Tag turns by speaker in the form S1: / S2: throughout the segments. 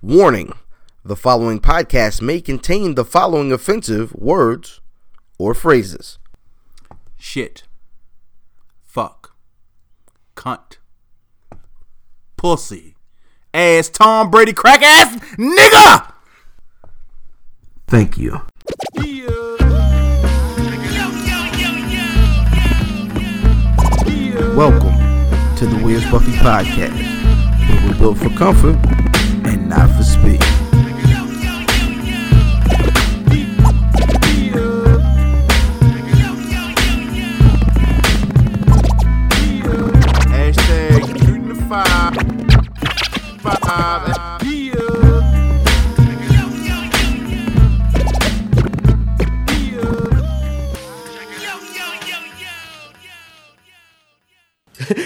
S1: Warning the following podcast may contain the following offensive words or phrases.
S2: Shit. Fuck. Cunt. Pussy. Ass Tom Brady crack ass nigga!
S1: Thank you. Welcome to the Where's Buffy podcast, where we're built for comfort and not for speed.
S2: Hashtag shooting the five. Five. Yeah.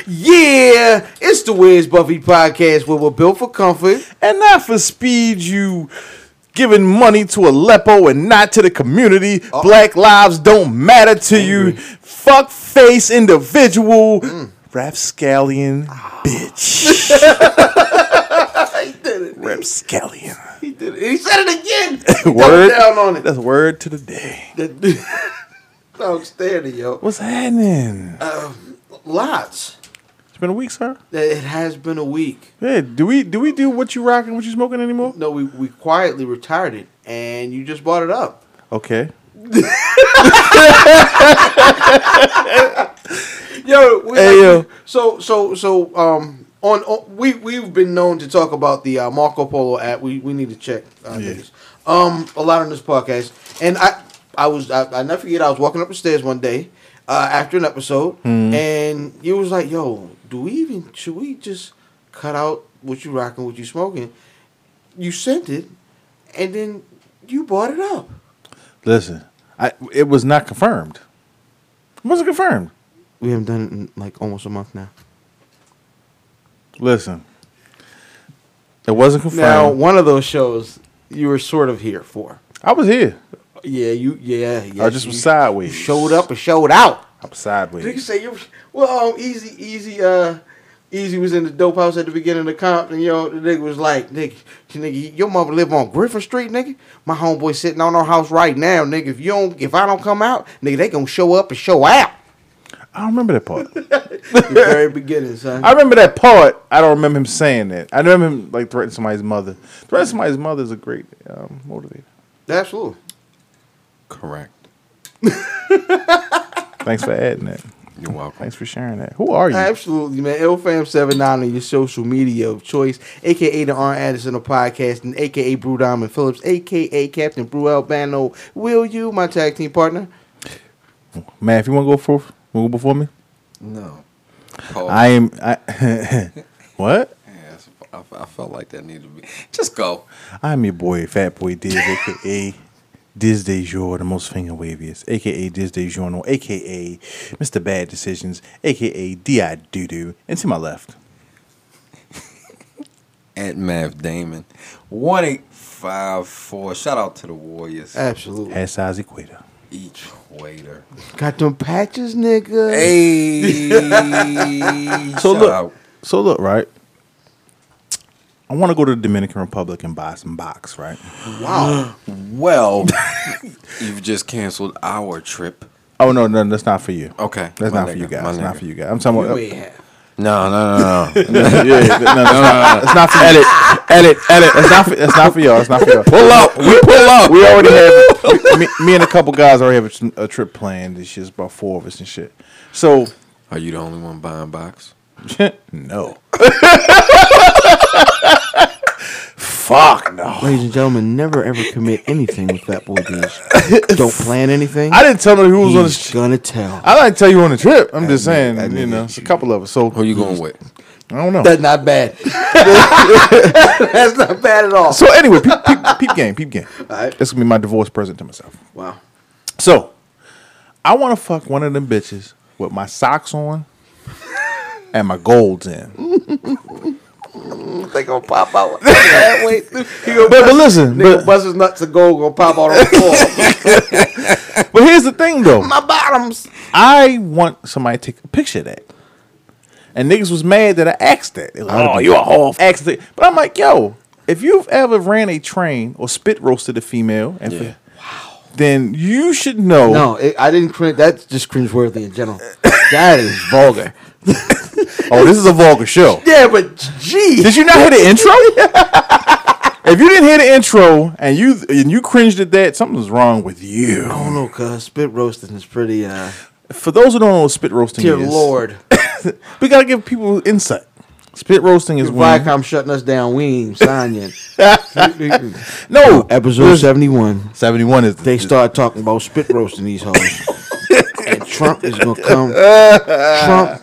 S1: Yeah, it's the Where's Buffy podcast, where we're built for comfort.
S3: and not for speed you giving money to Aleppo and not to the community. Black lives don't matter to you. Fuck face individual. Rapscallion bitch. Rapscallion.
S1: He did it. He said it again.
S3: Word.
S1: down on it.
S3: That's word to the day.
S1: Outstanding, yo.
S3: What's happening?
S1: Lots.
S3: It's been a week, sir.
S1: It has been a week.
S3: Hey, do we do we do what you rocking, what you smoking anymore?
S1: No, we, we quietly retired it, and you just brought it up.
S3: Okay.
S1: Yo, we,
S3: Hey, yo.
S1: so so so um on, on we we've been known to talk about the uh, Marco Polo app. We we need to check uh,
S3: Yeah.
S1: things. um a lot on this podcast. And I I was I, I never forget I was walking up the stairs one day uh, after an episode,
S3: Hmm.
S1: and you was like, "Yo, do we even should we just cut out what you rocking, what you smoking?" You sent it, and then you brought it up.
S3: Listen, I it was not confirmed. It wasn't confirmed.
S1: We haven't done it in like almost a month now.
S3: Listen, it wasn't confirmed.
S1: Now, one of those shows you were sort of here for.
S3: I was here.
S1: Yeah, you. Yeah, yeah.
S3: I just
S1: you,
S3: was sideways.
S1: You showed up and showed out.
S3: I'm sideways.
S1: Niggas say you. Well, um, easy, easy. Uh, easy was in the dope house at the beginning of the comp, and yo, the nigga was like, nigga, you nigga, your mother live on Griffin Street, nigga. My homeboy sitting on our house right now, nigga. If you don't, if I don't come out, nigga, they gonna show up and show out.
S3: I don't remember that part.
S1: the very beginning, son.
S3: I remember that part. I don't remember him saying that. I remember him like threatening somebody's mother. Threatening somebody's mother is a great um, motivator.
S1: Absolutely.
S4: Correct.
S3: Thanks for adding that.
S4: You're welcome.
S3: Thanks for sharing that. Who are you?
S1: Absolutely, man. LFAM79 on your social media of choice, aka the Arn Addison of podcast, and aka Brew Diamond Phillips, aka Captain Brew Albano. Will you, my tag team partner?
S3: Man, if you want to go for, wanna go before me,
S4: No. Pause.
S3: I am. I what?
S4: Yeah, that's- I, I felt like that needed to be. Just go.
S3: I'm your boy, Fat Boy Diz, aka Diz De Jour, the most finger waviest, aka Diz De Journal, aka Mr. Bad Decisions, aka Di Doo Doo, and to my left.
S4: At Mav Damon. 1854. Shout out to the Warriors.
S1: Absolutely.
S3: At size equator.
S4: Each waiter.
S1: Got them patches, nigga.
S4: Hey.
S3: So
S4: shout
S3: look,
S4: out.
S3: so look, right? I want to go to the Dominican Republic and buy some box, right?
S1: Wow.
S4: Well, you've just canceled our trip.
S3: Oh no, no, that's not for you.
S4: Okay.
S3: that's
S4: my
S3: not for
S4: nigga,
S3: you guys.
S4: my
S3: That's not
S4: nigga.
S3: for you guys. I'm talking
S1: You
S3: about.
S1: may have.
S4: No, no, no, no.
S3: yeah, yeah, yeah, no, that's not, that's not for edit, edit, edit. That's not for, that's not for y'all. That's not for y'all.
S4: pull up. We pull up.
S3: We already have me, me and a couple guys already have a, a trip planned. This shit's about four of us and shit. So
S4: Are you the only one buying box?
S3: no, fuck no.
S1: Ladies and gentlemen, never ever commit anything with Fat Boy D's. Don't plan anything.
S3: I didn't tell them who was on the.
S1: He's
S3: sh-
S1: gonna tell.
S3: I like to tell you on the trip. I'm just
S1: knew-
S3: saying,
S1: I knew
S3: you know,
S1: that
S3: it's a couple of us. So
S4: Who you going with?
S3: I don't know.
S1: That's not bad. That's not bad at all.
S3: so anyway, peep, peep, peep game, peep game.
S1: Alright.
S3: This gonna be my divorce present to myself.
S1: Wow.
S3: So I want to fuck one of them bitches with my socks on and my golds in.
S1: They gonna pop out that way. He gonna
S3: But, but listen,
S1: Nigga,
S3: but,
S1: bust his nuts and gold gonna pop out on the floor.
S3: but here's the thing though.
S1: My bottoms.
S3: I want somebody to take a picture of that. And niggas was mad that I asked that. They was like,
S1: I'd've
S3: oh,
S1: been-
S3: you a whole asked it. But I'm like, yo, if you've ever ran a train or spit roasted a female, and
S4: Yeah.
S3: then you should know.
S1: No, it, I didn't cringe. That's just cringeworthy in general. that is vulgar.
S3: Oh, this is a vulgar show.
S1: Yeah, but gee.
S3: Did you not hear the intro? if you didn't hear the intro and you and you cringed at that, something's wrong with
S1: I
S3: you.
S1: don't know, cuz spit roasting is pretty, uh,
S3: For those who don't know what spit roasting
S1: dear
S3: is,
S1: lord.
S3: we gotta give people insight. Spit roasting is when
S1: Viacom shutting us down. We ain't signing.
S3: no
S1: Episode 71.
S3: seventy one is the,
S1: They start talking about spit roasting these hoes. and Trump is going to come. Trump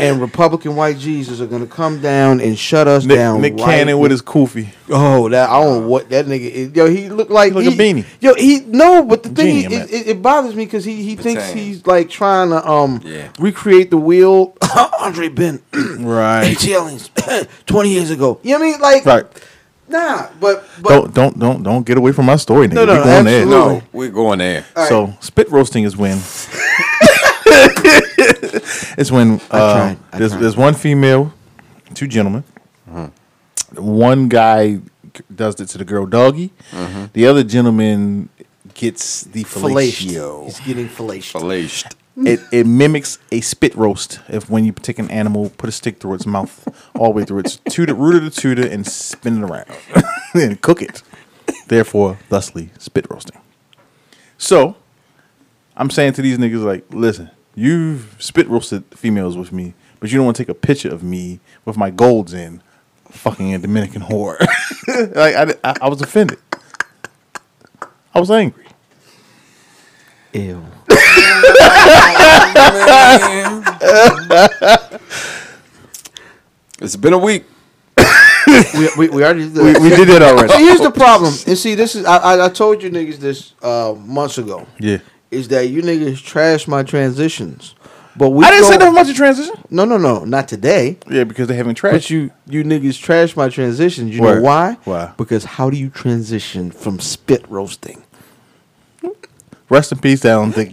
S1: and Republican white Jesus are going to come down and shut us
S3: Nick,
S1: down.
S3: Nick
S1: right
S3: Cannon with his koofy.
S1: Oh, that I don't know what that nigga is. Yo, he look like
S3: Uh, He look a beanie.
S1: Yo, he no, but the
S3: Genie,
S1: thing is,
S3: man.
S1: it, it, it bothers me because he he thinks
S4: Bataan.
S1: he's like trying to um
S4: Yeah.
S1: recreate the wheel Andre Ben
S3: Right.
S1: Aliens twenty years ago. You know what I mean? Like
S3: Right.
S1: nah, but but
S3: Don't don't don't don't get away from my story, nigga.
S1: No, no,
S3: we going there.
S1: absolutely.
S4: No, we're going there.
S1: All right.
S3: So spit roasting is when it's when uh,
S1: tried, I
S3: there's
S1: tried.
S3: there's one female, two gentlemen.
S1: Mm-hmm.
S3: One guy does it to the girl doggy.
S1: Mm-hmm.
S3: The other gentleman gets the fellatio.
S1: fellatio. He's getting fellatio.
S4: Fellaced.
S3: it it mimics a spit roast if when you take an animal, put a stick through its mouth, all the way through its tutor, root of the tutor, and spin it around and cook it. Therefore, thusly, spit roasting. So, I'm saying to these niggas like, listen, you've spit roasted females with me, but you don't want to take a picture of me with my golds in, fucking a Dominican whore. like I, I, I was offended. I was angry.
S1: Ew.
S4: It's been a week.
S1: we, we, we already did that.
S3: We, we did that
S1: So
S3: already.
S1: here's the problem. And see, this is I, I, I told you niggas this uh, months ago.
S3: Yeah.
S1: Is that you niggas trash my transitions? But we
S3: I didn't say
S1: go-
S3: nothing about your transition.
S1: No, no, no, not today.
S3: Yeah, because they haven't
S1: But
S3: trashed.
S1: you, you niggas trash my transitions. You
S3: Word.
S1: know why?
S3: Why?
S1: Because how do you transition from spit roasting?
S3: Rest in peace, Alan Dick.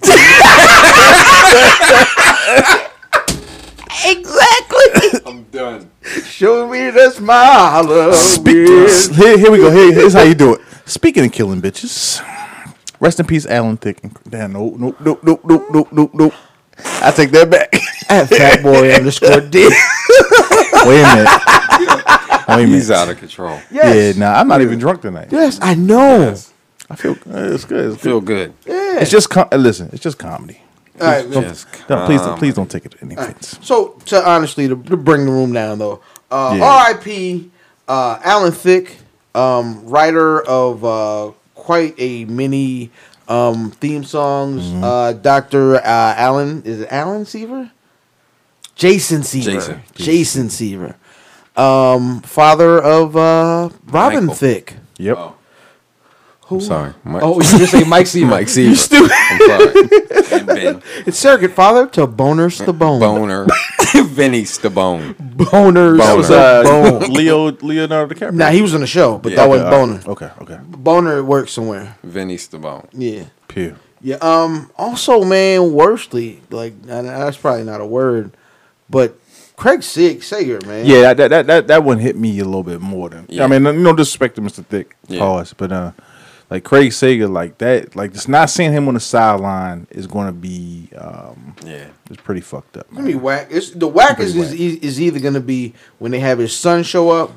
S4: I'm done.
S1: Show me the smile of weird.
S3: here, here we go. Here, here's how you do it. Speaking of killing bitches, rest in peace, Alan Thick. And, damn, nope, nope, nope, nope, nope, nope, nope, nope. I take that back.
S1: at fatboy underscore d.
S3: Wait a minute. Wait a minute.
S4: He's out of control.
S1: Yes.
S3: Yeah, nah, I'm not even drunk tonight.
S1: Yes, I know.
S3: I feel uh, it's good. It's, good.
S4: Feel good.
S1: Yeah.
S3: it's just com- uh, listen. It's just comedy.
S1: All right,
S3: Don't,
S4: Just
S3: don't- please,
S4: comedy.
S3: please don't take it any offense.
S1: So, to honestly, to, to bring the room down though, uh,
S3: Yeah.
S1: R.I.P. Uh, Alan Thick, um, writer of uh, quite a many um, theme songs.
S4: Mm-hmm.
S1: Uh, Doctor uh, Alan is it Alan Seaver? Jason Seaver.
S4: Jason.
S1: Jason, Seaver. Um, father of uh, Robin
S4: Michael.
S1: Thick.
S3: Yep.
S4: Oh,
S1: Who?
S4: I'm sorry. Mike.
S1: Oh, you should say Mike Seaver.
S4: Mike Seaver. You stupid. I'm sorry. And ben.
S1: It's surrogate father to Boners the Bone.
S4: Boner. Vinny Stabone.
S1: Boners
S4: Boner.
S3: That was
S1: the
S3: uh,
S1: Bone.
S3: Leo Leonardo DiCaprio.
S1: Now he was on the show, but
S4: Yeah.
S1: that
S4: Okay,
S1: wasn't Boner.
S3: Okay. Okay.
S1: Boner works somewhere.
S4: Vinny Stabone.
S1: Yeah.
S3: Pew.
S1: Yeah. Um. Also, man, worstly, like and that's probably not a word, but Craig Sig Sager, man.
S3: Yeah, that that that that one hit me a little bit more than
S4: Yeah.
S3: I mean, no disrespect to Mr. Thick,
S4: Yeah.
S3: pause, but uh, like Craig Sager, like that, like just not seeing him on the sideline is going to be um,
S4: Yeah.
S3: it's pretty fucked up.
S1: I
S3: man.
S1: mean, whack. It's the whack is,
S3: Pretty
S1: is e, is either gonna be when they have his son show up,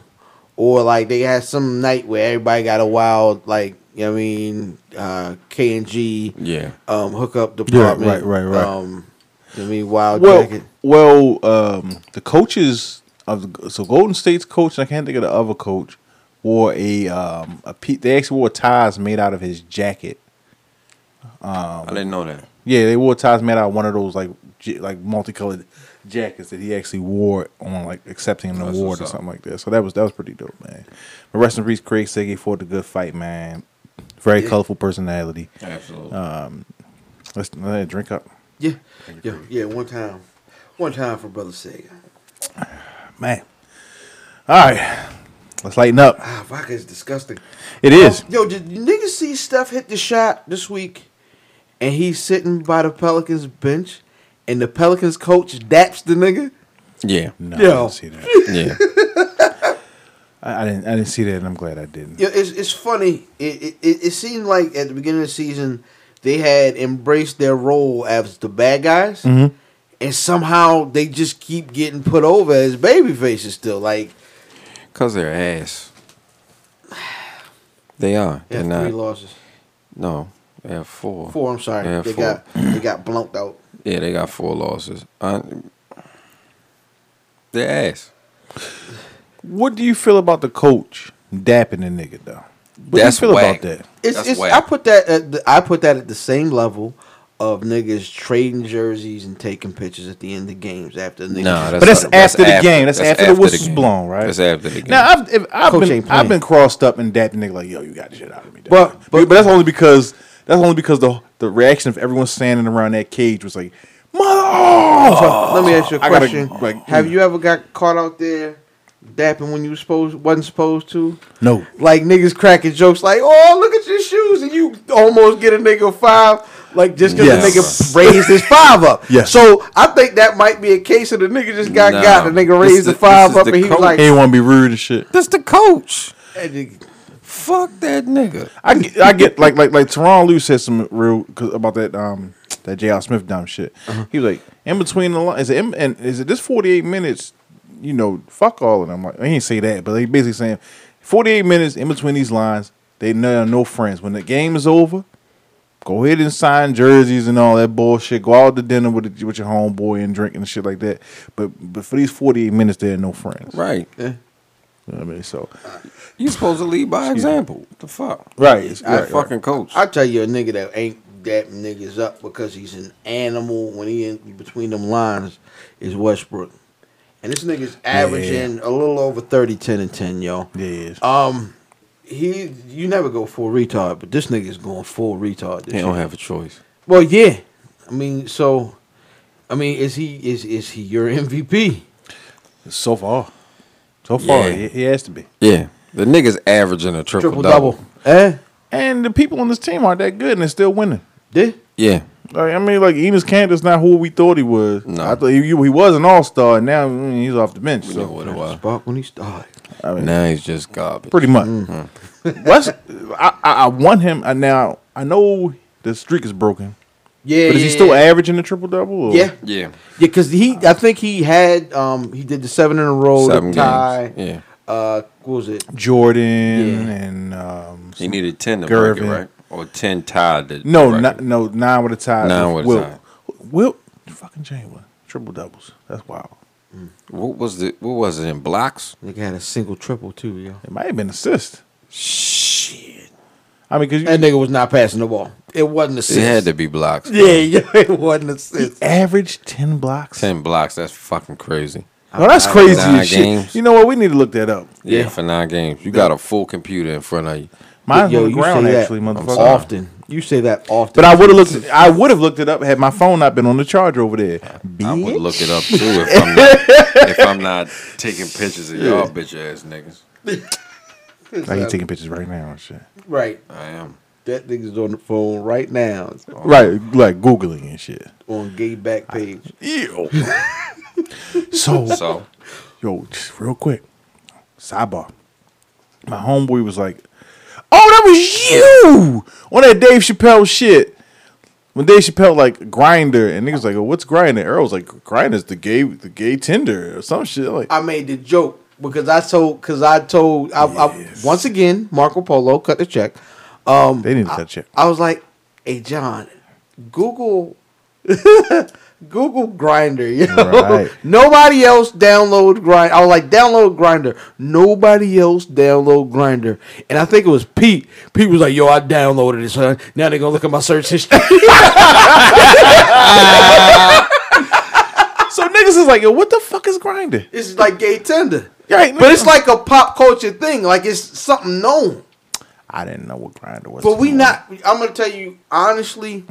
S1: or like they had some night where everybody got a wild like. You know what I mean, uh, K and G,
S4: Yeah.
S1: um, hook up
S3: Yeah, right,
S1: department,
S3: right, right.
S1: Um, you know what I mean, wild
S3: Well,
S1: jacket.
S3: well, um, the coaches of the, so Golden State's coach, and I can't think of the other coach, wore a um a pe- they actually wore ties made out of his jacket.
S4: I didn't know that.
S3: Yeah, they wore ties made out of one of those like j- like multicolored jackets that he actually wore on like accepting an
S4: That's
S3: award
S4: what's
S3: or
S4: up.
S3: something like that. So that was that was pretty dope, man. But rest in peace, Craig Sege for the good fight, man. Very colorful personality.
S4: Absolutely.
S3: Let's, let's drink up,
S1: Yeah, yeah, yeah. One time, one time for brother Sig.
S3: man. All right, let's lighten up.
S1: Ah, vodka is disgusting.
S3: It is.
S1: Yo, did you niggas see Steph hit the shot this week? And he's sitting by the Pelicans bench, and the Pelicans coach daps the nigga.
S4: yeah.
S3: No, I
S1: Yo.
S3: didn't see that.
S4: Yeah.
S3: I, I didn't. I didn't see that, and I'm glad I didn't.
S1: Yeah, it's it's funny. It, it it it seemed like at the beginning of the season they had embraced their role as the bad guys,
S4: Mm-hmm.
S1: and somehow they just keep getting put over as baby faces. Still, like
S4: Cause they're ass. They are.
S1: they
S4: They're
S1: have three
S4: not.
S1: losses.
S4: No, they have four.
S1: Four. I'm sorry.
S4: Yeah,
S1: they
S4: four.
S1: got they got blunked out.
S4: Yeah, they got four losses. Uh, I, they're ass.
S3: What do you feel about the coach dapping the nigga though? What
S4: That's
S3: do you feel
S4: whack.
S3: about that?
S1: It's,
S4: That's
S1: it's
S4: whack.
S1: I put that at the, I put that at the same level of niggas trading jerseys and taking pictures at the end of games after niggas.
S4: No, that's
S3: But that's after the game. That's after the whistle's
S4: game.
S3: blown, right?
S4: That's after the game.
S3: Now I've if, I've
S1: Coach
S3: been
S1: ain't playing.
S3: I've been crossed up and dapping nigga like yo you got the shit out of me. dog."
S1: But-
S3: but that's only because that's only because the the reaction of everyone standing around that cage was like mother.
S1: Let me ask you a
S3: Oh, I gotta,
S1: question:
S3: like, mm.
S1: Have you ever got caught out there dapping when you was supposed wasn't supposed to?
S3: No.
S1: Like niggas cracking jokes like, "Oh, look at your shoes," and you almost get a nigga five. Like just because
S3: Yes.
S1: the nigga raised his five up.
S3: Yes.
S1: So I think that might be a case of the nigga just got
S4: No.
S1: got. The nigga
S4: This
S1: raised
S4: is-
S1: the
S4: this
S1: five
S4: is
S1: up
S4: the
S1: and he was
S4: coach.
S1: like,
S3: Ain't want to be rude and shit.
S4: That's the coach.
S1: "That nigga-
S4: Fuck that nigga.
S3: I get, I get like like like Teron Lou said some real 'cause about that um that J.R. Smith dumb shit.
S4: Uh-huh.
S3: He was like in between the lines, is it in, and is it this forty eight minutes? You know, fuck all of them. Like he ain't say that, but they basically saying forty eight minutes in between these lines. They no no friends. When the game is over, go ahead and sign jerseys and all that bullshit. Go out to dinner with the, with your homeboy and drink and shit like that. But but for these forty eight minutes, they're no friends.
S4: Right.
S3: You know what I mean, so
S4: You supposed to lead by example. The fuck.
S3: right, it's-
S4: I
S3: right, right.
S4: fucking coach.
S1: I tell you, a nigga that ain't dapping niggas up because he's an animal when he in between them lines is Westbrook, and this nigga's averaging a little over 30, 10, and ten, yo.
S3: Yeah, it is.
S1: Um, he you never go full retard, but this nigga's going full retard. This
S4: they don't
S1: year.
S4: have a choice.
S1: Well, yeah. I mean, so, I mean, is he is is he your MVP?
S3: So far. So far,
S4: Yeah.
S3: he, he has to be.
S4: Yeah. The nigga's averaging a triple,
S1: Triple double. Eh?
S3: And the people on this team aren't that good and they're still winning.
S1: Yeah.
S4: Yeah.
S3: Like, I mean, like Enos Cantor's not who we thought he was.
S4: No.
S3: I thought he, he was an all star, and now mm, he's off the bench.
S4: You
S3: so,
S4: know what it was.
S1: Spark when he started.
S3: I mean,
S4: Now he's just garbage.
S3: pretty much.
S4: Mm-hmm.
S3: Wes, I, I, I want him. I, now, I know the streak is broken,
S1: Yeah.
S3: but is he
S1: yeah,
S3: still
S1: yeah.
S3: averaging the triple double?
S1: Yeah. Yeah,
S4: yeah.
S1: because he, I think he had, um, he did the seven in a row,
S4: Seven
S1: the tie.
S4: games. Yeah.
S1: Uh, what was it?
S3: Jordan
S1: Yeah.
S3: and. Um,
S4: He needed ten to break
S3: Gervin.
S4: it, right? Or ten tied to
S3: no,
S4: break
S3: not,
S4: it.
S3: no, nine with a tie.
S4: Nine with a
S3: Wilt.
S4: tie.
S3: Wilt, fucking Chamberlain. Triple doubles. That's wild.
S4: What was the what was it in blocks?
S1: Nigga had a single triple too, yo.
S3: It might have been assist.
S4: Shit.
S3: I mean, because you
S1: That nigga was not passing the ball. It wasn't a
S4: It
S1: six.
S4: had to be blocks.
S1: Yeah, yeah, it wasn't a six.
S3: average ten blocks.
S4: Ten blocks. That's fucking crazy.
S3: Oh, that's crazy
S4: Nine
S3: as shit.
S4: games.
S3: You know what? We need to look that up.
S4: Yeah,
S1: Yeah.
S4: for nine games. You got a full computer in front of you.
S3: Mine's
S1: Yo,
S3: on the
S1: you
S3: ground
S1: say that
S3: actually, motherfucker.
S1: Often. You say that often.
S3: But I would have looked. I would have looked it up had my phone not been on the charger over there.
S4: I would
S3: Bitch.
S4: look it up too if I'm not, if I'm not taking pictures of y'all bitch ass niggas.
S3: Like he taking pictures right now and shit.
S1: Right.
S4: I am.
S1: That nigga's on the phone right now
S3: Right, like googling and shit.
S1: on gay back page.
S3: Ew. so,
S4: So
S3: yo, just real quick, sidebar. My homeboy was like, "Oh, that was you on that Dave Chappelle shit." When Dave Chappelle like grinder and niggas like, oh, "What's grinder?" Earl was like, "Grinder's the gay, the gay Tinder or some shit." Like,
S1: I made the joke because I told because I told I,
S3: Yes.
S1: I once again Marco Polo cut the check. Um,
S3: They need to cut the check.
S1: I was like, "Hey John, Google." Google Grinder, yo.
S3: Right.
S1: Nobody else download Grind. I was like, download Grinder. Nobody else download Grinder. And I think it was Pete. Pete was like, yo, I downloaded it, son. Now they're gonna look at my search
S3: so
S1: history.
S3: niggas is like, "Yo, what the fuck is grinder?"
S1: it's like gay tender.
S3: Right,
S1: But it's like a pop culture thing. Like it's something known.
S3: I didn't know what grinder was.
S1: But we
S3: till-
S1: not. I'm gonna tell you honestly.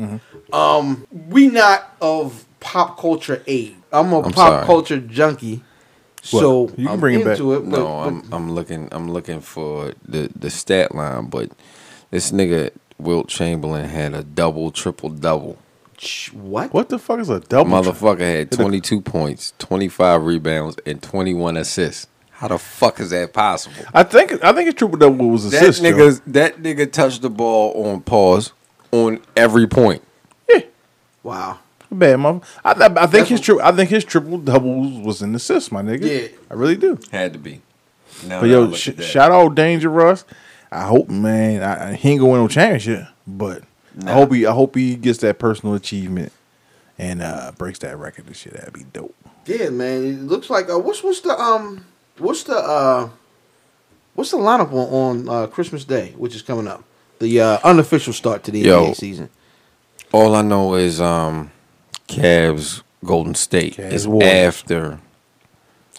S1: Um, we not of pop culture aid. I'm a
S4: I'm
S1: pop
S4: sorry.
S1: culture junky. So
S3: you can
S1: I'm
S3: bring it back.
S1: into it. But,
S4: no, I'm I'm looking I'm looking for the the stat line, but this nigga Wilt Chamberlain had a double triple double.
S1: but sh- what?
S3: What the fuck is a double?
S4: Motherfucker had 22 points, 25 rebounds, and 21 assists. How the fuck is that possible?
S3: I think I think a triple double was
S4: That
S3: assist. Joe.
S4: nigga, that nigga touched the ball on pause on every point.
S1: Wow.
S3: Bad mother. I, I, I think
S1: That's
S3: his tri- I think his triple doubles was an assist, my nigga.
S1: Yeah.
S3: I really do.
S4: Had to be. Now
S3: But
S4: that I
S3: yo,
S4: look
S3: sh-
S4: at that.
S3: shout out Danger Russ. I hope, man, I, I- he ain't gonna win no championship, but I hope he I hope he gets that personal achievement and uh breaks that record and shit. That'd be dope.
S1: Yeah, man. It looks like uh, what's what's the um what's the uh what's the lineup on, on uh, Christmas Day, which is coming up? The uh, unofficial start to the
S4: Yo.
S1: NBA season.
S4: All I know is um, Cavs Golden State
S3: Cavs
S4: is
S3: Warriors.
S4: after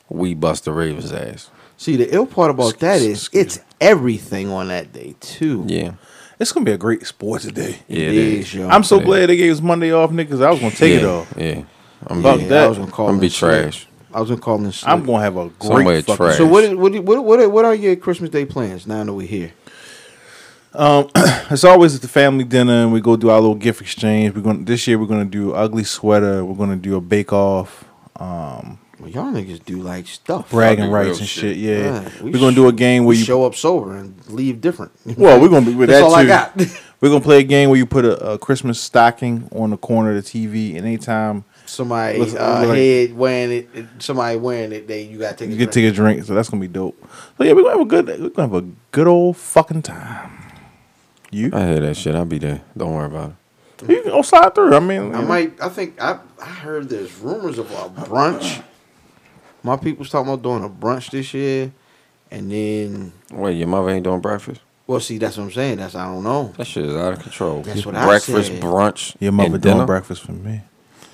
S4: we bust the Ravens ass.
S1: See, the ill part about that is
S3: excuse
S1: it's everything on that day too.
S4: Yeah,
S3: It's gonna be a great sports day.
S4: yeah,
S1: it is, yo.
S3: I'm so
S4: Yeah.
S3: glad they gave us Monday off, niggas. I was gonna take
S4: yeah,
S3: it off.
S4: Yeah, I'm
S3: Fuck
S1: Yeah,
S3: that.
S1: I was gonna call
S4: I'm
S1: them
S4: be
S1: slick.
S4: trash.
S1: I was gonna call them. Slick.
S3: I'm gonna have a
S4: Somewhere
S3: great fucking
S4: trash.
S1: So what, is- what? What? What? What are your Christmas Day plans now that we're here?
S3: It's always at the family dinner, and we go do our little gift exchange. We're going to this year. We're going to do ugly sweater. We're going to do a bake off, um,
S1: Well, y'all niggas do like stuff.
S3: bragging
S4: Fucking
S3: rights
S4: real
S3: and shit.
S4: shit.
S3: Yeah,
S1: Right.
S3: we
S1: We
S3: are going to do a game where
S1: you
S3: you.
S1: show up sober and leave different.
S3: well, we're going to be with
S1: That's
S3: that
S1: all I
S3: too.
S1: got.
S3: we're going to play a game where you put a, a Christmas stocking on the corner of the TV, and anytime
S1: Somebody
S3: Listen,
S1: uh,
S3: like-
S1: head wearing it, it- somebody wearing it, then you gotta take.
S3: you
S1: a
S3: can
S1: drink.
S3: take a drink. So that's going to be dope. So yeah, we're going to have a good. We're going to have a good old fucking time. You
S4: I hear that shit. I'll be there. Don't worry about it.
S3: you can go slide through. I mean,
S1: I might. I think I. I heard there's rumors of a brunch. My people's talking about doing a brunch this year, and then.
S4: Wait, your mother ain't doing breakfast?
S1: Well, see, that's what I'm saying. That's I don't know.
S4: That shit is out of control.
S1: That's what I
S4: breakfast,
S1: said.
S4: brunch,
S3: Your mother
S4: and
S3: doing
S4: dinner?
S3: breakfast for me.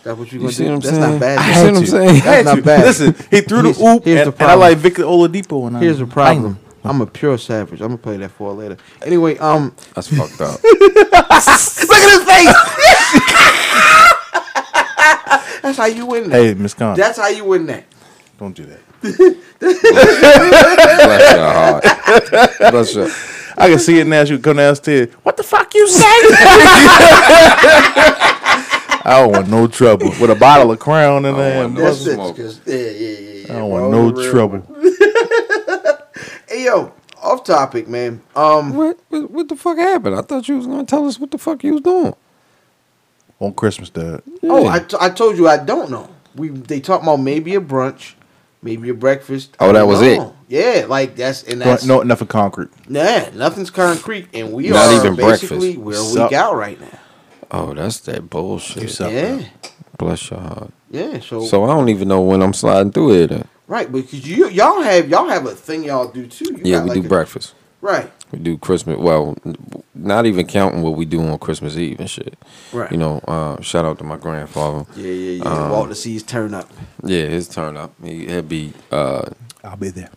S1: That's what you
S4: You
S1: gonna
S4: see
S1: do.
S4: what I'm
S1: that's
S4: saying?
S1: not bad.
S4: I
S1: though.
S4: had to.
S1: That's not bad.
S3: Listen, he threw
S1: Here's-
S3: the oop,
S1: here's
S3: and,
S1: the
S3: and I
S1: problem.
S3: like Victor Oladipo. And I-
S1: Here's the
S3: I-
S1: problem. I'm a pure savage. I'm gonna play that for later. Anyway, um,
S4: That's fucked up.
S1: look at his face. That's how you win that.
S3: Hey, Miss Con,
S1: That's how you win that.
S3: don't do that.
S4: Bless your heart. Bless your.
S3: I can see it now. She would come downstairs. What the fuck you say? I don't want no trouble with a bottle of Crown in there.
S4: want no-
S3: I
S1: That's it.
S4: smoke.
S1: 'cause- Yeah, yeah, yeah, yeah.
S3: don't
S1: bro,
S3: want
S1: you
S3: no
S1: real.
S3: trouble.
S1: Hey yo, off topic, man. Um,
S4: What, what? What the fuck happened? I thought you was gonna tell us what the fuck you was doing.
S3: On Christmas, Dad.
S1: oh, I, t- I told you I don't know. We they talking about maybe a brunch, maybe a breakfast.
S4: Oh, that
S1: I
S4: was
S1: don't
S4: it.
S1: know. Yeah, like that's and
S3: No,
S1: that's
S3: no, nothing concrete.
S1: Nah, nothing's concrete, and we
S4: Not
S1: are
S4: even breakfast.
S1: basically we're a week
S3: Sup.
S1: out right now.
S4: Oh, that's that bullshit.
S3: You suck.
S1: yeah,
S4: Bless your heart.
S1: yeah. So,
S4: So I don't even know when I'm sliding through here. Then.
S1: right, because you y'all have y'all have a thing y'all do too. You
S4: Yeah,
S1: got
S4: we
S1: like
S4: do
S1: a-
S4: breakfast.
S1: Right,
S4: We do Christmas. Well, n- not even counting what we do on Christmas Eve and shit.
S1: right.
S4: You know, uh, shout out to my grandfather.
S1: Yeah, yeah, yeah. Walter C's turn up.
S4: Yeah, his turn up. He, he'd be. Uh,
S3: I'll be there.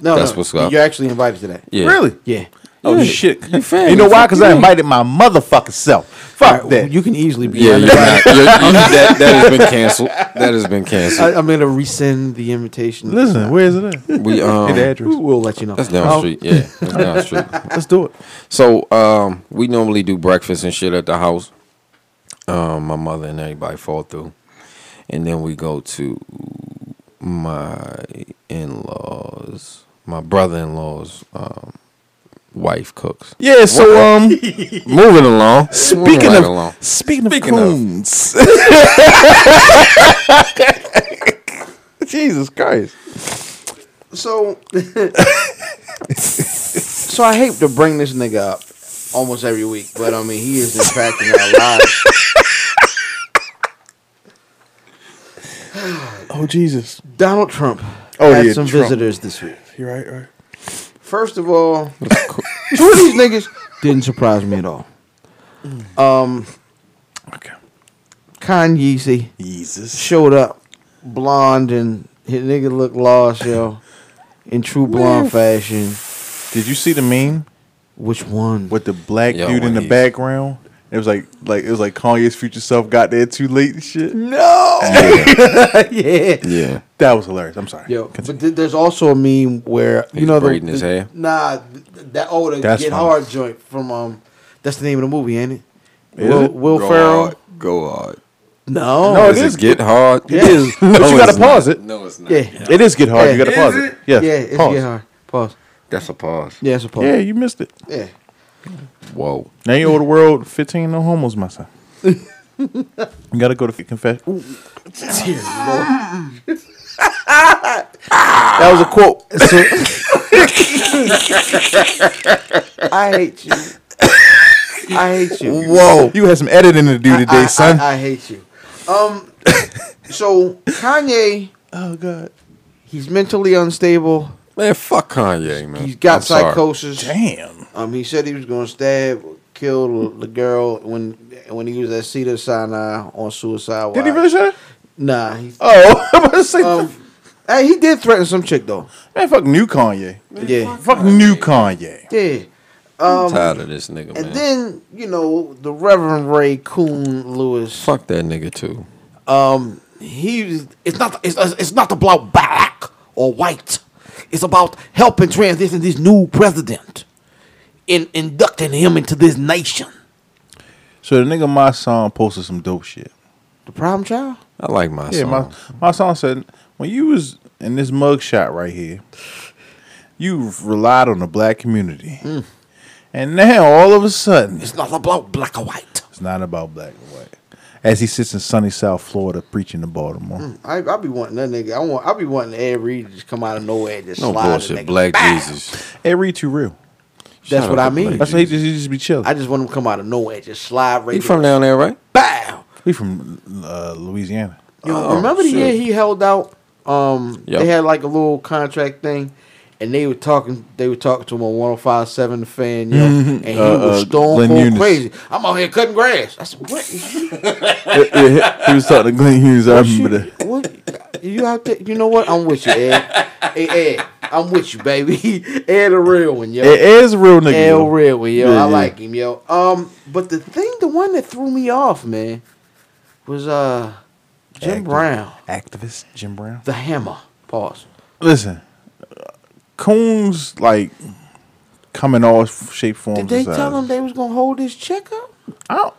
S1: No,
S4: that's
S1: no,
S4: what's up.
S1: You're actually invited to that.
S4: yeah.
S3: Really?
S1: Yeah.
S3: Oh
S4: Yeah.
S3: shit!
S4: You
S3: You,
S4: fam,
S3: know why?
S4: fuck
S3: Because
S4: you
S3: I
S4: mean.
S3: invited my motherfucking self. Fuck
S1: All right,
S3: that.
S1: You can easily be.
S4: Yeah,
S1: Yeah,
S4: you're not, you're, you that, that has been canceled. That has been canceled.
S1: I, I'm gonna resend the invitation.
S3: Listen, where is it at?
S4: We um,
S3: Get the address.
S1: We- we'll let you know.
S4: that's down the
S3: Oh.
S4: street. Yeah, that's down the street.
S3: Let's do it.
S4: So um, we normally do breakfast and shit at the house. Um, my mother and everybody fall through, and then we go to my in laws, my brother in laws, um, wife cooks.
S3: Yeah. So um,
S4: Moving along.
S3: speaking
S4: Moving right
S3: of
S4: along.
S3: speaking of
S4: Speaking of-
S3: coons. Jesus Christ!
S1: So, so I hate to bring this nigga up almost every week, but I mean he is impacting our lives.
S3: Oh Jesus!
S1: Donald Trump
S3: Oh,
S1: had
S3: yeah,
S1: some
S3: Trump.
S1: visitors this week.
S3: You're right. Right.
S1: First of all, two of these niggas didn't surprise me at all. Um,
S3: Okay.
S1: Kanye see,
S3: Jesus.
S1: showed up, blonde and his nigga looked lost, yo, in true blonde fashion.
S3: Did you see the meme
S1: Which one?
S3: with the black
S4: Yo,
S3: dude in
S4: when
S3: the
S4: he-
S3: background? It was like like it was like Kanye's future self got there too late and shit.
S1: No.
S4: Yeah,
S1: yeah.
S4: yeah.
S3: That was hilarious. I'm sorry.
S1: Yo,
S3: Continue.
S1: but th- there's also a meme where you
S4: He's
S1: know the,
S4: braiding his
S1: the-
S4: hair?
S1: Nah, th- that old Get
S3: That's funny.
S1: Hard joint from um, that's the name of the movie, ain't it?
S3: Is
S1: Will,
S3: it?
S1: Will
S4: Go
S1: Ferrell,
S4: hard. Go hard.
S1: No.
S3: No,
S4: Does
S3: it
S4: it,
S3: is-
S4: get hard?
S1: Yeah. It is.
S4: No,
S3: But you gotta
S4: it's not.
S3: pause it.
S4: No, it's not.
S1: Yeah.
S3: It is get hard.
S1: Yeah.
S3: You gotta
S1: Is
S3: pause it.
S4: it?
S3: Yes.
S1: Yeah, it's
S3: pause.
S1: get hard. Pause.
S4: That's a pause.
S1: Yeah, it's a pause.
S3: Yeah, you missed it.
S1: yeah.
S4: Whoa.
S3: Now you owe the world 15 no homos, my son. you gotta go to confess. Ooh,
S1: That was a quote. I hate you. I hate you.
S4: Whoa.
S3: You had some editing to do
S1: I,
S3: today,
S1: I-
S3: son.
S1: I hate you. Um, so Kanye,
S3: oh God.
S1: he's mentally unstable.
S4: Man, fuck Kanye, man.
S1: He's got
S4: I'm sorry.
S1: psychosis.
S3: Damn.
S1: Um, he said he was going to stab, or kill the girl when when he was at Cedar Sinai on suicide.
S3: Did he
S1: watch.
S3: really say that?
S1: Nah. He,
S3: Oh, I'm about to say,
S1: um, hey, he did threaten some chick though.
S3: man, fuck new Kanye.
S1: Yeah,
S3: Fuck new Kanye.
S1: yeah. Um,
S4: I'm tired of this nigga, man.
S1: And then you know the Reverend Ray Coon Lewis.
S4: fuck that nigga too.
S1: Um, he was-
S2: It's not. It's, it's not about black or white. It's about helping transition this new president, in inducting him into this nation.
S3: So the nigga my son posted some dope shit.
S1: the problem child.
S4: I like my
S3: Yeah,
S4: song.
S3: my my son said when you was in this mugshot right here, you relied on the black community, and now all of a sudden
S2: It's not about black or white.
S3: it's not about black and white. As he sits in sunny South Florida preaching to Baltimore,
S1: I I be wanting that nigga. I want I be wanting Ed Reed to just come out of nowhere and just
S4: no
S1: slide a
S4: bullshit.
S1: nigga.
S4: Black
S1: Bam!
S4: Jesus.
S3: hey, read too real.
S1: That's
S4: Shout
S1: what
S4: out
S1: I
S4: to
S1: mean.
S4: Blake.
S3: That's why he just, he just be chilling.
S1: I just want him to come out of nowhere, just slide right.
S4: He from down there, right?
S1: bow.
S3: We from uh, Louisiana.
S1: You know,
S4: Oh,
S1: remember the
S4: shit.
S1: year he held out? Um,
S4: Yep.
S1: they had like a little contract thing, and they were talking. They were talking to him on 105.7 the fan, yo, and he
S3: Uh,
S1: was
S3: uh,
S1: stone
S3: Glenn
S1: cold
S3: Eunice.
S1: crazy. I'm out here cutting grass. I said, what?
S3: he was talking to Glenn Hughes. I remember that.
S1: you, what? You out there? You know what? I'm with you, Ed. hey, Ed, I'm with you, baby. Ed, a real one, yo.
S3: It is a real nigga.
S1: El
S3: yo.
S1: Real,
S3: Yeah,
S1: yo. I
S3: yeah.
S1: like him, yo. Um, but the thing, the one that threw me off, man, was uh Jim
S3: Actor.
S1: Brown,
S3: Activist Jim Brown.
S1: the Hammer. Pause.
S3: Listen, Coons like come in all shape, forms.
S1: Did they
S3: and
S1: tell
S3: sizes.
S1: him they was gonna hold this check up?
S3: I don't-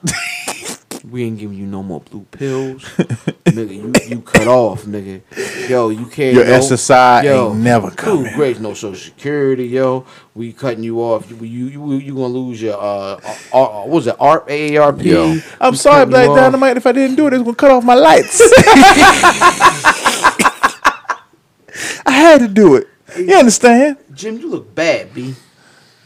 S1: We ain't giving you no more blue pills, nigga. You, you cut off, nigga. Yo, you can't.
S3: Your
S1: no-
S3: SSI ain't never
S1: dude,
S3: coming.
S1: Great, no social security, yo. We cutting you off. You you you, you gonna lose your uh, uh, uh what was it ARP AARP?
S4: Yo.
S1: We
S3: I'm sorry,
S1: cutting you
S3: Black
S1: off.
S3: Dynamite. If I didn't do it, it was gonna cut off my lights. I had to do it. You understand?
S1: Jim, you look bad, b.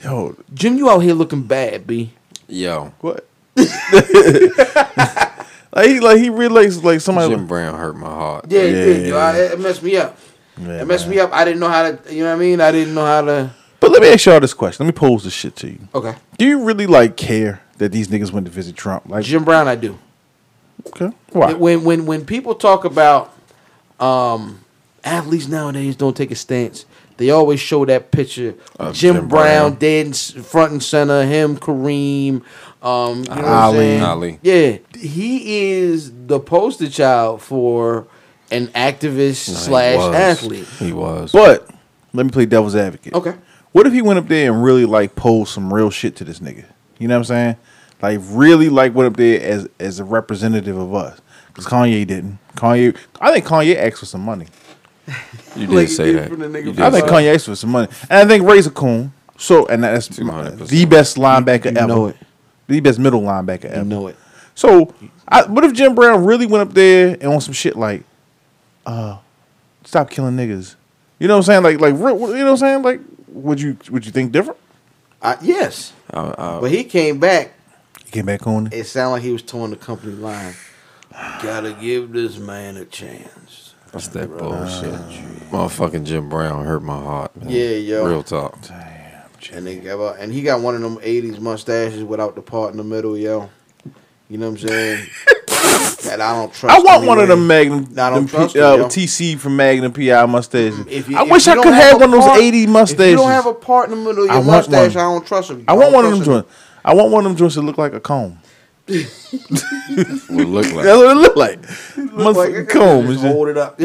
S3: Yo,
S1: Jim, you out here looking bad, b.
S4: Yo.
S3: what? like he like he relates like somebody.
S4: Jim Brown hurt my heart.
S1: Yeah, it did, yo.
S3: Yeah.
S1: I, it messed me up.
S3: Yeah,
S1: it messed me up. I didn't know how to. You know what I mean? I didn't know how to.
S3: But let me ask y'all this question. Let me pose this shit to you.
S1: Okay,
S3: Do you really like care that these niggas went to visit Trump? Like,
S1: Jim Brown, I do.
S3: okay, why?
S1: When when when people talk about um, athletes nowadays don't take a stance, they always show that picture of
S4: Of
S1: Jim,
S4: Jim
S1: Brown,
S4: Brown.
S1: dead in s- front and center, him, Kareem, um, you know what I'm
S3: Ali.
S1: saying?
S4: Ali.
S1: Yeah, he is the poster child for an activist
S4: Nah, he
S1: slash
S4: was.
S1: athlete.
S4: He was.
S3: But let me play devil's advocate.
S1: Okay.
S3: What if he went up there and really like posed some real shit to this nigga? You know what I'm saying? Like really like went up there as as a representative of us. Cause Kanye didn't. Kanye, I think Kanye asked for some money.
S4: you
S1: Like,
S4: did say
S1: you
S4: that.
S1: from the nigga
S4: You did
S3: I think
S4: say
S3: Kanye asked for some money, and I think Razor Coon. So and that's my,
S4: 200%.
S3: the best linebacker
S1: You
S3: ever.
S1: know it.
S3: The best middle linebacker ever.
S1: You know it.
S3: So, I, what if Jim Brown really went up there and on some shit like, uh, stop killing niggas? You know what I'm saying? Like, like re- you know what I'm saying? Like, would you would you think different?
S1: I, yes,
S4: I- I-
S1: but he came back
S3: He came back on. it.
S1: it sounded like he was towing the company line. Gotta give this man a chance.
S4: That's that bullshit. Motherfucking Jim Brown hurt my heart, man.
S1: Yeah, yo.
S4: Real talk.
S1: And they gave up. And he got one of them '80s mustaches without the part in the middle, yo. You know what I'm saying? that I don't trust.
S3: I want one of
S1: anyway.
S3: them Magnum,
S1: Nah, I don't
S3: them P-
S1: trust it,
S3: uh,
S1: yo.
S3: TC from Magnum PI mustaches.
S1: If you-
S3: I
S1: if
S3: wish
S1: you
S3: I
S1: don't
S3: could have
S1: a
S3: one of those
S1: part-
S3: eighty
S1: If
S3: mustaches.
S1: you don't have a part in the middle of
S3: I
S1: your
S3: want
S1: mustache,
S3: one.
S1: I don't trust him.
S3: I want one of them
S1: don't trust
S3: joints. I want one of them joints to look like a comb.
S4: What it look like.
S3: That's what it look like.
S1: him. Like,
S3: Motherfucking
S1: I could
S3: comb.
S1: just
S3: and shit.
S1: Hold it up.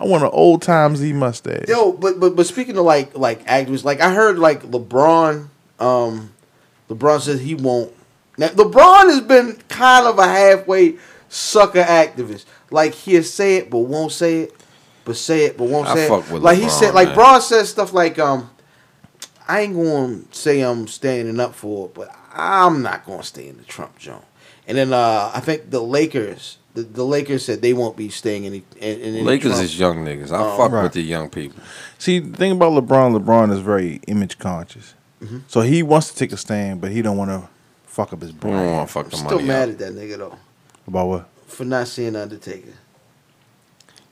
S3: I want an old time Z mustache.
S1: Yo, but but but speaking of like like activists, like I heard like LeBron, um, LeBron says he won't Now LeBron has been kind of a halfway sucker activist. Like he'll say it but won't say it, but say it but won't
S4: I
S1: say
S4: fuck
S1: it.
S4: with
S1: like he
S4: LeBron,
S1: said, like
S4: man.
S1: Braun says stuff like, um, I ain't gonna say I'm standing up for it, but I'm not gonna stay in the Trump zone. And then uh, I think the Lakers, the, the Lakers said they won't be staying in. the- in, in, in
S4: Lakers
S1: Trump.
S4: is young niggas. I
S1: Oh.
S4: fuck
S3: Right.
S4: with the young people.
S3: See, the thing about LeBron, LeBron is very image conscious.
S1: Mm-hmm.
S3: So he wants to take a stand, but he don't want to fuck up his
S4: We don't
S3: brand.
S4: want to fuck the
S1: I'm still
S4: money
S1: mad
S4: up.
S1: at that nigga though
S3: About what?
S1: for not seeing Undertaker.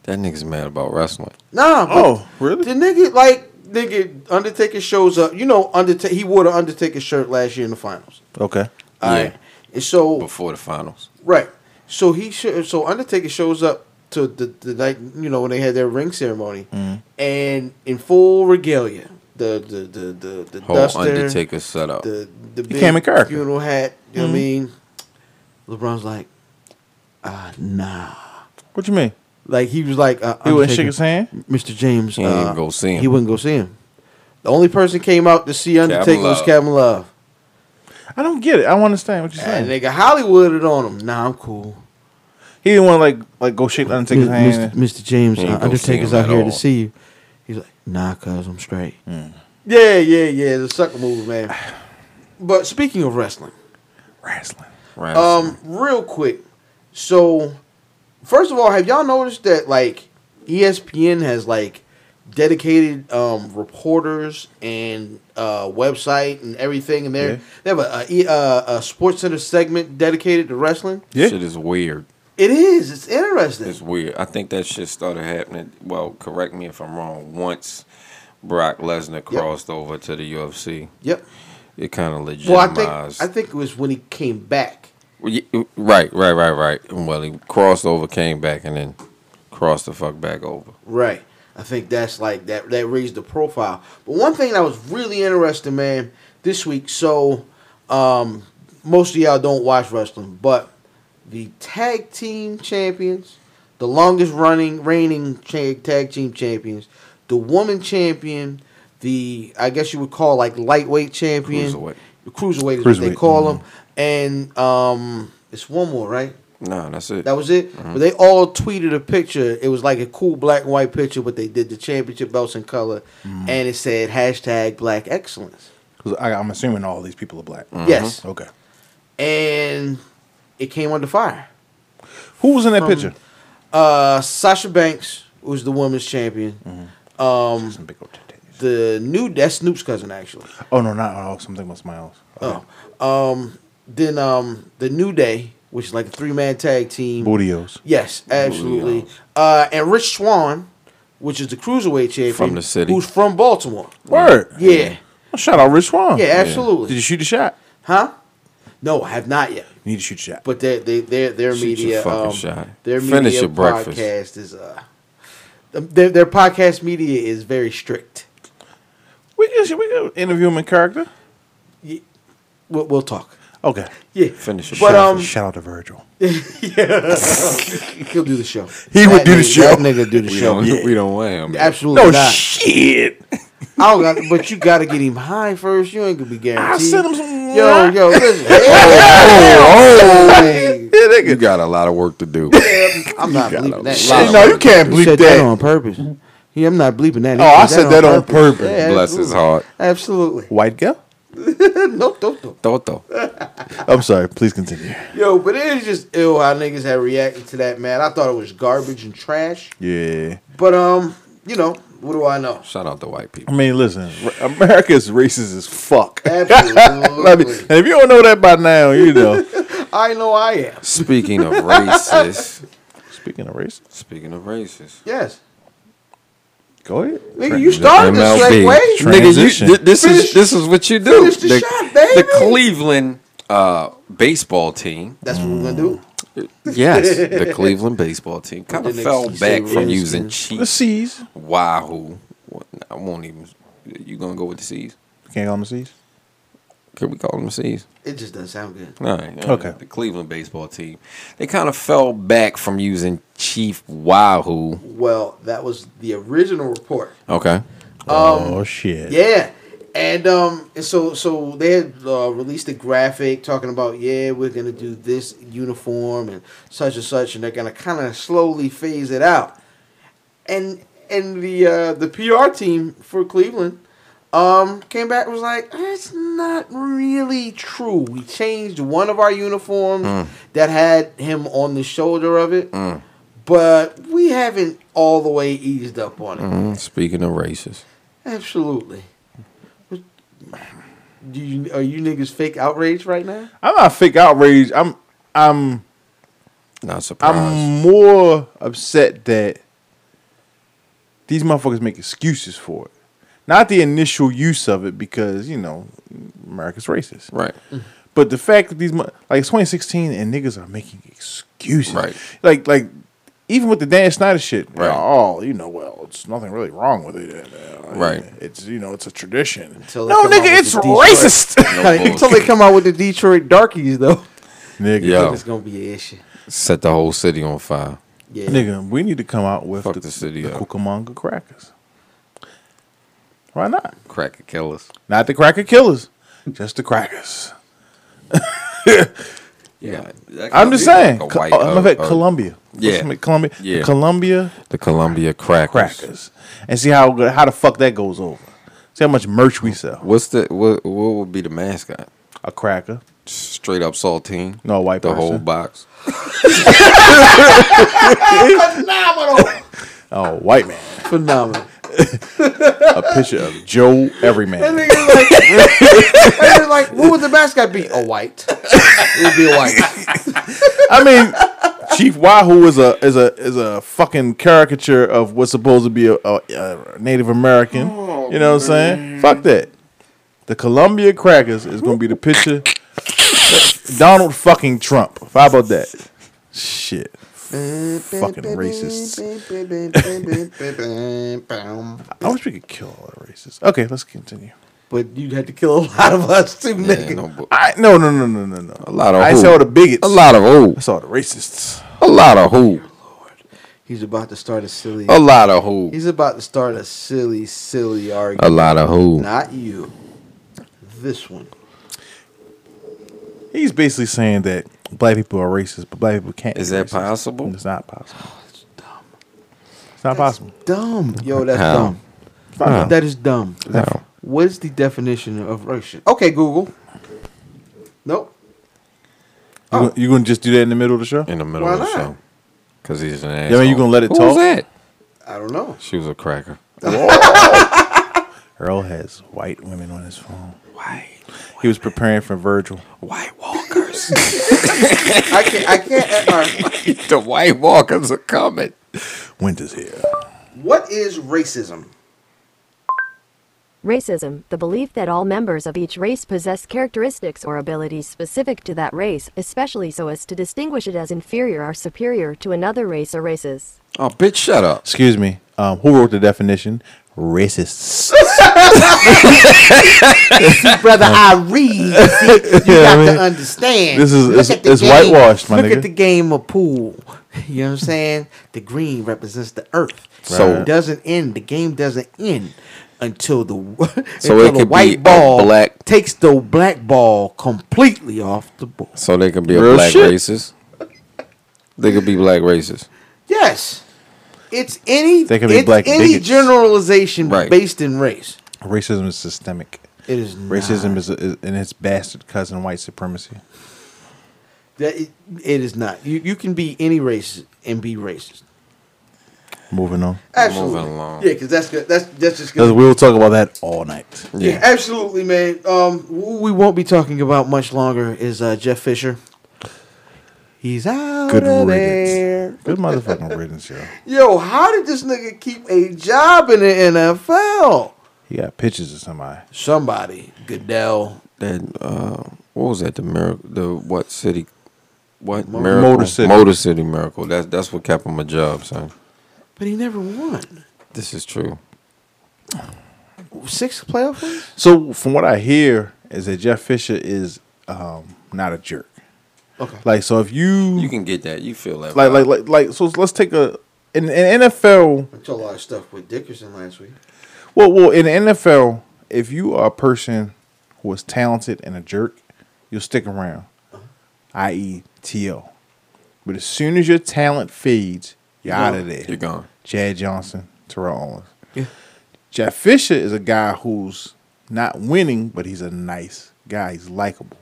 S4: That nigga's mad about wrestling.
S1: Nah, but
S3: Oh,
S1: the
S3: really?
S1: nigga like nigga Undertaker shows up. You know, Undertaker he wore the Undertaker shirt last year in the finals.
S3: Okay.
S1: All right,
S4: Yeah.
S1: and so
S4: Before the finals.
S1: right, so he sho- so Undertaker shows up to the, the night you know when they had their ring ceremony,
S3: Mm-hmm.
S1: and in full regalia, the the the the, the
S4: Whole
S1: duster,
S4: Undertaker setup.
S1: the the big
S3: came in character. Mm-hmm.
S1: funeral hat. You know what I mean? LeBron's like, ah, nah.
S3: What you mean?
S1: Like he was like, uh,
S3: He wouldn't
S1: Undertaker-
S3: shake his hand?
S1: Mr. James.
S4: He ain't
S1: uh,
S4: even go see him.
S1: He wouldn't go see him. The only person came out to see Undertaker was
S4: Love.
S1: Kevin Love.
S3: I don't get it. I don't understand what you're
S1: And
S3: saying.
S1: nigga Hollywooded on him. Nah, I'm cool.
S3: He didn't want to like like go shake the Undertaker's
S1: Mi-
S3: hand.
S1: Mr. Mr. James,
S4: He ain't
S1: uh,
S4: go see
S1: Undertaker's
S4: him
S1: out
S4: at
S1: here
S4: all.
S1: to see you. He's like, nah, cuz I'm straight.
S3: Hmm.
S1: Yeah, yeah, yeah. The sucker move, man. But speaking of wrestling,
S3: Wrestling.
S4: Wrestling.
S1: um, real quick. So, first of all, have y'all noticed that like E ESPN has like dedicated um, reporters and uh, website and everything, and they
S3: Yeah.
S1: are they have a, a, E- uh a sports center segment dedicated to wrestling.
S3: yeah.
S4: Shit is weird.
S1: It is. It's interesting.
S4: It's weird. I think that shit started happening. Well, correct me if I'm wrong. Once Brock Lesnar crossed over to the UFC,
S1: yep.
S4: it kind of
S1: Well, I
S4: legitimized.
S1: think I think it was when he came back.
S4: Well, yeah, Right, right, right, right. Well, he crossed over, came back, and then crossed the fuck back over.
S1: Right. I think that's like that that raised the profile. But one thing that was really interesting, man, this week, so um most of y'all don't watch wrestling, but the tag team champions, the longest running reigning cha- tag team champions, the woman champion, the I guess you would call like lightweight champion,
S4: Cruiserweight.
S1: the cruiserweight is what they
S3: Cruiserweight,
S1: call them, and um it's one more, right?
S4: No, that's it.
S1: That was it.
S4: Mm-hmm.
S1: But they all tweeted a picture. It was like a cool black and white picture, but they did the championship belts in color,
S4: Mm-hmm.
S1: and it said hashtag Black Excellence.
S3: 'Cause I, I'm assuming all these people are black.
S4: Mm-hmm.
S1: Yes,
S3: Okay.
S1: and it came under fire.
S3: Who was in that
S1: From-
S3: picture?
S1: Uh, Sasha Banks was the women's champion.
S4: Mm-hmm.
S1: Um,
S3: Some big old titties.
S1: the new that's Snoop's cousin actually.
S3: Oh no, not oh something was my else. Okay.
S1: Oh, um, then um, the New Day, which is like a three man tag team.
S3: Bootios.
S1: Yes, absolutely. Uh, and Rich Swan, which is the cruiserweight champion
S4: From the city.
S1: who's from Baltimore.
S3: Word.
S1: Yeah,
S3: Well, shout out Rich Swan.
S1: yeah,
S3: Did
S1: absolutely.
S3: you shoot a shot?
S1: Huh? No, I have not yet.
S3: You need to shoot a shot.
S1: But their they, their their
S4: Shoot your
S1: media
S4: fucking
S1: um,
S4: shot.
S1: their
S4: Finish
S1: media
S4: your breakfast.
S1: podcast is uh their their podcast media is very strict.
S3: we can we can interview him in character.
S1: We'll, we'll talk.
S3: Okay.
S1: Yeah,
S4: Finish your
S1: But
S4: shot.
S1: um,
S3: shout out to Virgil.
S1: he'll do the show.
S3: He would do the
S1: nigga-
S3: show.
S1: That nigga do the
S4: we,
S1: show.
S4: don't, we don't want him.
S1: Absolutely
S3: No
S1: not.
S3: shit.
S1: I don't got, but you gotta get him high first. You ain't gonna be guaranteed.
S3: send him some-
S1: Yo, yo, listen.
S4: Oh,
S1: Hey,
S4: you got a lot of work to do.
S1: I'm not bleeping that.
S4: Shit,
S1: Wow.
S3: no, you can't
S1: You
S3: bleep
S1: said
S3: that.
S1: that on purpose. Yeah, I'm not bleeping that.
S3: Oh, I said that on purpose.
S4: Bless his heart.
S1: Absolutely.
S3: White girl.
S1: no, no, no.
S4: Toto.
S3: I'm sorry. Please continue.
S1: Yo, but it is just ill how niggas had reacted to that, man. I thought it was garbage and trash.
S3: Yeah.
S1: But um, you know, what do I know?
S4: Shout out to white
S3: I
S4: people.
S3: mean, listen, America's racist as fuck. I mean,
S1: Absolutely.
S3: and if you don't know that by now, you know.
S1: I know I am.
S4: Speaking of racist,
S3: Speaking of racist,
S4: speaking of racist.
S1: Yes.
S3: go ahead.
S1: Nigga, you started this segue.
S3: Transition.
S4: Nigga, you, th- this
S1: Finish-
S4: is this is what you do.
S1: finish the shot, baby.
S4: the Cleveland uh, baseball team,
S1: That's what we're gonna do.
S4: yes, the Cleveland baseball team kind of
S1: Didn't
S4: fell
S1: ex- say
S4: back from
S1: Redskins.
S4: using cheap
S3: The C's.
S4: Wahoo. What- I won't even. You gonna go with the C's?
S3: Can't call them the C's.
S4: Can we call them the C's?
S1: It just doesn't sound good.
S4: All right. all
S3: Okay.
S4: right. The Cleveland baseball team, they kind of fell back from using Chief Wahoo.
S1: Well, that was the original report.
S4: Okay.
S3: oh shit.
S1: Yeah. And um, and so so they had uh, released a graphic talking about yeah we're gonna do this uniform and such and such and they're gonna kind of slowly phase it out, and and the uh, the PR team for Cleveland, um, came back and was like that's not really true. We changed one of our uniforms that had him on the shoulder of it, but we haven't all the way eased up on it.
S4: Mm, Speaking of racist,
S1: Absolutely. But- Do you are you niggas fake outraged right now?
S3: I'm not fake outraged. I'm I'm
S4: not surprised.
S3: I'm more upset that these motherfuckers make excuses for it. Not the initial use of it because, you know, America's racist.
S4: right.
S3: But the fact that these mo- like it's 2016 and niggas are making excuses.
S4: Right.
S3: Like like even with the Dan Snyder shit,
S4: Right.
S3: oh, you know, well, it's nothing really wrong with it. Uh,
S4: Right.
S3: It's you know, it's a tradition.
S1: Until they
S3: no,
S1: come out
S3: nigga,
S1: with
S3: it's
S1: the Detroit.
S3: racist.
S1: Until they come out with the Detroit Darkies though,
S3: nigga,
S4: Yeah.
S1: it's gonna be an issue.
S4: Set the whole city on fire.
S1: Yeah,
S3: nigga, we need to come out with
S4: Fuck
S3: the,
S4: the city
S3: the
S4: up.
S3: Cucamonga crackers. Why not?
S4: Cracker killers.
S3: Not the cracker killers, just the crackers.
S4: Yeah.
S3: I'm just saying.
S4: A
S3: Co-
S4: white,
S3: oh, I'm
S4: uh,
S3: at
S4: uh,
S3: Columbia.
S4: yeah.
S3: Let's make Columbia.
S4: Yeah.
S3: Yeah. Columbia
S4: The Columbia crackers.
S3: crackers, and see how good- how the fuck that goes over. See how much merch we sell.
S4: What's the what? What would be the mascot?
S3: A cracker.
S4: Straight up saltine.
S3: No, a white
S4: The whole
S3: person.
S4: box.
S3: Oh, white man.
S1: phenomenal.
S3: A picture of Joe
S1: That
S3: Everyman.
S1: nigga's like, that nigga's like, what would the mascot be? A white. It would be a white.
S3: I mean, Chief Wahoo is a is a is a fucking caricature of what's supposed to be a, a, a Native American. you know what I'm saying? Fuck that. The Columbia crackers is gonna be the picture. Donald fucking Trump. How about that? Shit. Fucking racists. I wish we could kill all the racists. Okay, let's continue.
S1: but you'd have to kill a lot of us too,
S4: Yeah,
S1: nigga.
S4: no, bu-
S3: I no no no no no no.
S4: a lot of
S3: I
S4: who?
S3: saw the bigots.
S4: A lot of who?
S3: I saw the racists.
S4: A lot of who?
S1: He's about to start a silly.
S4: A lot of who?
S1: He's about to start a silly, silly argument.
S4: A lot of who?
S1: Not you. This one.
S3: He's basically saying that black people are racist, but black people can't.
S4: Is
S3: be
S4: that
S3: racist.
S4: possible?
S3: It's not possible.
S1: Oh,
S3: It's not possible.
S1: Dumb. Yo, that's
S4: How?
S1: dumb.
S4: How?
S1: That is dumb.
S4: How?
S1: What is the definition of racist? Okay, Google. Nope.
S3: You gonna- You gonna just do that in the middle of the show?
S4: In the middle
S1: Why
S4: of the
S1: not?
S4: show. Because he's an
S3: mean,
S4: asshole.
S3: you gonna let it
S4: Who
S3: talk?
S4: was that?
S1: I don't know.
S4: She was a cracker.
S3: Earl has white women on his phone. He was preparing for Virgil.
S4: White Walkers.
S1: I can't. I can't. uh, all right.
S4: the White Walkers are coming.
S3: Winter's here.
S1: What is racism?
S5: Racism, the belief that all members of each race possess characteristics or abilities specific to that race, especially so as to distinguish it as inferior or superior to another race or races.
S4: Oh, bitch, shut up.
S3: Excuse me. Um, who wrote the definition? Racists.
S1: Brother, I read. You, see, you got to understand.
S3: This is-
S1: Look
S3: it's-
S1: at the
S3: it's whitewashed, my
S1: Look
S3: nigga.
S1: at the game of pool. You know what I'm saying? The green represents the earth. So
S4: Right.
S1: it doesn't end. The game doesn't end until the
S4: So
S1: until
S4: it
S1: the
S4: could be
S1: white
S4: a
S1: ball
S4: black-
S1: takes the black ball completely off the board.
S4: So they could be a
S3: Real
S4: black
S3: shit.
S4: racist. They could be black racist.
S1: Yes. It's any
S3: They could be
S1: it's
S3: black
S1: any
S3: bigots.
S1: generalization
S4: Right.
S1: based in race.
S3: Racism is systemic.
S1: It is
S3: Racism
S1: not.
S3: is, is and its bastard cousin, white supremacy.
S1: That- it- it is not. You you can be any race and be racist.
S3: Moving on.
S1: Absolutely.
S4: Moving along.
S1: Yeah, because that's good. That's that's just
S3: Because
S1: good.
S3: we'll talk about that all night.
S1: Yeah. absolutely, man. Um, who we won't be talking about much longer is uh, Jeff Fisher. He's out
S3: Good
S1: of
S3: riddance.
S1: there.
S3: Good motherfucking riddance, yo.
S1: Yo, how did this nigga keep a job in the NFL?
S3: He got pictures of somebody.
S1: Somebody, Goodell,
S4: That uh, what was that? The miracle. The what city? What
S1: Motor-
S4: miracle?
S3: Motor City.
S4: Motor City miracle. That's that's what kept him a job, son.
S1: but he never won
S4: This is true.
S1: six playoff wins.
S3: So from what I hear is that Jeff Fisher is um, not a jerk.
S1: Okay.
S3: Like so, if you,
S4: You can get that. You feel that.
S3: like,
S4: vibe.
S3: like like like so, let's take a in, in NFL.
S1: I took a lot of stuff with Dickerson last week.
S3: Well, well, in the NFL, if you are a person who is talented and a jerk, you'll stick around, i.e., TL. But as soon as your talent fades, you're out of there.
S4: You're gone.
S3: Chad Johnson, Terrell Owens. Jeff Fisher is a guy who's not winning, but he's a nice guy. He's likable.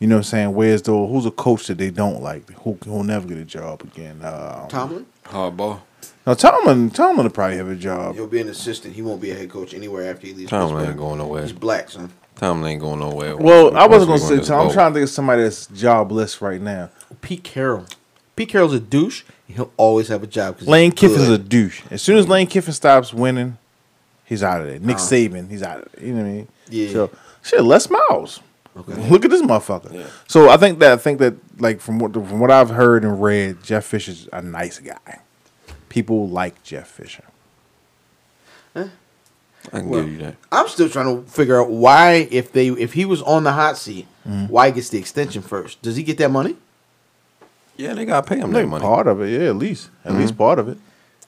S3: You know what I'm saying? Where's the who's a coach that they don't like? Who who'll never get a job again? Uh,
S1: Tomlin,
S4: Hardball.
S3: now Tomlin, Tomlin will probably have a job.
S1: he'll be an assistant. He won't be a head coach anywhere after he leaves.
S4: Tomlin
S1: Pittsburgh.
S4: ain't going nowhere.
S1: He's black, son.
S4: Tomlin ain't going nowhere.
S3: Well, I wasn't gonna
S4: Once we
S3: say
S4: win this
S3: Tom. I'm
S4: vote.
S3: trying to think of somebody that's jobless right now.
S1: Pete Carroll. Pete Carroll's a douche. He'll always have a job. 'cause
S3: Lane
S1: he's
S3: Kiffin's a
S1: good. Uh-huh.
S3: douche. As soon as Lane Kiffin stops winning, he's out of there. Nick Saban, he's out of there. You know what I mean?
S1: Yeah.
S3: So shit, Les Miles.
S1: Okay.
S3: Look at this motherfucker. So I think that I think that like from what from what I've heard and read, Jeff Fisher's a nice guy. People like Jeff Fisher.
S4: I can
S1: Well,
S4: give you that.
S1: I'm still trying to figure out why if they if he was on the hot seat,
S3: Mm.
S1: why he gets the extension first? Does he get that money?
S4: Yeah, they gotta pay him that money.
S3: Part of it, yeah, at least at
S1: Mm-hmm.
S3: least part of it.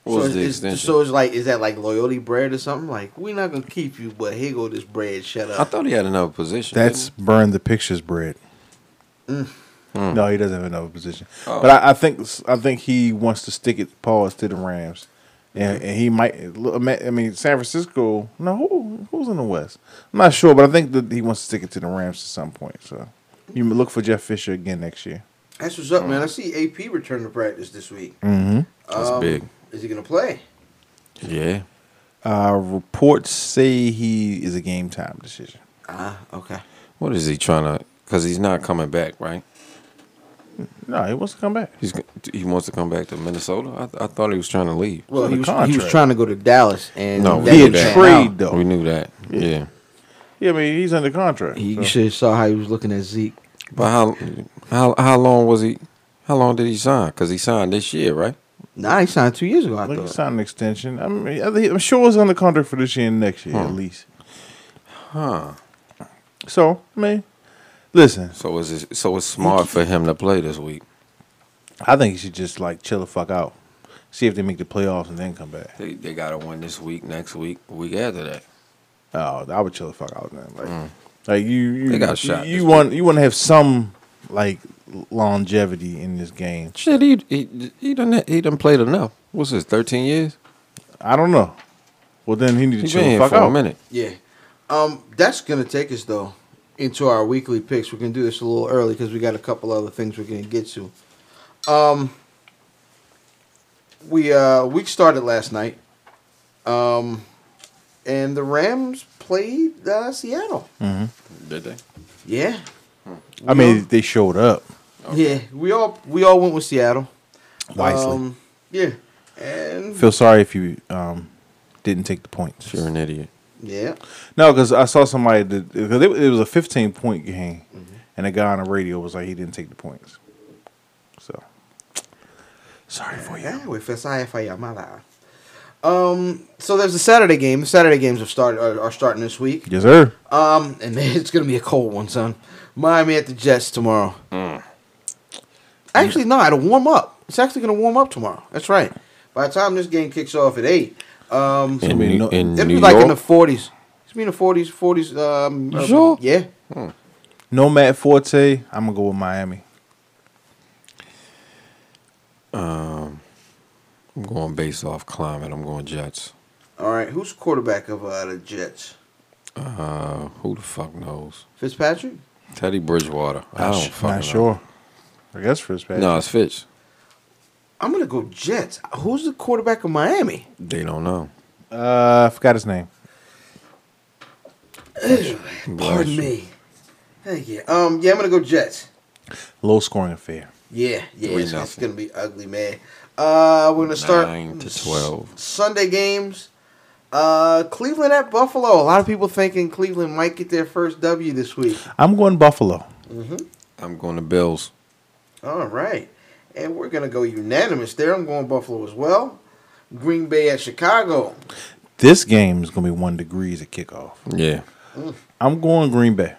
S4: What was
S1: so
S4: the
S1: it's,
S4: extension?
S1: so it's like is that like loyalty bread or something? Like we're not gonna keep you, but here go this bread. Shut
S4: I
S1: up.
S4: thought he had another position.
S3: That's
S4: didn't
S3: burn the pictures bread. No, he doesn't have another position.
S4: Oh.
S3: But I, I think I think he wants to stick it pause to the Rams, and, and he might. I mean, San Francisco. No, who, who's in the West? I'm not sure, but I think that he wants to stick it to the Rams at some point. So you look for Jeff Fisher again next year.
S1: That's what's up, man. I see AP return to practice this week.
S3: Mm-hmm.
S1: Um,
S4: he? that's big.
S1: Is he gonna play?
S4: Yeah.
S3: Uh, reports say he is a game time decision.
S1: Ah, okay.
S4: What is he trying to? Because he's not coming back, right?
S3: No, he wants to come back.
S4: He's he wants to come back to Minnesota. I, th- I thought he was trying to leave.
S1: Well,
S3: on
S1: he
S3: the
S1: was, he was
S3: contract.
S1: trying to go to Dallas, and
S4: No,
S1: that
S4: we
S1: didn't
S4: knew that.
S1: pan out.
S3: Trade, though.
S4: We knew that. Yeah.
S3: Yeah, I mean he's under contract.
S1: He,
S3: so.
S1: you should have saw how he was looking at Zeke.
S4: But how how how long was he? How long did he sign? Because he signed this year, right?
S1: Nah, he signed two years ago. I
S3: Like he
S1: thought.
S3: signed an extension. I mean, I think- I'm sure it's under contract for this year and next year at least.
S4: Huh.
S3: So, I mean, listen,
S4: So is it, so it's smart for him to play this week.
S3: I think he should just like chill the fuck out, see if they make the playoffs and then come back.
S4: They they gotta win this week, next week, week after that.
S3: Oh, I would chill the fuck out, man. Like, like you, you,
S4: Mm. They got a
S3: you-
S4: shot
S3: you,
S4: this
S3: want you want to have some like longevity in this game.
S4: Shit, he he he done he done played enough. What's this? Thirteen years.
S3: I don't know. Well, then he need to
S4: He
S3: chill
S4: been
S3: the
S4: here
S3: fuck
S4: for
S3: out.
S4: a minute.
S1: Yeah. Um, that's gonna take us though into our weekly picks. We're gonna do this a little early because we got a couple other things we're gonna get to. Um, we uh week started last night. Um, and the Rams played uh, Seattle.
S3: Hmm.
S4: Did they?
S1: Yeah.
S3: I mean, they showed up
S1: Yeah. We all we all went with Seattle.
S3: wisely.
S1: Um, yeah. And
S3: Feel sorry if you um didn't take the points.
S4: You're an idiot.
S1: yeah.
S3: No, because I saw somebody that because it, it was a 15 point game, and the guy on the radio was like he didn't take the points. So sorry for you.
S1: Yeah, with Versailles for your mother. Um, so there's a Saturday game. The Saturday games have started are, are starting this week.
S3: Yes, sir.
S1: Um, and it's gonna be a cold one, son. Miami at the Jets tomorrow.
S4: Mm.
S1: Actually, no, it'll warm up. It's actually gonna warm up tomorrow. That's right. By the time this game kicks off at eight, um,
S4: In,
S3: be
S4: New-
S3: no-
S4: in
S1: it'll
S4: New
S1: be like
S4: York.
S1: in the forties. It's be in the forties, forties. Um, uh,
S4: sure?
S1: Yeah.
S3: No Matt Forte. I'm gonna go with Miami.
S4: um, I'm going based off climate. I'm going Jets.
S1: All right. Who's quarterback of uh, the Jets?
S4: Uh, who the fuck knows?
S1: Fitzpatrick.
S4: Teddy Bridgewater. I
S3: Not
S4: don't
S3: sh-
S4: fucking know.
S3: not sure. I guess for his pass.
S4: No, it's Fitz.
S1: I'm gonna go Jets. Who's the quarterback of Miami?
S4: They don't know.
S3: Uh, I forgot his name.
S1: Pardon me. Thank you. Um, yeah, I'm gonna go Jets.
S3: Low scoring affair.
S1: Yeah, yeah,
S4: Three
S1: it's, it's
S4: nothing.
S1: gonna be ugly, man. Uh, we're gonna start
S4: Nine to
S1: s-
S4: 12.
S1: Sunday games. Uh, Cleveland at Buffalo. A lot of people thinking Cleveland might get their first W this week.
S3: I'm going Buffalo.
S4: I'm going to Bills.
S1: All right, and we're gonna go unanimous there. I'm going Buffalo as well. Green Bay at Chicago.
S3: This game is gonna be one degrees at kickoff.
S4: Yeah.
S3: I'm going Green Bay.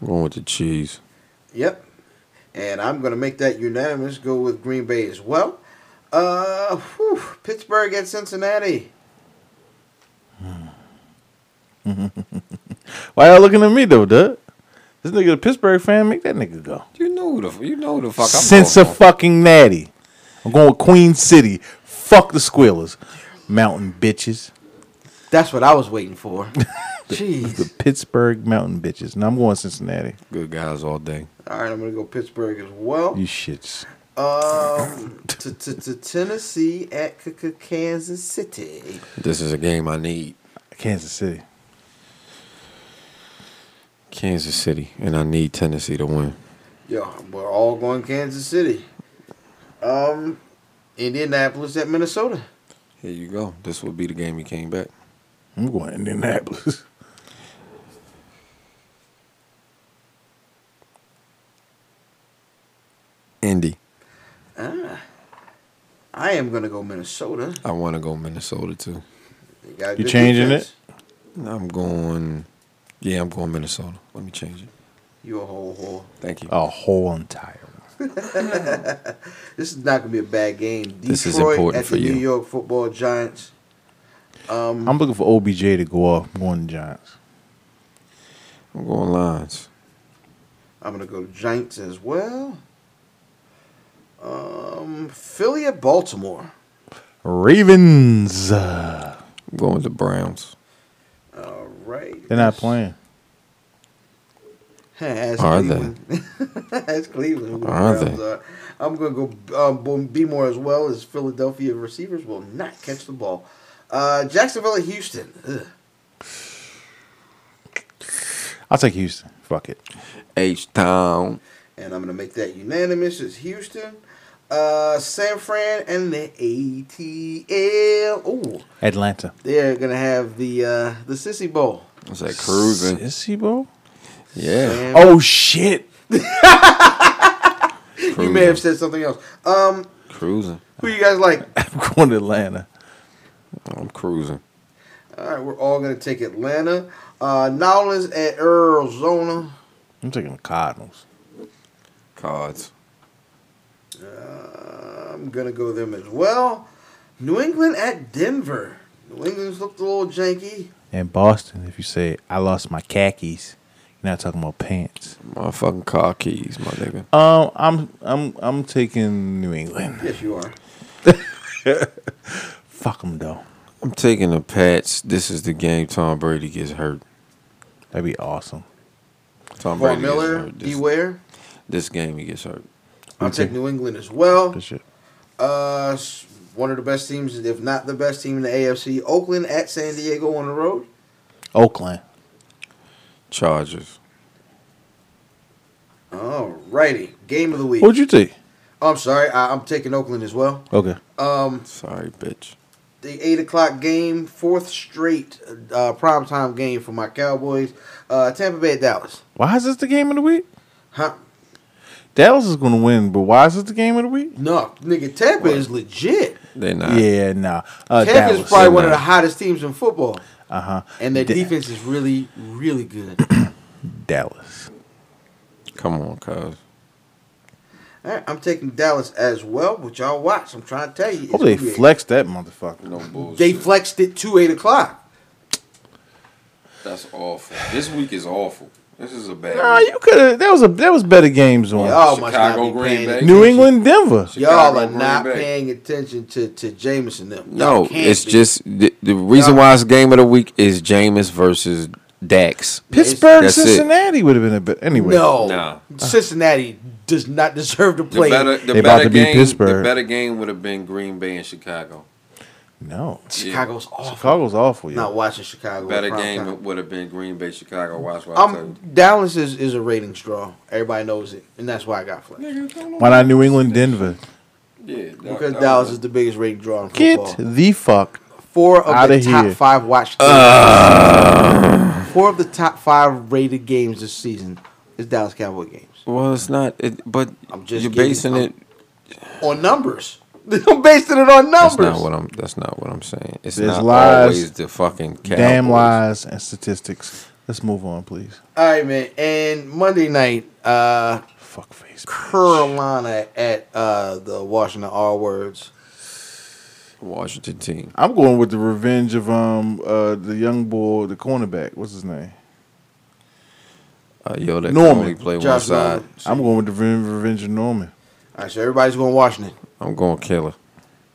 S4: I'm going with the cheese.
S1: Yep, and I'm gonna make that unanimous. Go with Green Bay as well. Uh, whew, Pittsburgh at Cincinnati.
S3: Why y'all looking at me though, dude? This nigga a Pittsburgh fan, make that nigga go.
S4: You know who the f- you know who the fuck I'm
S3: Since a
S4: talking about.
S3: fucking natty. I'm going with Queen City. Fuck the squealers. Mountain bitches.
S1: That's what I was waiting for. Jeez.
S3: Pittsburgh mountain bitches. Now I'm going Cincinnati.
S4: good guys all day.
S1: All right, I'm gonna go Pittsburgh as well.
S3: You shits.
S1: Um, to, to, to Tennessee at K- K- Kansas City.
S4: This is a game I need.
S3: Kansas City.
S4: Kansas City, and I need Tennessee to win.
S1: Yo, we're all going Kansas City. Um, Indianapolis at Minnesota.
S4: Here you go. This would be the game he came back.
S3: I'm going Indianapolis.
S4: Indy.
S1: Ah, I am gonna go Minnesota.
S4: I want to go Minnesota too.
S1: They got
S3: You
S1: good
S3: changing
S1: defense.
S4: I'm going. Yeah, I'm going Minnesota. Let me change it.
S1: You a whole whore.
S4: Thank you.
S3: A whole entire one.
S1: This is not gonna be a bad game. Detroit
S4: This is important
S1: at
S4: for
S1: the
S4: you.
S1: New York Football Giants. Um,
S3: I'm looking for OBJ to go off I'm going Giants.
S4: I'm going Lions.
S1: I'm gonna go Giants as well. Um, Philly at Baltimore.
S3: Ravens. Uh,
S4: I'm going with the Browns.
S1: All right.
S3: they're not playing.
S1: As
S4: Are
S1: Cleveland. as Cleveland. who the
S4: Are
S1: Browns
S4: they?
S1: are. I'm going to go um, Bo- Bmore as well as Philadelphia receivers will not catch the ball. Uh, Jacksonville at Houston. Ugh.
S3: I'll take Houston. Fuck it.
S4: H Town.
S1: And I'm going to make that unanimous. It's Houston. Uh, San Fran and the ATL. Oh,
S3: Atlanta.
S1: they're going to have the uh, the Sissy Bowl.
S4: It's like cruising.
S3: Is he, bro?
S4: Yeah.
S1: San-
S3: Oh, shit.
S1: you may have said something else. Um,
S4: Cruising.
S1: who you guys like?
S3: I'm going to Atlanta.
S4: I'm cruising.
S1: All right, we're all going to take Atlanta. Uh, New Orleans at Arizona.
S3: I'm taking the Cardinals.
S4: Cards.
S1: Uh, I'm gonna go them as well. New England at Denver. New England's looked a little janky.
S3: And Boston, if you say, I lost my khakis, you're not talking about pants.
S4: My fucking car keys, my nigga.
S3: Um, I'm I'm I'm taking New England.
S1: Yes, you are.
S3: Fuck them though.
S4: I'm taking the Pats. This is the game Tom Brady gets hurt.
S3: That'd be awesome.
S4: Tom
S1: Von
S4: Brady
S1: Miller,
S4: gets hurt. This,
S1: D Ware.
S4: this game he gets hurt.
S1: I'll take New England as well.
S3: Good shit.
S1: Uh, s- one of the best teams, if not the best team in the AFC. Oakland at San Diego on the road.
S3: Oakland.
S4: Chargers.
S1: Alrighty, game of the week.
S3: What'd you take?
S1: I'm sorry, I, I'm taking Oakland as well.
S3: Okay.
S1: Um,
S4: Sorry, bitch.
S1: the eight o'clock game, fourth straight uh, primetime game for my Cowboys. Uh, Tampa Bay at Dallas.
S3: Why is this the game of the week?
S1: Huh?
S3: Dallas is gonna win, but why is this the game of the week?
S1: No, nigga, Tampa is legit.
S4: They're not.
S3: Yeah, nah. Uh,
S1: Tampa's
S3: Dallas.
S1: probably one of the hottest teams in football,
S3: Uh huh.
S1: and their
S3: Da-
S1: defense is really, really good.
S3: Dallas.
S4: Come on, cuz.
S1: All right, I'm taking Dallas as well, but y'all watch. I'm trying to tell you. it's
S3: Hope they
S1: gonna be a-
S3: flexed that motherfucker.
S4: No bullshit.
S1: They flexed it to eight o'clock.
S4: That's awful. This week is awful. This is a bad
S3: Nah,
S4: week.
S3: you could have. That was a that was better games on.
S1: Y'all must not
S4: Chicago,
S1: be
S4: Green
S1: paying
S4: Bay.
S1: attention.
S3: New England, Denver.
S1: Y'all
S4: Chicago,
S1: are
S4: Green
S1: not
S4: Bay.
S1: paying attention to to Jameson them. Y'all
S4: No,
S1: can't
S4: it's
S1: be.
S4: just the, the reason
S1: Y'all-
S4: why it's game of the week is Jameis versus Dax.
S3: Pittsburgh,
S4: That's it.
S3: Cincinnati would have been a bit. Anyway,
S1: no.
S4: No.
S1: Cincinnati does not deserve to
S4: The
S1: play.
S4: better, the
S3: They about
S4: better
S3: to beat
S4: game,
S3: Pittsburgh.
S4: The better game would have been Green Bay and Chicago.
S3: no.
S1: Chicago's awful.
S3: Chicago's awful. Yeah.
S1: Not watching Chicago.
S4: Better
S1: prime time.
S4: game would have been Green Bay Chicago. Watch what I tell
S1: Um, Dallas is, is a ratings draw. Everybody knows it, and that's why I got flexed.
S4: you.
S3: Why not New England, Denver?
S4: Yeah,
S1: Because Dallas is the biggest rating draw in
S3: Get
S1: football.
S3: the fuck.
S1: Four of
S3: outta
S1: the top
S3: here.
S1: five watched. Four of the top five rated games this season is Dallas Cowboy games
S4: Well, it's not. It, but
S1: I'm just
S4: you're
S1: kidding.
S4: basing
S1: I'm-
S4: it.
S1: on numbers. I'm basing it on numbers.
S4: That's not what I'm. That's not what I'm saying. It's
S3: There's
S4: not
S3: lies.
S4: always the fucking Cowboys.
S3: Damn lies and statistics. Let's move on, please.
S1: All right, man. And Monday night, uh,
S3: Fuck face.
S1: Carolina at uh, the Washington R words.
S4: Washington team.
S3: I'm going with the revenge of um uh the young boy, the cornerback. What's his name?
S4: Uh, yo, that
S3: Norman.
S4: can only play one
S1: Josh
S4: side.
S1: Norman.
S3: I'm going with the Ven- Revenge of Norman.
S1: All right, so everybody's going Washington.
S4: I'm going Killer.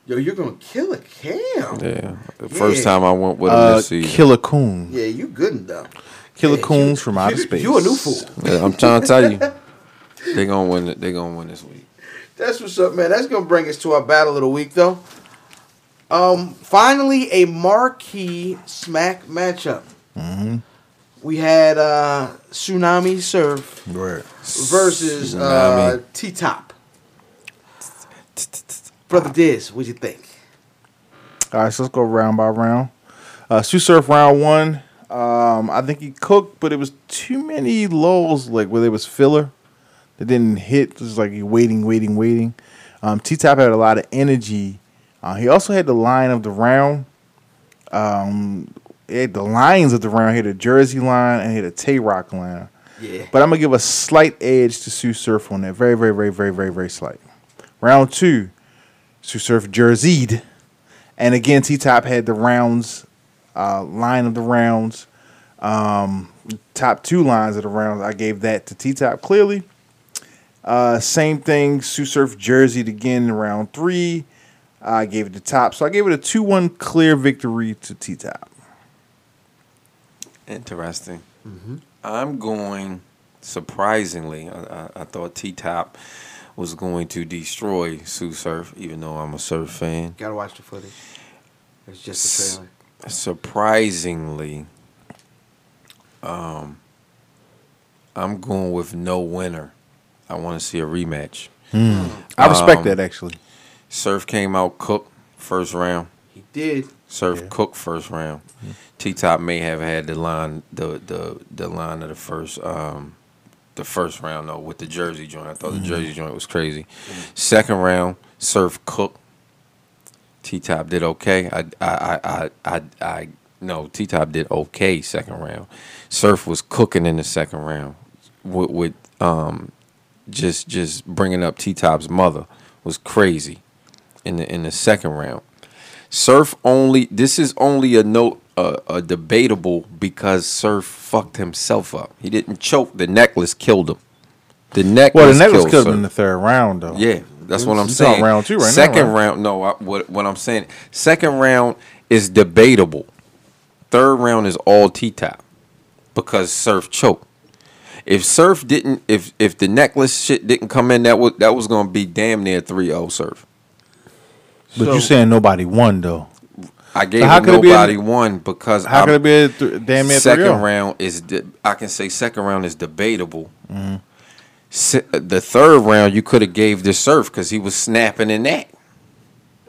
S1: Yo, you're gonna kill a Cam. Yeah,
S4: Yeah. The first
S1: Yeah.
S4: time I went with him
S3: Uh,
S4: this season.
S3: Killer Coon.
S1: you good though.
S3: Killer
S1: Yeah, you-
S3: Coons from outer
S1: you-
S3: space.
S1: You a new fool.
S4: Yeah, I'm trying to tell you, they gonna win. it- They gonna win this week.
S1: That's what's up, man. That's gonna bring us to our battle of the week, though. Um, finally, a marquee smack matchup. Mm-hmm. We had uh, Tsunami Surf
S3: Word.
S1: versus uh, T Top. Brother Diz, what'd you think?
S3: All right, so let's go round by round. Uh, Sue Surf round one. Um, I think he cooked, but it was too many lulls, like where there was filler that didn't hit. It was like you waiting, waiting, waiting. Um, T Top had a lot of energy. Uh, he also had the line of the round. Um, he had the lines of the round. He had a Jersey line and he had a Tay Rock line.
S1: Yeah.
S3: But I'm gonna give a slight edge to Sue Surf on that. Very, very, very, very, very, very slight. Round two, Sue Surf jerseyed, and again T Top had the rounds, uh, line of the rounds, um, top two lines of the rounds. I gave that to T Top clearly. Uh, same thing, Sue Surf jerseyed again in round three. I gave it to Top, so I gave it a two-one clear victory to T Top.
S4: Interesting. I'm going. Surprisingly, I, I, I thought T Top was going to destroy Sue Surf, even though I'm a Surf fan.
S1: Gotta watch the footage. It's just a trailer.
S4: Surprisingly, um, I'm going with no winner. I want to see a rematch.
S3: I respect that actually.
S4: Surf came out cooked first round.
S1: He did.
S4: Surf cooked first round. T Top may have had the line the the the line of the first um the first round though with the jersey joint. I thought the jersey joint was crazy. Second round, Surf cooked. T Top did okay. I I I I I, I no T Top did okay second round. Surf was cooking in the second round with with um just just bringing up T Top's mother was crazy in the in the second round. Surf only. This is only a note, uh, a debatable because Surf fucked himself up. He didn't choke. The necklace killed him. The necklace.
S3: Well, the necklace
S4: killed,
S3: killed
S4: Surf.
S3: him in the third round though.
S4: Yeah, that's what I'm
S3: It's on
S4: saying.
S3: round two right now,
S4: Second
S3: right?
S4: round, no. I, what what I'm saying, second round is debatable. Third round is all T top because Surf choked. If Surf didn't, if if the necklace shit didn't come in, that was that was gonna be damn near 3-0 Surf.
S3: But
S1: So-
S3: you're saying nobody won though.
S4: I gave
S3: how
S4: him
S3: could it be a-
S4: nobody one because
S3: How
S4: I'm-
S3: could it be a th- damn near oh?
S4: second
S3: 3-0?
S4: round is de- I can say second round is debatable.
S3: Mm-hmm.
S4: Se- the third round you could have gave the surf because he was snapping in that.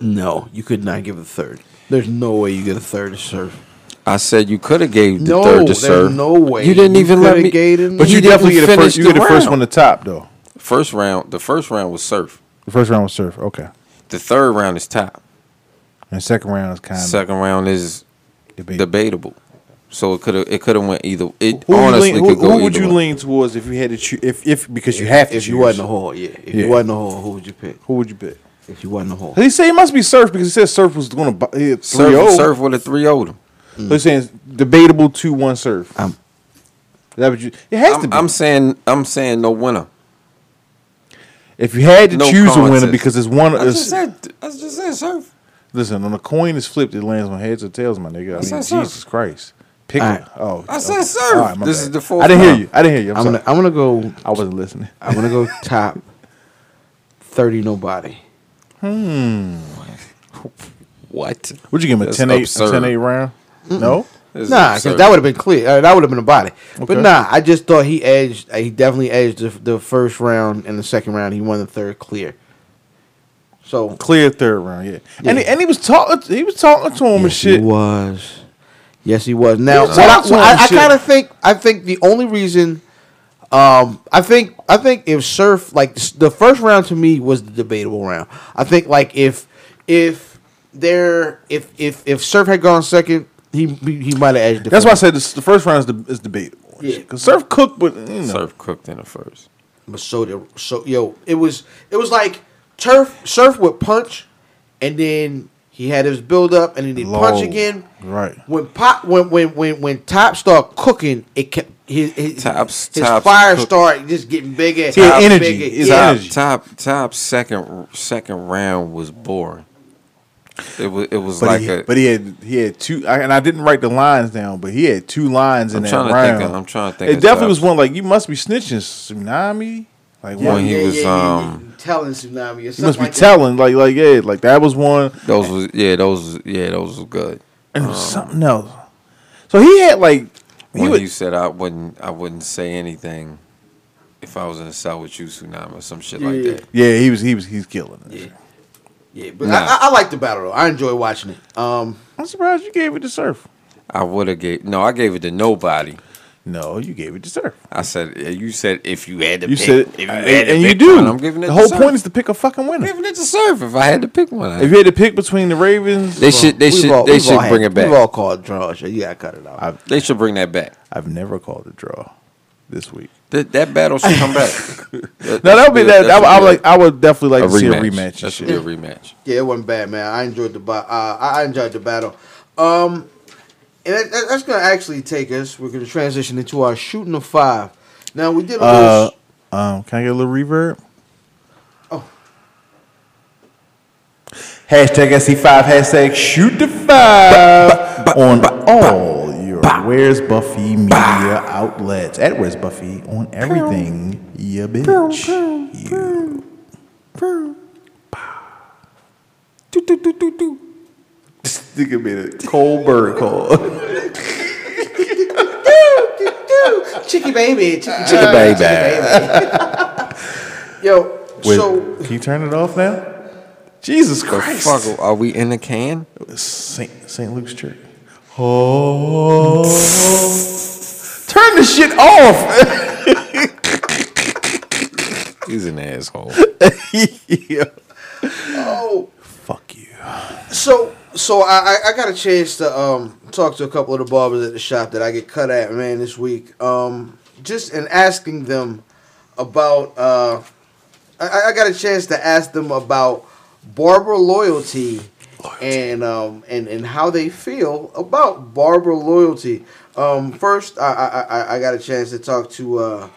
S1: No, you could not give a third. There's no way you get a third to Surf.
S4: I said you could have gave the
S1: No,
S4: third to
S1: there's
S4: surf.
S1: no way.
S4: you didn't
S1: You
S4: even let
S1: coulda
S4: me.
S1: gave him-
S3: But
S4: he
S3: you
S4: didn't
S3: definitely get the
S4: finish
S3: first. You get the first
S4: round.
S3: one to top though.
S4: First round. The first round was surf.
S3: The first round was Surf. Okay,
S4: The third round is top.
S3: and the second round is kind of
S4: Second round is
S3: debate.
S4: debatable. So it could have it could have went either. It
S3: Who, you
S4: honestly
S3: lean- who,
S4: could go
S3: who would
S4: either
S3: you
S4: way.
S3: lean towards if you had to choose? If, if because you have to,
S1: If you
S3: choose.
S1: wasn't a whore, yeah. If
S3: Yeah.
S1: you wasn't a whore, who would you pick?
S3: who would you pick?
S1: If you wasn't a whore.
S3: He said it must be Surf because he said Surf was going to three oh?
S4: Surf,
S3: zero.
S4: surf with a three oh. zero.
S3: So he's saying it's debatable two one Surf.
S1: I'm-
S3: Is that what you? It has to
S4: I'm,
S3: be.
S4: I'm saying I'm saying no winner.
S3: if you had to
S4: no
S3: choose a winner
S4: contest.
S3: because it's one.
S4: I just
S3: It's,
S4: said I just said surf.
S3: listen, when a coin is flipped, it lands on heads or tails, my nigga. I mean,
S4: said Surf.
S3: Jesus Christ. Pick.
S1: All right.
S3: Oh,
S4: I said
S3: okay.
S4: Surf.
S3: All right, my
S4: This
S3: bad.
S4: is the fourth
S3: I didn't hear
S4: round.
S3: you. I didn't hear you. I'm,
S1: I'm
S3: sorry.
S1: gonna I'm gonna go
S3: I wasn't listening.
S1: I'm gonna go top thirty nobody.
S4: What?
S3: Would you give him a
S4: That's
S3: 10 8,
S4: absurd.
S3: 10 8 round? No?
S4: This is
S1: Nah,
S4: absurd.
S1: because that would have been clear. Uh, that would have been a body. But
S3: Okay.
S1: nah, I just thought he edged. uh, He definitely edged the, the first round and the second round. He won the third clear. So
S3: Clear third round, yeah. And, he,
S1: Yeah.
S3: and he was talking he was talking to him and
S1: yes, he
S3: shit.
S1: was. Yes, he was. Now,
S3: was
S1: what I,
S3: talking to
S1: what
S3: him
S1: I, I
S3: shit.
S1: kind of think. I think the only reason. Um, I think I think if Surf like s- the first round to me was the debatable round. I think like if if there if if if Surf had gone second, he he, he might have edged. the
S3: That's
S1: first
S3: why I said this, the first round is, de- is debatable.
S1: Yeah.
S3: Because Surf cooked, but you know.
S4: Surf cooked in the first.
S1: But so did so yo. It was it was like turf surf would punch, and then He had his build up, and then he punch
S3: Low.
S1: again.
S3: Right.
S1: When pop, when when when when top start cooking, it kept his his,
S4: Top's-
S1: his
S4: Top's
S1: fire
S4: cook-
S1: start just getting bigger.
S3: Yeah,
S1: Top's
S3: energy.
S1: Bigger.
S3: It's
S1: yeah.
S4: top,
S3: energy.
S4: top top second second round was boring. It was it was
S3: But,
S4: like
S3: he,
S4: a.
S3: but he had he had two, I, and I didn't write the lines down. But he had two lines in
S4: I'm
S3: that
S4: trying to
S3: round.
S4: think of- I'm trying to think
S3: It
S4: of
S3: definitely
S4: stuff.
S3: was one like you must be snitching tsunami. Like
S4: Yeah,
S3: one,
S4: he
S3: you
S4: was, um,
S1: you telling tsunami. Or something
S3: must be
S1: like that.
S3: telling like like yeah, like that was one.
S4: those was yeah those yeah those was good.
S3: And it was something else. So he had like he
S4: Um, when
S3: would,
S4: you said I wouldn't I wouldn't say anything if I was in a cell with you tsunami or some shit like
S1: Yeah.
S4: that.
S3: yeah, he was he was he's killing it.
S1: Yeah, but
S4: Nah.
S1: I, I, I like the battle though. I enjoy watching it. Um,
S3: I'm surprised you gave it to Surf.
S4: I would have gave no I gave it to nobody.
S3: No, you gave it to Surf.
S4: I said you said if you had to
S3: You
S4: pick,
S3: said,
S4: if you
S3: and,
S4: had to
S3: and you
S4: pick
S3: do.
S4: one, I'm giving it
S3: the whole
S4: to
S3: point
S4: Surf.
S3: is to pick a fucking
S4: I'm
S3: winner.
S4: giving it to surf if I had to pick one.
S3: If you had to pick between the Ravens,
S4: they should they
S1: we've
S4: should
S1: all-
S4: they
S1: we've all
S4: should
S1: had-
S4: bring it
S1: We've all
S4: back.
S1: called draws. You gotta cut it out.
S4: They should bring that back.
S3: I've never called a draw this week.
S4: That, that battle should come back. that,
S3: No, that would be
S4: should
S3: that.
S4: that
S3: I,
S4: should
S3: would- I
S4: be
S3: would like. I would definitely
S4: a
S3: like to see a
S4: rematch.
S3: rematch.
S4: That
S3: and
S4: should
S3: shit.
S4: be a rematch.
S1: Yeah, it wasn't bad, man. I enjoyed the ba- uh, I I enjoyed the battle. Um, and that, that- that's gonna actually take us. We're gonna transition into our shooting the five. Now we did a little.
S3: Uh,
S1: s-
S3: um, can I get a little reverb?
S1: Oh.
S3: Hashtag SC5, hashtag shoot the five on all your Where's Buffy media outlets. At Where's Buffy on everything, you bitch. You. This nigga made a cold bird call.
S1: Chicky baby, chicky, chicky
S4: baby.
S1: baby. Yo,
S3: Wait,
S1: so
S3: can you turn it off now? Jesus
S4: The
S3: Christ.
S4: fuck are we in the can?
S3: Saint Saint Luke's Church. Oh, turn the shit off.
S4: He's an asshole.
S3: Yeah.
S1: oh,
S3: Fuck you.
S1: so so I, I I got a chance to um talk to a couple of the barbers at the shop that I get cut at, man, this week. Um, just in asking them about uh, I- I, I got a chance to ask them about barber loyalty, and um and and how they feel about barber loyalty. Um, first I I I, I got a chance to talk to uh.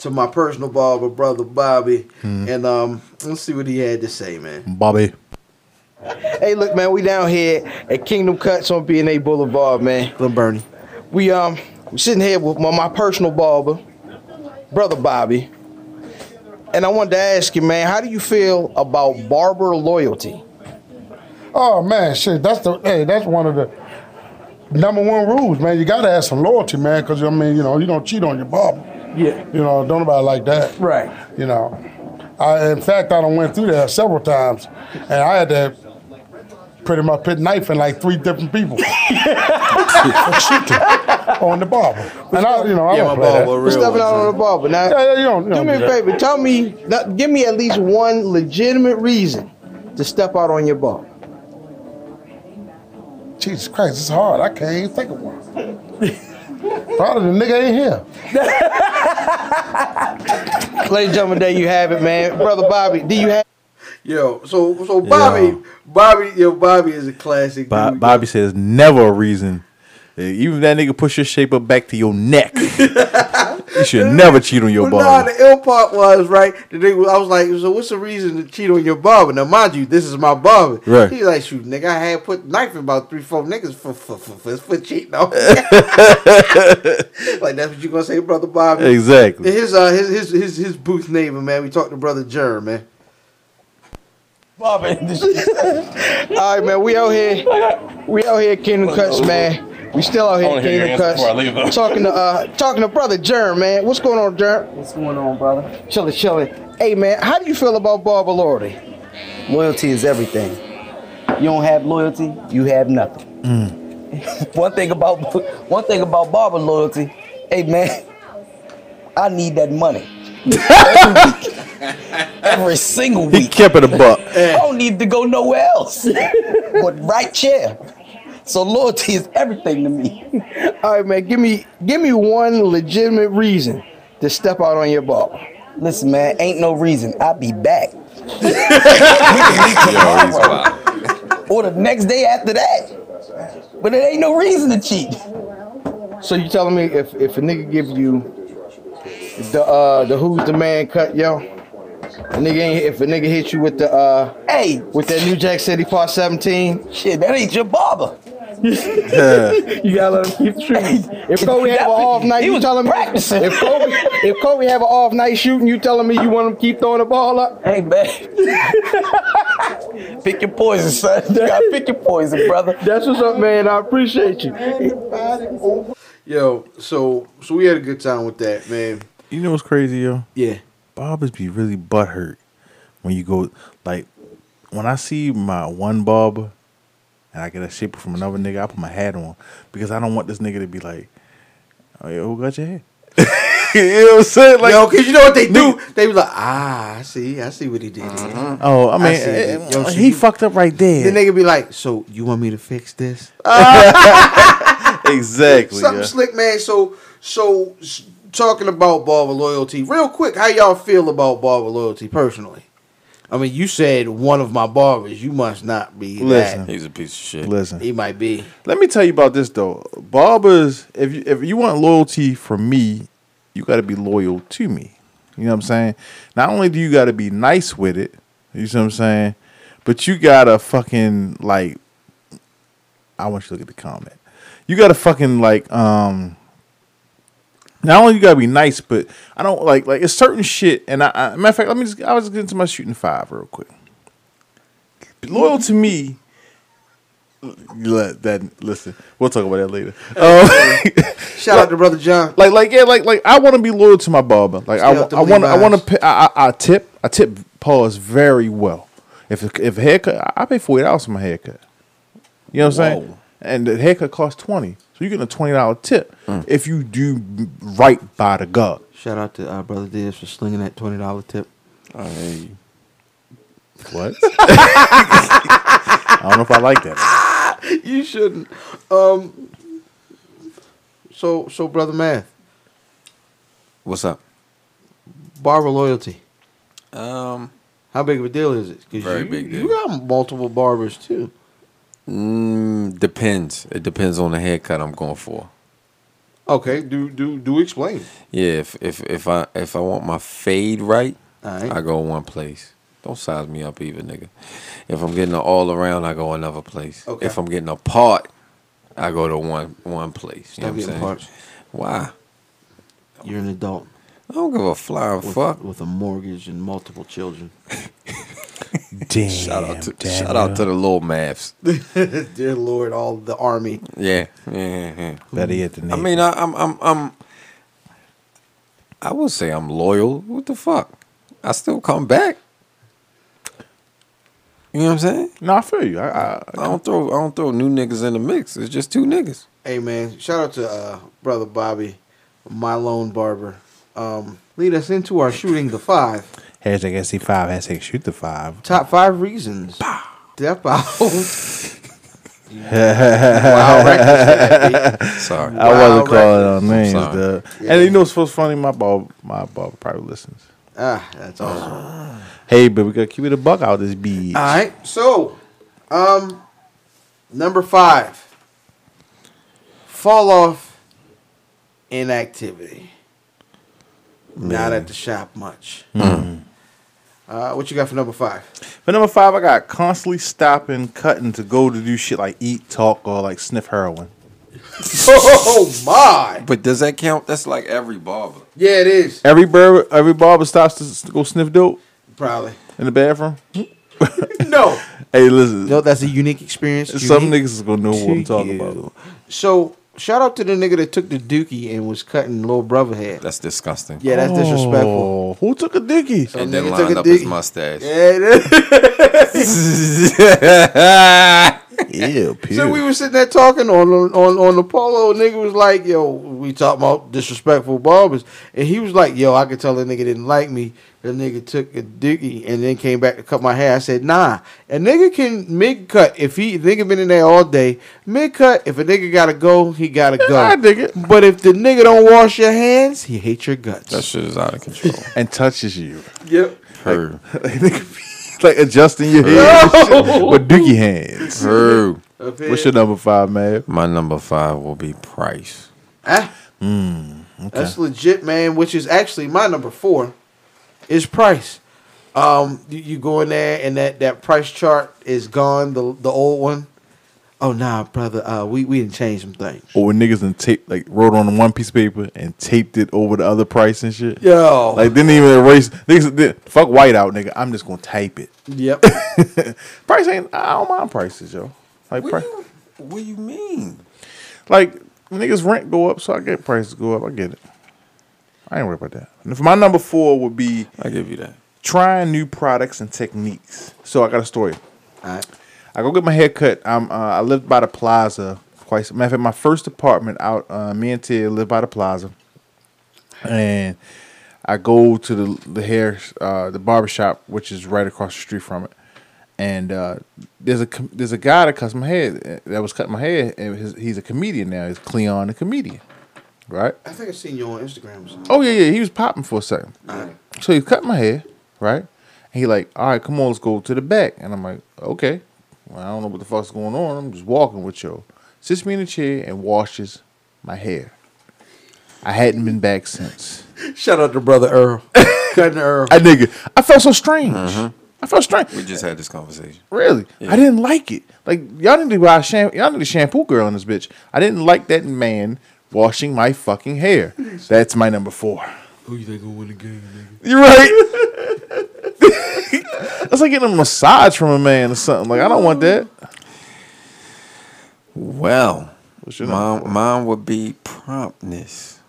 S1: To my personal barber, brother Bobby, and um, let's see what he had to say, man.
S3: Bobby.
S6: Hey, look, man, we down here at Kingdom Cuts on BNA Boulevard, man.
S1: Lil Bernie.
S6: We um, we sitting here with my, my personal barber, brother Bobby, and I wanted to ask you, man, how do you feel about barber loyalty?
S7: Oh man, shit, that's the hey, that's one of the number one rules, man. You gotta have some loyalty, man, because I mean, you know, you don't cheat on your barber.
S6: Yeah.
S7: You know, don't nobody like that.
S6: Right.
S7: You know, I in fact I done went through there several times, and I had to pretty much put knife in like three different people For shooting on the barber, and I, you know, I don't play that.
S6: We're stepping out on the barber now.
S7: Yeah, yeah, you don't- you
S6: do
S7: don't
S6: me
S7: do
S6: a
S7: that.
S6: favor. Tell me, not- give me at least one legitimate reason to step out on your barber.
S7: Jesus Christ, it's hard. I can't even think of one. Probably the nigga ain't here.
S6: Ladies and gentlemen, there you have it, man. Brother Bobby, do you have?
S1: Yo, so so Bobby,
S3: Yo.
S1: Bobby, yo, Bobby is a classic.
S3: Bo-
S1: dude.
S3: Bobby says never a reason. Uh, Even if that nigga push your shape up back to your neck. you should never cheat on your
S1: But nah,
S3: barber.
S1: the ill part was right. The nigga, was- I was like, so what's the reason to cheat on your barber? Now, mind you, this is my barber.
S3: Right.
S1: He's like, shoot, nigga, I had put knife in about three, four niggas for for for, for, for cheating on. like that's what you gonna say, brother Bobby?
S3: Exactly.
S1: His uh his his his his booth neighbor man. We talked to brother Jerm man.
S6: All right, man. We out here. We out here at Kingdom Cuts, man. We still out here at Kingdom Cuts. Talking to uh, talking to brother Jerm, man. What's going on, Jerm?
S8: What's going on, brother?
S6: Chilly, chilly. Hey, man. How do you feel about Barber Lordy?
S8: Loyalty is everything. You don't have loyalty, you have nothing.
S6: Mm.
S8: one thing about one thing about barber loyalty, hey man, I need that money. every, week. Every single
S3: He
S8: week.
S3: kept it a buck.
S8: I don't need to go nowhere else. but right here. So loyalty is everything to me.
S6: All right, man. Give me give me one legitimate reason to step out on your barber.
S8: Listen, man, ain't no reason. I'll be back.
S4: Yo, he's wild.
S8: or the next day after that. But it ain't no reason to cheat.
S6: So you telling me if, if a nigga give you the uh the who's the man cut, yo? A nigga ain't, if a nigga hit you with the uh
S8: Hey,
S6: with that New Jack City Part 17,
S8: shit, that ain't your barber.
S6: you gotta let him keep shooting. If Kobe have
S8: That-
S6: an off night,
S8: he
S6: you
S8: was
S6: telling me
S8: practicing.
S6: if Kobe if Kobe have an off night shooting, you telling me you want him to keep throwing the ball up?
S8: Hey man, pick your poison, son. You gotta pick your poison, brother.
S6: That's what's up, man. I appreciate you.
S1: Yo, so so we had a good time with that, man.
S3: You know what's crazy, yo?
S1: Yeah.
S3: Barbers be really butthurt when you go like when I see my one barber and I get a shaper from another nigga, I put my hat on because I don't want this nigga to be like, "Oh yeah, who got your hair?" you know what I'm saying? Like,
S1: Yo, cause you know what they do? They was like, ah, I see, I see what he did. there."
S3: oh, I mean,
S1: see it.
S3: eh,
S1: Yo,
S3: eh,
S1: so
S3: he
S1: you-
S3: fucked up right there.
S1: Then they could be like, so you want me to fix this?
S3: exactly.
S1: Something
S3: yeah.
S1: slick, man. So so s- talking about barber loyalty, real quick, how y'all feel about barber loyalty personally? I mean, you said one of my barbers. You must not be
S3: Listen.
S4: He's a piece of shit.
S1: that.
S3: Listen,
S1: He might be.
S3: let me tell you about this though. Barbers, if you, if you want loyalty from me, you got to be loyal to me. You know what I'm saying? Not only do you got to be nice with it, you see what I'm saying, but you got to fucking like. I want you to look at the comment. You got to fucking like um. Not only you gotta be nice, but I don't like like it's certain shit. And I, I matter of fact, let me just I was getting to my shooting five real quick. Loyal to me let that listen. We'll talk about that later. Um,
S1: Shout out to brother John.
S3: like, like, yeah, like, like, I want to be loyal to my barber. Like, I,
S1: Shout out to
S3: I want, I
S1: Levi's.
S3: want to, I, I, I tip, I tip Paul's very well. If if haircut, I- I pay forty dollars for my haircut. You know what I'm saying? And the haircut costs twenty, so you get a twenty dollar tip if you do right by the god.
S1: Shout out to uh, brother Diaz for slinging that twenty dollar tip.
S4: I hear you.
S3: What? I don't know if I like that.
S1: you shouldn't. Um. So so brother Math,
S4: What's up?
S1: barber loyalty.
S4: Um,
S1: How big of a deal is it? 'Cause
S4: Very
S1: you,
S4: big
S1: You
S4: deal.
S1: got multiple barbers too.
S4: mm, depends. It depends on the haircut I'm going for.
S1: Okay, do do do explain.
S4: Yeah, if if if I if I want my fade right,
S1: All right.
S4: I go one place. Don't size me up, even nigga. If I'm getting an all around, I go another place.
S1: Okay.
S4: If I'm getting a part, I go to one one place.
S1: Stop
S4: You know what I'm
S1: getting
S4: saying?
S1: parts.
S4: Why?
S1: You're an adult
S4: I don't give a flying
S1: with,
S4: fuck.
S1: with a mortgage and multiple children.
S3: Damn.
S4: Shout out to shout out to the little maths.
S1: Dear Lord, all the army.
S4: Yeah, yeah, yeah, yeah.
S3: Better yet than
S4: I mean, I, I'm, I'm, I'm. I would say I'm loyal. What the fuck? I still come back. You know what I'm saying?
S3: no, I feel you. I, I,
S4: I don't throw, I don't throw new niggas in the mix. It's just two niggas.
S1: Hey man, shout out to uh, brother Bobby, my lone barber. Um, lead us into our shooting the five
S3: Hashtag SC5, hashtag shoot the five.
S1: top five reasons. Step out.
S4: Sorry.
S3: I wasn't
S1: Wow,
S3: calling on names,
S4: sorry.
S3: duh. And you know what's what's funny? My ball, my ball probably listens.
S1: ah, that's awesome.
S3: Hey, but we gotta keep it a buck out this beat.
S1: All right, so um, number five, fall off inactivity. Not at the shop much. Uh, what you got for number five?
S3: But number five, I got constantly stopping, cutting to go to do shit like eat, talk, or like sniff heroin.
S1: Oh my!
S4: But does that count? That's like every barber.
S1: Yeah, it is
S3: Every barber, every barber stops to s- go sniff dope
S1: probably.
S3: in the bathroom.
S1: No,
S3: Hey, listen,
S1: no, that's a unique experience.
S3: some
S1: unique
S3: niggas is gonna know what I'm
S1: to
S3: talking
S1: you.
S3: about.
S1: So shout out to the nigga that took the dookie and was cutting little brother head.
S4: That's disgusting.
S1: Yeah, that's disrespectful.
S3: Oh, who took a dickie?
S4: And
S1: Some
S4: then
S1: nigga took
S4: lined
S1: a
S4: up his
S1: dig-
S4: mustache.
S1: Yeah, it is.
S3: Ew, pew.
S1: So we were sitting there talking on on on the polo. Nigga was like, "Yo, we talking about disrespectful barbers," and he was like, "Yo, I could tell the nigga didn't like me. The nigga took a dookie and then came back to cut my hair." I said, "Nah, a nigga can mid cut if he nigga been in there all day. Mid cut if a nigga gotta go, he gotta go.
S3: I dig it.
S1: But if the nigga don't wash your hands, he hates your guts.
S4: That shit is out of control.
S3: and touches you.
S1: yep.
S4: Her.
S3: like adjusting your head with dookie hands.
S4: Herb.
S3: What's your number five, man?
S4: My number five will be Price.
S1: Ah.
S3: Hmm,
S1: That's legit, man. Which is actually my number four, is price. Um, you, you go in there and that, that price chart is gone. The the old one. Oh nah, brother. Uh, we we didn't change some things.
S3: Or when niggas and tape like wrote on one piece of paper and taped it over the other price and shit.
S1: Yo.
S3: Like didn't even erase niggas. Did, fuck white out, nigga. I'm just gonna type it.
S1: Yep.
S3: Price ain't. I don't mind prices, yo. Like
S4: What
S3: price.
S4: do you, what do you mean?
S3: Like niggas rent go up, so I get prices go up. I get it. I ain't worried about that. And if my number four would be
S4: I give you that.
S3: trying new products and techniques. So I got a story.
S1: Alright.
S3: I go get my hair cut. I'm uh, I lived by the plaza. Quite matter of fact, my first apartment out. Uh, me and Ted lived by the plaza, and I go to the the hair uh, the barber shop, which is right across the street from it. And uh, there's a com- there's a guy that cuts my hair uh, that was cutting my hair, and his, he's a comedian now. He's Cleon, the comedian, right?
S1: I think I seen you on Instagram. Or something.
S3: Oh yeah, yeah. He was popping for a second. So he cut my hair, right? And he like, all right, come on, let's go to the back. And I'm like, okay. Well, I don't know what the fuck's going on. I'm just walking with yo. Sits me in a chair and washes my hair. I hadn't been back since.
S1: Shout out to brother Earl. Cutting Earl.
S3: I nigga, I felt so strange. I felt strange.
S4: Mm-hmm. We just had this conversation.
S3: Really, I didn't like it. Like y'all need to buy a shampoo. Y'all need a shampoo girl in this bitch. I didn't like that man washing my fucking hair. That's my number four.
S1: Who you think will win the game, nigga?
S3: You're right. That's like getting a massage from a man or something. Like I don't want that.
S4: Well,
S3: What's your number
S4: mine, mine would be promptness.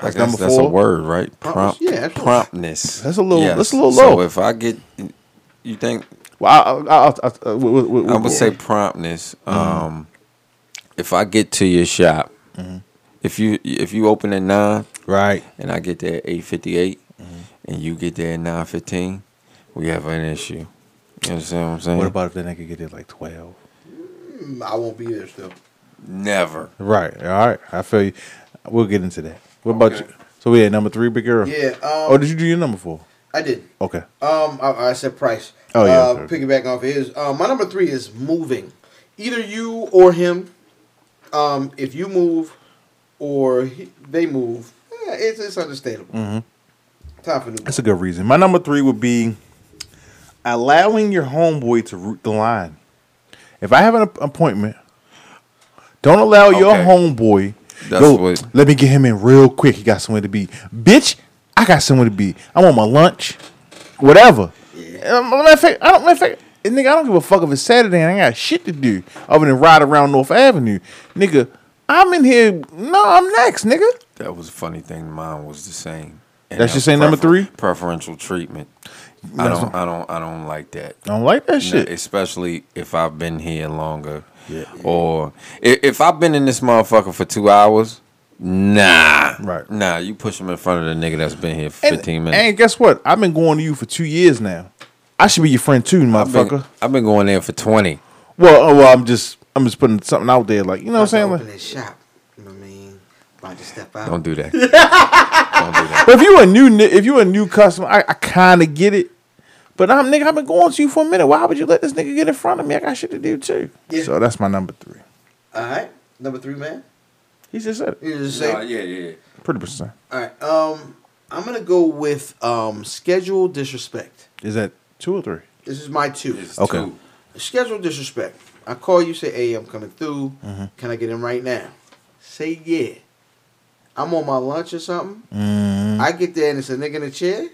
S3: That's
S4: I guess
S3: number
S4: that's a
S3: four?
S4: word, right?
S1: Promptness?
S4: Prompt,
S1: Yeah, absolutely.
S4: promptness.
S3: That's a little- that's a little low.
S4: So if I get, you think
S3: Well, I, I, I, I, I, w- w- w-
S4: I would say promptness.
S3: Mm-hmm.
S4: Um, if I get to your shop, if you if you open at nine
S3: right.
S4: and I get there at eight
S3: Mm-hmm.
S4: and you get there at nine fifteen, we have an issue. You understand what I'm saying?
S3: What about if that nigga get there like twelve?
S1: I won't be there still.
S4: never?
S3: Right. All right. I feel you. We'll get into that. What about you? So we had number three, big girl.
S1: Yeah. Um,
S3: Oh, did you do your number four?
S1: I did.
S3: Okay.
S1: Um, I, I said price.
S3: Oh, yeah,
S1: Uh,
S3: okay.
S1: Piggyback off his. Um, my number three is moving. Either you or him. Um, if you move, or he, they move, eh, it's it's understandable.
S3: Mm-hmm.
S1: Time for new.
S3: That's a good reason. My number three would be allowing your homeboy to root the line. If I have an app- appointment, don't allow your
S4: Okay.
S3: homeboy.
S4: That's
S3: "Yo,
S4: what-
S3: Let me get him in real quick. He got somewhere to be. Bitch, I got somewhere to be. I want my lunch, whatever. Um, matter of fact, I don't. Matter of fact, and nigga, I don't give a fuck if it's Saturday and I got shit to do other than ride around North Avenue, nigga. I'm in here. No, I'm next, nigga.
S4: That was a funny thing. Mine was the same. And
S3: That's
S4: that
S3: your same number three?
S4: Preferential treatment. I
S3: That's
S4: don't. I don't. I don't like that.
S3: I don't like that
S4: No,
S3: shit.
S4: especially if I've been here longer. Or if, if I've been in this motherfucker for two hours, nah.
S3: Right.
S4: Nah, you push him in front of the nigga that's been here for
S3: And-
S4: 15 minutes.
S3: And guess what? I've been going to you for two years now. I should be your friend too,
S4: I've been,
S3: motherfucker.
S4: I've been going there for 20.
S3: Well, oh, well, I'm just, I'm just putting something out there, like you know what I'm saying.
S1: open
S3: Like,
S1: this shop. You know what I mean, about to step out.
S4: Don't do that. don't do that.
S3: but if you a new, ni- if you a new customer, I, I kind of get it. But I'm nigga, I've been going to you for a minute. Why would you let this nigga get in front of me? I got shit to do too.
S1: Yeah.
S3: So that's my number three.
S1: All right, number three, man.
S3: He just said it.
S1: You just say.
S4: Nah, yeah, yeah.
S3: Pretty percent.
S1: All right. Um, I'm gonna go with um schedule disrespect.
S3: Is that two or three?
S1: This is my two.
S4: It's
S3: Okay.
S4: two.
S1: Schedule disrespect. I call you, say, hey, I'm coming through. Can I get in right now? Say, yeah. I'm on my lunch or something. I get there and it's a nigga in a chair.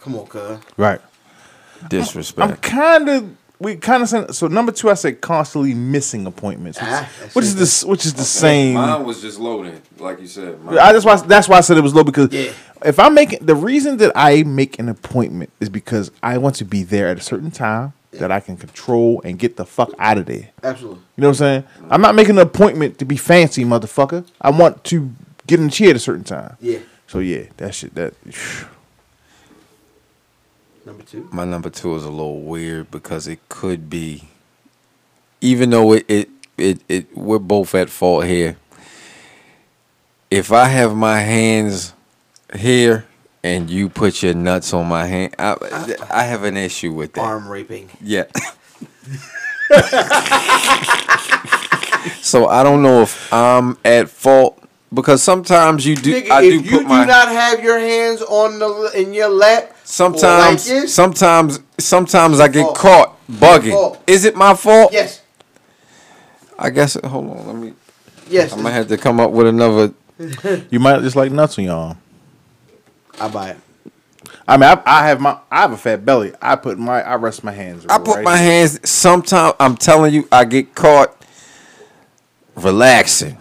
S1: Come on, cuz.
S3: Right. I'm
S4: Disrespect.
S3: kind of. We kind of so number two. I said constantly missing appointments, which,
S1: Ah,
S3: which is this, which is the same.
S4: was just loaded, like you said.
S3: I, that's why that's why I said it was low because
S1: Yeah.
S3: if I make the reason that I make an appointment is because I want to be there at a certain time that I can control and get the fuck out of there.
S1: Absolutely.
S3: You know what I'm saying? I'm not making an appointment to be fancy, motherfucker. I want to get in the chair at a certain time.
S1: Yeah.
S3: So yeah, that shit that
S1: Number two.
S4: my number two is a little weird because it could be even though it it, it, it we're both at fault here if i have my hands here and you put your nuts on my hand, I, I have an issue with that.
S1: Arm raping.
S4: Yeah. so I don't know if I'm at fault because sometimes you do.
S1: Nigga,
S4: I do
S1: if you
S4: put
S1: do
S4: my.
S1: not have your hands on the in your lap,
S4: sometimes,
S1: like this,
S4: sometimes, sometimes I get
S1: fault.
S4: caught bugging.
S1: fault.
S4: Is it my fault?
S1: yes,
S4: I guess. Hold on. Let me.
S1: yes,
S4: I might have to come up with another.
S3: You might just like nuts on your arm.
S1: I buy it.
S3: I mean, I, I have my, I have a fat belly. I put my, I rest my hands.
S4: I put
S3: right
S4: my
S3: here.
S4: hands. Sometimes I'm telling you, I get caught relaxing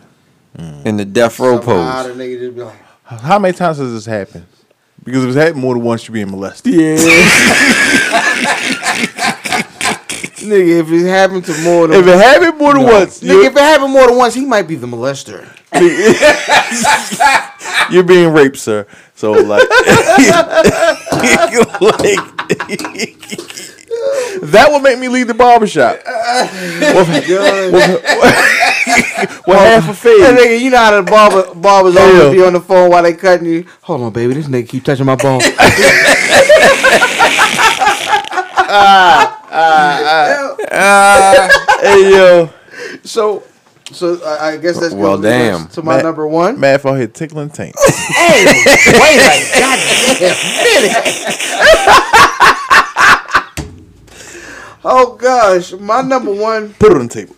S1: Mm.
S4: in the death row
S1: Somehow
S4: pose.
S1: the nigga just be like,
S3: How many times has this happened? Because if it's happened more than once, you're being molested.
S1: nigga, if it happened to more than
S3: If it happened more than once,
S1: nigga,
S3: you're,
S1: if it happened more than once, he might be the molester.
S3: you're being raped, sir. So like, like that would make me leave the barbershop. Well, half a
S1: Hey,
S3: fade.
S1: nigga, you know how the barber, barbers
S3: Yeah.
S1: always be on the phone while they cutting you. Hold on, baby, this nigga keep touching my balls. Ah,
S3: Hey yo,
S1: so, so I, I guess that's
S4: Well,
S1: gonna lead us
S4: damn.
S1: to my
S3: Matt-
S1: number one.
S3: Matt out here tickling tank.
S1: Oh gosh, my number one.
S3: Put it on the table.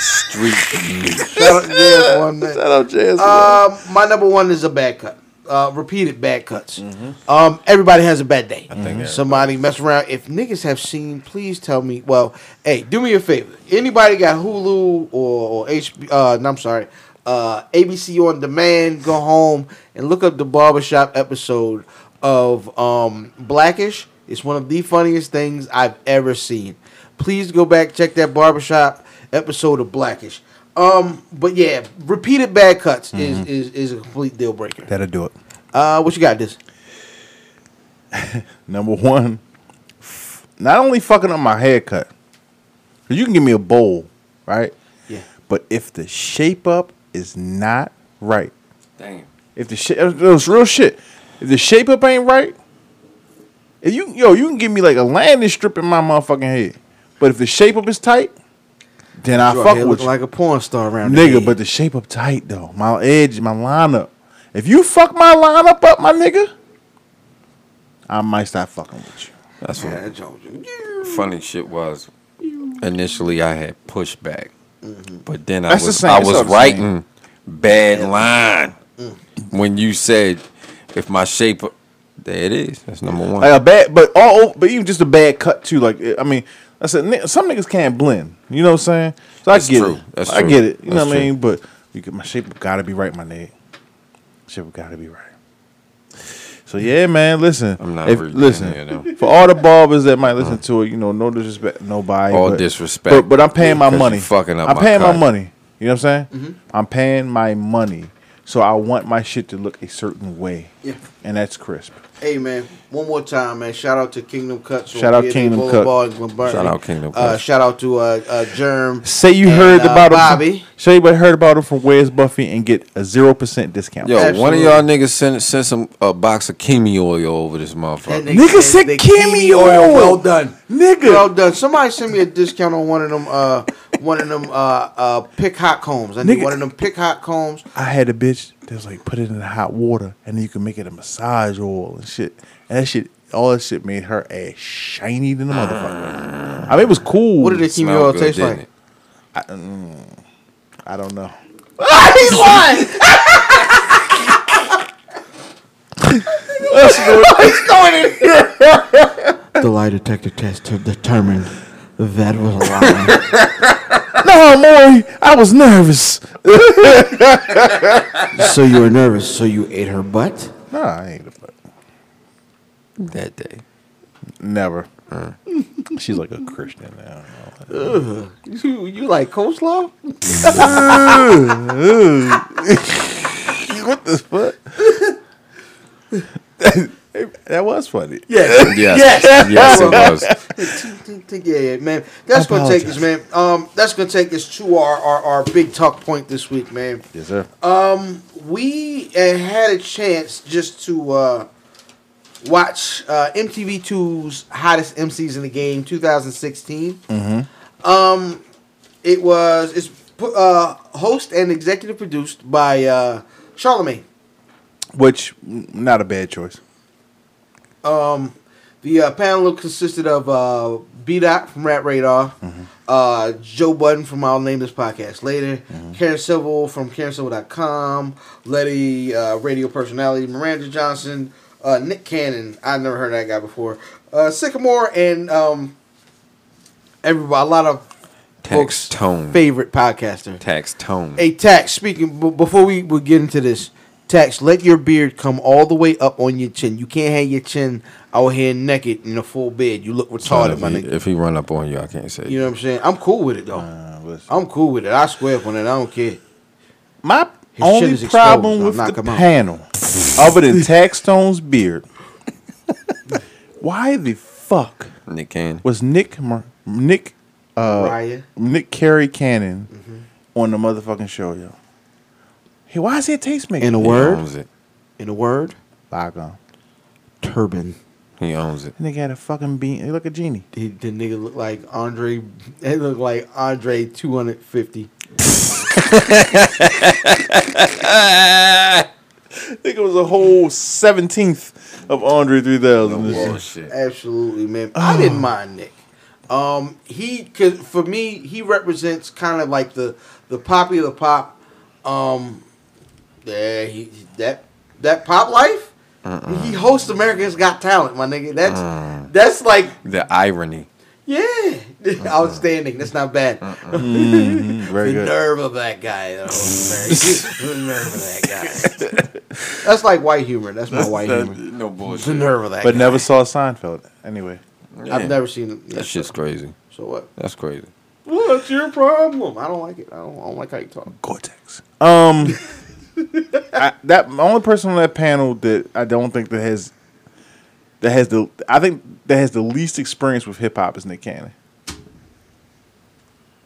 S1: Shout out- yeah, one man.
S3: Shout out Jazz.
S1: Um, my number one is a bad cut. Uh, repeated bad cuts. Um, everybody has a bad day. Somebody mess around. If niggas have seen, please tell me. Well, hey, do me a favor. Anybody got Hulu or, or HB? Uh, no, I'm sorry. Uh, ABC on demand. Go home and look up the barbershop episode of um, Blackish. It's one of the funniest things I've ever seen. Please go back check that barbershop episode of Blackish. Um, but yeah, repeated bad cuts
S3: Mm-hmm.
S1: is, is is a complete deal breaker.
S3: That'll do it.
S1: Uh, what you got? This
S3: Number one, f- not only fucking up my haircut, 'cause you can give me a bowl, right?
S1: Yeah.
S3: But if the shape up is not right,
S4: Damn.
S3: if the shape, it was real shit. If the shape up ain't right, if you yo, you can give me like a landing strip in my motherfucking head. But if the shape up is tight, then I
S1: Your
S3: fuck
S1: hair
S3: with
S1: look
S3: you.
S1: like a porn star around the
S3: Nigga,
S1: head.
S3: but the shape up tight though. My edge, my lineup. If you fuck my lineup up, my nigga, I might stop fucking with you.
S4: That's
S1: Yeah,
S4: what
S1: I told you.
S4: funny shit was. Initially, I had pushback, but then I
S3: That's the
S4: was
S3: same.
S4: I
S3: It's all
S4: was
S3: the same.
S4: writing bad line when you said if my shape. There it is. That's number one.
S3: Like a bad, but all, o- but even just a bad cut too. Like eh, I mean, I said ni- some niggas can't blend. You know what I'm saying? So I
S4: That's
S3: get
S4: true.
S3: it.
S4: That's
S3: I
S4: true.
S3: get it. You know
S4: That's
S3: what I
S4: true.
S3: mean? But you get, my shape gotta be right. My neck shape gotta be right. So yeah, man. Listen,
S4: I'm not
S3: if-
S4: reading
S3: listen
S4: any of them.
S3: for all the barbers that might listen to it. You know, no disrespect, nobody.
S4: All
S3: but,
S4: disrespect.
S3: But, but I'm paying my
S4: Because you
S3: money.
S4: fucking up
S3: I'm
S4: my
S3: paying my
S4: cut.
S3: money. You know what I'm saying? I'm paying my money, so I want my shit to look a certain way.
S1: Yeah.
S3: and that's crisp.
S1: Hey man, one more time, man. Shout out to Kingdom Cuts. on
S3: Shout out
S1: Reardon
S3: Kingdom
S1: Boulevard in Glen Burnie.
S4: Shout out Kingdom
S1: Uh,
S4: Cuts.
S1: shout out to uh, uh, Germ.
S3: Say you
S1: and,
S3: heard
S1: uh,
S3: about him.
S1: Bobby.
S3: Say you heard about him from Where's Buffy and get a zero percent discount.
S4: Yo, one of
S1: Absolutely.
S4: y'all niggas sent sent some a box of Kimi oil over this motherfucker.
S1: That
S3: Nigga
S1: said
S3: said
S1: the
S3: Kimi
S1: Kimi
S3: oil.
S1: Well done,
S3: Nigga.
S1: Well done. Somebody send me a discount on one of them. Uh, one of them. Uh, uh, pick hot combs. I need
S3: Nigga.
S1: one of them pick hot combs.
S3: I had a bitch that was like, put it in the hot water and then you can make it a massage oil and shit. And that shit, all that shit made her ass shiny than a motherfucker. I mean, it was cool.
S1: What did the Kimi
S4: Smell
S1: oil
S4: good,
S1: taste
S4: didn't
S1: like?
S4: it?
S3: I don't know.
S1: He's lying. The lie detector test have determined that was a lie.
S3: No, Maury, I was nervous.
S1: so you were nervous, so you ate her butt?
S3: No, I ain't a fuck.
S4: That day. Mm.
S3: Never. She's like a Christian now.
S1: You you like coleslaw?
S3: what the fuck? that was funny.
S1: Yeah.
S4: Yes. Yes, it was.
S1: yeah, yeah, man. That's gonna take us, man. Um, that's gonna take us to our, our, our big talk point this week, man. Um,
S3: Yes, sir.
S1: We uh, had a chance just to uh, watch uh, MTV2's hottest MCs in the game, 2016. Mm-hmm. Um, it was it's pu- uh, host and executive produced by uh, Charlemagne.
S3: Which mm, not a bad choice.
S1: Um, the uh, panel consisted of uh, B Dot from Rat Radar, uh, Joe Budden from I'll Name This Podcast Later, Karen Civil from KarenCivil.com, Letty, uh, radio personality Miranda Johnson, uh, Nick Cannon. I've never heard of that guy before. Uh, Sycamore and um, everybody, a lot of
S4: Tax tone.
S1: favorite podcaster.
S4: Tax tone.
S1: Hey, Tax, speaking, b- before we, we get into this, Tax, let your beard come all the way up on your chin. You can't hang your chin out here naked in a full bed. You look retarded,
S4: If
S1: my
S4: he,
S1: nigga.
S4: if he run up on you, I can't say.
S1: You know what I'm saying? I'm cool with it, though. I'm cool with it. I swear up on it. I don't care.
S3: My
S1: His shit
S3: only
S1: is exposed.
S3: problem
S1: I'll
S3: with
S1: knock
S3: the
S1: him out.
S3: panel, other than Taxstone's beard, why the fuck
S4: Nick Cannon.
S3: was Nick Mar- Nick uh,
S1: Mariah.
S3: Nick Carey Cannon
S1: Mm-hmm.
S3: on the motherfucking show, yo? Hey, why is he a tastemaker?
S1: In a
S4: He
S1: word, uh,
S4: owns it.
S1: in a word,
S3: Bygone.
S1: turban.
S4: He owns it.
S3: And they got a fucking bean. He look a genie.
S1: The, the nigga look like Andre. It look like Andre 250.
S3: I think it was a whole seventeenth of Andre three thousand.
S4: Bullshit.
S1: Absolutely, man. I didn't
S3: Ah.
S1: mind Nick. Um, he cause for me, he represents kind of like the the popular pop. Um, yeah, he that that pop life.
S3: Uh-uh.
S1: He hosts America's Got Talent, my nigga. That's
S3: Uh.
S1: that's like
S4: The irony.
S1: yeah,
S3: Uh-uh.
S1: outstanding. That's not bad.
S3: Mm-hmm, Very
S1: the
S3: Uh-uh. good.
S1: nerve of that guy. though, man. the nerve of that guy. That's like white humor. That's my white humor.
S4: No bullshit.
S1: The nerve of that.
S3: But
S1: guy.
S3: never saw Seinfeld. Anyway.
S1: I've never seen it.
S4: That shit's crazy.
S1: So what?
S4: That's crazy.
S1: What's your problem? I don't like it. I don't, I don't like how you talk.
S3: Cortex. Um, I, that the only person on that panel that I don't think that has that has the I think that has the least experience with hip hop is Nick Cannon,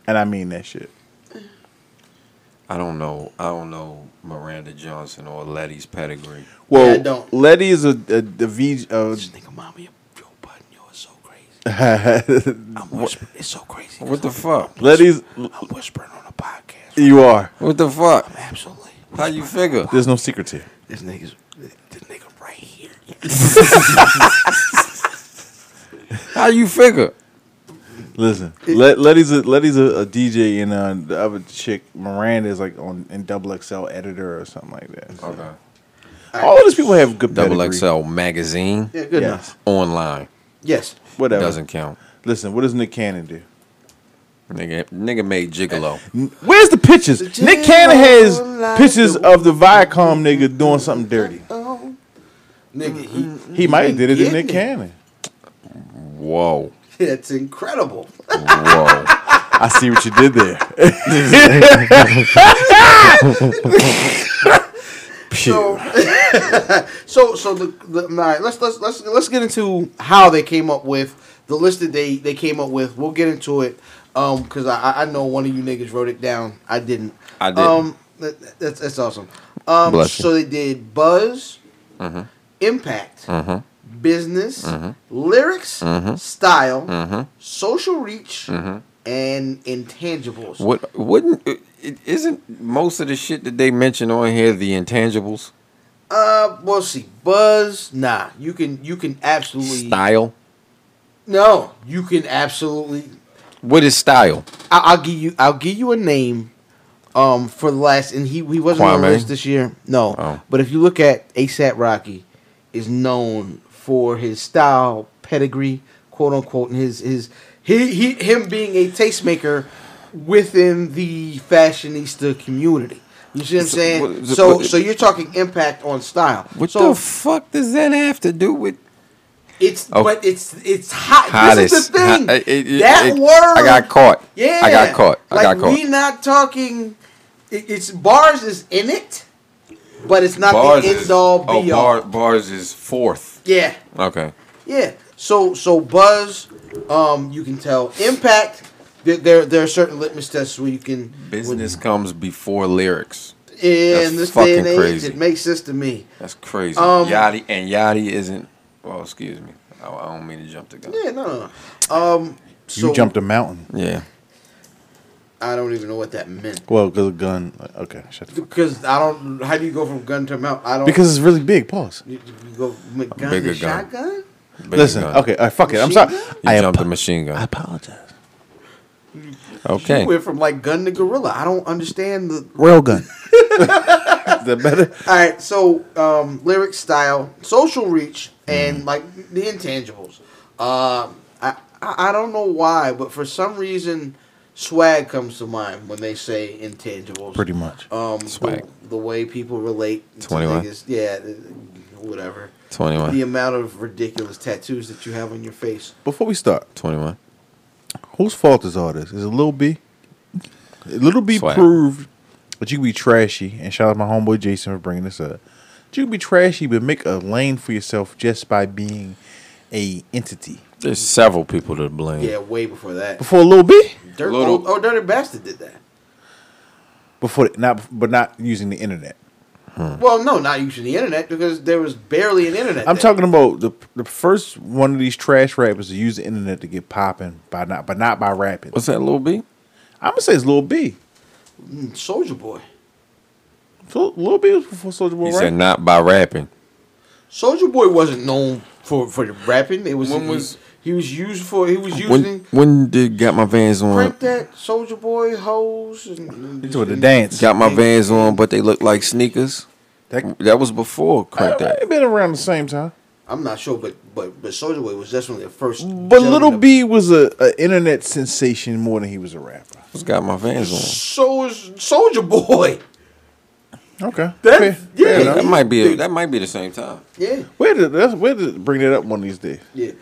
S3: and I mean that shit.
S4: I don't know. I don't know Miranda Johnson or Letty's pedigree.
S3: Well,
S1: I don't.
S3: Letty is a a, a V. A,
S1: This nigga, mommy, Joe Button, yo, it's so crazy. I'm
S3: Letty's
S1: whispering. It's so crazy.
S4: What the fuck?
S1: I'm whispering on a podcast.
S3: you are.
S4: What the fuck?
S1: Absolutely.
S4: How you figure?
S3: There's no secrets here.
S1: This nigga's this nigga right here.
S4: How you figure?
S3: Listen, Let, Letty's a, Letty's a, a DJ and uh, the other chick Miranda is like on in Double XL editor or something like that. So
S4: Okay.
S3: All of these people have good
S4: Double
S3: pedigree.
S4: XL magazine
S1: Yeah, good
S3: Yes.
S1: enough.
S4: online
S1: Yes.
S3: Whatever.
S4: doesn't count.
S3: Listen, what does Nick Cannon do?
S4: Nigga, nigga made gigolo.
S3: Where's the pictures? Nick Cannon has pictures of the Viacom nigga doing something dirty.
S1: Nigga, he,
S3: He might have did it to
S1: Getting
S3: Nick
S1: it.
S3: Cannon.
S4: Whoa,
S1: it's incredible.
S4: whoa.
S3: I see what you did there.
S1: So so the, the all right, let's let's let's let's get into how they came up with the list that they they came up with. We'll get into it um because I I- I know one of you niggas wrote it down. I didn't.
S4: I didn't.
S1: Um, that, that's that's awesome. Um,
S4: Bless you. Mm-hmm.
S1: so they did buzz, impact, business, lyrics,
S4: Mm-hmm.
S1: style, social reach, and intangibles.
S4: What wouldn't it- it- isn't most of the shit that they mention on here the intangibles
S1: Uh, well, see, buzz. Nah, you can you can absolutely
S4: style?
S1: no. You can absolutely
S4: What is style?
S1: I- I'll give you. I'll give you a name. Um, for the last, and he he wasn't on the
S4: Kwame?
S1: list this year. No,
S4: Oh.
S1: but if you look at ASAP Rocky, is known for his style, pedigree, quote unquote, and his his he, he him being a tastemaker within the fashionista community. You see what I'm
S4: So,
S1: saying?
S4: what-
S1: so
S4: what-
S1: so you're talking impact on style.
S4: What
S1: so
S4: the fuck does that have to do with
S1: it's
S4: Oh.
S1: but it's it's hot.
S4: hottest?
S1: This is the thing.
S4: Ho- it- it-
S1: that
S4: it-
S1: word.
S4: I got caught.
S1: Yeah,
S4: I got caught. I
S1: like
S4: got caught.
S1: we not talking. it- It's bars is in it, but it's not
S4: bars
S1: the
S4: is
S1: end all be
S4: oh,
S1: all.
S4: bar, bars is fourth.
S1: Yeah,
S4: Okay.
S1: yeah. So so Buzz, um, you can tell Impact. There, there there are certain litmus tests where you can
S4: Business comes before lyrics. That's
S1: in this day and
S4: fucking
S1: age.
S4: crazy.
S1: It makes sense to me.
S4: That's crazy.
S1: Um,
S4: Yachty and Yachty isn't. Well, excuse me. I, I don't mean to jump the gun.
S1: Yeah, no, no, no. Um, so
S3: you jumped a mountain.
S4: Yeah.
S1: I don't even know what that meant
S3: Well, because of gun. Okay, shut the fuck.
S1: because I don't. How do you go from gun to mount? I don't.
S3: Because it's really big. Pause.
S1: you, you go from gun
S4: bigger
S1: to
S4: gun.
S1: shotgun.
S4: Big
S3: Listen.
S4: gun.
S3: Okay. All right, fuck it. I'm
S1: Machine
S3: sorry.
S1: gun?
S4: You
S3: I,
S4: jumped
S3: ap-
S4: the machine
S3: I
S4: gun.
S3: apologize.
S4: Okay.
S1: You went from like gun to gorilla. I don't understand the
S3: Railgun. the better.
S1: All right, so um, lyric style, social reach, and
S4: Mm.
S1: like the intangibles. Uh, I I I don't know why, but for some reason, swag comes to mind when they say intangibles.
S3: Pretty much.
S1: um,
S4: Swag.
S1: The, the way people relate. to
S4: 21.
S1: niggas, yeah, th- whatever.
S4: 21.
S1: The amount of ridiculous tattoos that you have on your face.
S3: Before we start,
S4: 21.
S3: whose fault is all this? Is it Lil B? Little B
S4: Swag.
S3: proved that you can be trashy, and shout out to my homeboy Jason for bringing this up. You can be trashy, but make a lane for yourself just by being a entity.
S4: There's several people to blame.
S1: Yeah, way before that.
S3: Before Lil B,
S1: Dirt,
S4: Mm. Little-
S1: oh, oh, Dirty Bastard did that.
S3: before not, but not using the internet.
S1: Well, no, not using the internet because there was barely an internet.
S3: I'm
S1: then.
S3: talking about the the first one of these trash rappers to use the internet to get popping by not, but not by rapping.
S4: What's that, Lil B?
S3: I'm gonna say it's Lil B.
S1: Soldier Boy.
S3: So Lil B was before Soldier Boy,
S4: He
S3: right?
S4: said not by rapping.
S1: Soldier Boy wasn't known for for the rapping. It was
S4: When
S1: he,
S4: was-
S1: was he was used for he was
S4: When
S1: using
S4: when did got my vans on?
S1: crank that Soldier Boy hoes and, and
S3: He's doing the dance.
S4: Got my vans on, but they look like sneakers.
S3: That-
S4: That was before crank
S3: Alright,
S4: that.
S3: they been around the same time.
S1: I'm not sure, but but but Soldier Boy was definitely the first.
S3: But
S1: gentleman
S3: Little
S1: to-
S3: B was a, a internet sensation more than he was a rapper.
S4: What's got my vans on?
S1: So is Soldier Boy.
S3: Okay,
S1: That-
S3: fair,
S1: yeah.
S3: fair
S4: that
S3: enough.
S4: might be that might be the same time.
S1: Yeah,
S3: Where did that's, where did bring that up one of these days?
S1: yeah.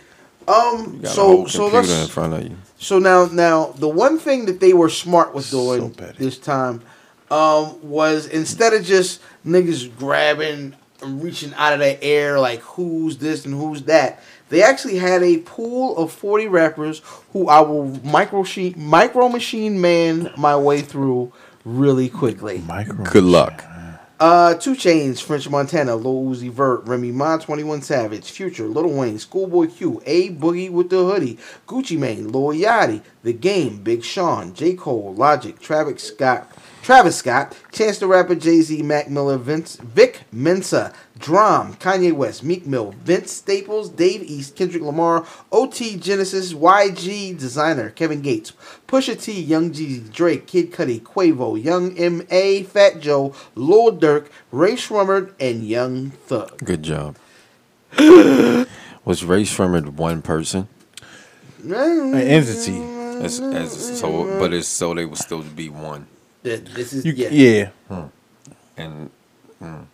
S1: Um.
S4: You got a
S1: So
S4: whole
S1: so
S4: computer
S1: let's
S4: in front of you.
S1: So now, now the one thing that they were smart with doing
S3: petty.
S1: this time um, was instead of just niggas grabbing and reaching out of the air like who's this and who's that, they actually had a pool of forty rappers who I will micro sheet, micro machine man my way through really quickly.
S3: Micro.
S4: Good luck.
S1: Uh, Two Chains, French Montana, Lil Uzi Vert, Remy Ma, 21 Savage, Future, Little Wayne, Schoolboy Q, A Boogie with the Hoodie, Gucci Mane, Lil Yachty, The Game, Big Sean, J. Cole, Logic, Travis Scott, Travis Scott, Chance the Rapper, Jay Z, Mac Miller, Vince, Vic Mensa, Drum, Kanye West, Meek Mill, Vince Staples, Dave East, Kendrick Lamar, OT Genesis, YG Designer, Kevin Gates, Pusha T, Young Jeezy, Drake, Kid Cudi, Quavo, Young M.A., Fat Joe, Lil Durk, Ray Schrummerd, and Young Thug.
S4: Good job. was Ray Sherman one person?
S3: An entity.
S4: As, as so, but it's so they would still be one.
S1: This is,
S3: You,
S1: yeah.
S3: yeah. yeah.
S4: And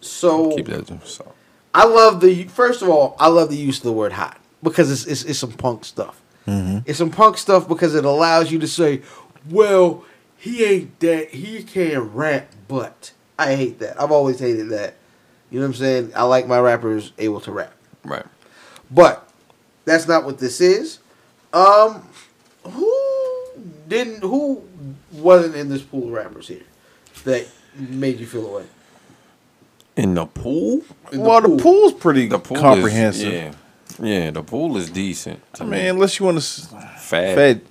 S1: So,
S4: keep that. to- So.
S1: I love the first of all, I love the use of the word hot because it's it's, it's some punk stuff.
S3: Mm-hmm.
S1: It's some punk stuff because it allows you to say, "Well, he ain't that. He can rap, but I hate that. I've always hated that. You know what I'm saying? I like my rappers able to rap,
S4: Right.
S1: but that's not what this is. Um, who didn't? Who wasn't in this pool of rappers here that made you feel away?
S4: In the pool?
S1: In
S3: Well, the pool's pretty
S4: The pool
S3: comprehensive.
S4: Is, yeah. Yeah, the pool is decent.
S3: I mean, unless you want to
S4: Fab.
S3: fed,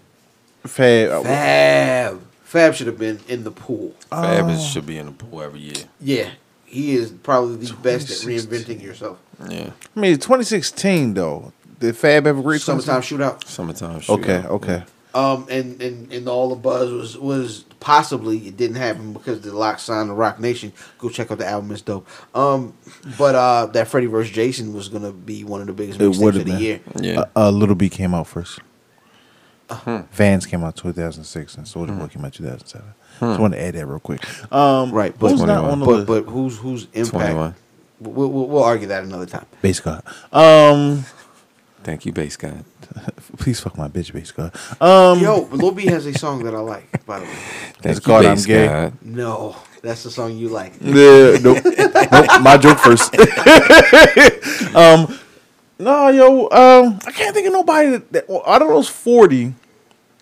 S3: fed.
S1: Fab. Fab should have been in the pool.
S4: Fab is, should be in the pool every year.
S1: Yeah, he is probably the best at reinventing yourself.
S4: Yeah.
S3: I mean, 2016 though. Did Fab ever reach
S1: Summertime shootout.
S4: Summertime. shootout.
S3: Okay, okay.
S1: Um, and, and and all the buzz was was possibly it didn't happen because the lock signed to Rock Nation. Go check out the album; it's dope. Um, but uh, that Freddy vs. Jason was gonna be one of the biggest
S3: It
S1: mixtapes
S3: would've
S1: of the
S3: been.
S1: year.
S4: Yeah. Uh-huh.
S3: Uh, Little B came out first. Vans came out 2006 and Soldier
S4: Hmm.
S3: Boy came out 2007. So I want to add that real quick. Um,
S1: Right,
S3: but
S1: but-
S3: was not on the
S1: But
S3: list?
S1: but who's who's impact?
S4: 21.
S1: We'll, we'll, we'll argue that another time.
S3: Base guard. Um,
S4: Thank you, base God.
S3: Please fuck my bitch, base God. Um,
S1: Yo, Lil B has a song that I like, by the way.
S4: Thank you,
S3: God I'm
S4: base
S3: gay.
S4: God.
S1: No, that's the song you like.
S3: Yeah, nope. nope. My joke first. um, no, yo, um, I can't think of nobody that, that well, out of those forty.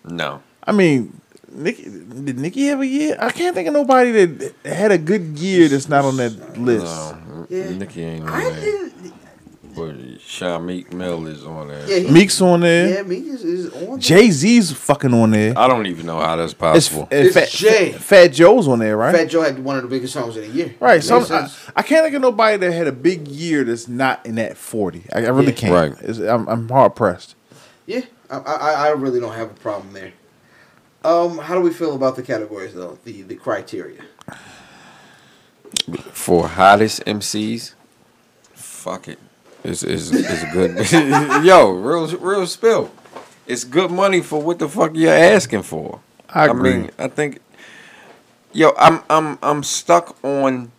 S4: No.
S3: I mean, Nikki, did Nikki have a year? I can't think of nobody that had a good year that's not on that list.
S4: No.
S1: Yeah.
S4: Nikki ain't
S1: I
S4: on there.
S1: didn't.
S4: But Shameek Mill is on there.
S1: Yeah, he-
S3: Meek's on there.
S1: Yeah, me is, is on. there.
S3: Jay Z's fucking on there.
S4: I don't even know how that's
S3: It's,
S4: Uh, possible.
S3: and
S1: It's
S3: Fat,
S1: Jay.
S3: Fat Joe's on there, right?
S1: Fat Joe had one of the biggest songs of the year.
S3: Right, so
S1: Makes
S3: I'm- I,
S1: sense.
S3: I can't think of nobody that had a big year that's not in that forty. I, I really
S1: Yeah.
S3: can't.
S4: Right.
S3: It's- I'm, I'm hard pressed.
S1: yeah, I, I I really don't have a problem there. Um, how do we feel about the categories though? The the criteria.
S4: For hottest MCs, fuck it. It's, it's, it's good. Yo, real real spill. It's good money for what the fuck you're asking for.
S3: I agree.
S4: mean, I think. Yo, I'm I'm I'm stuck on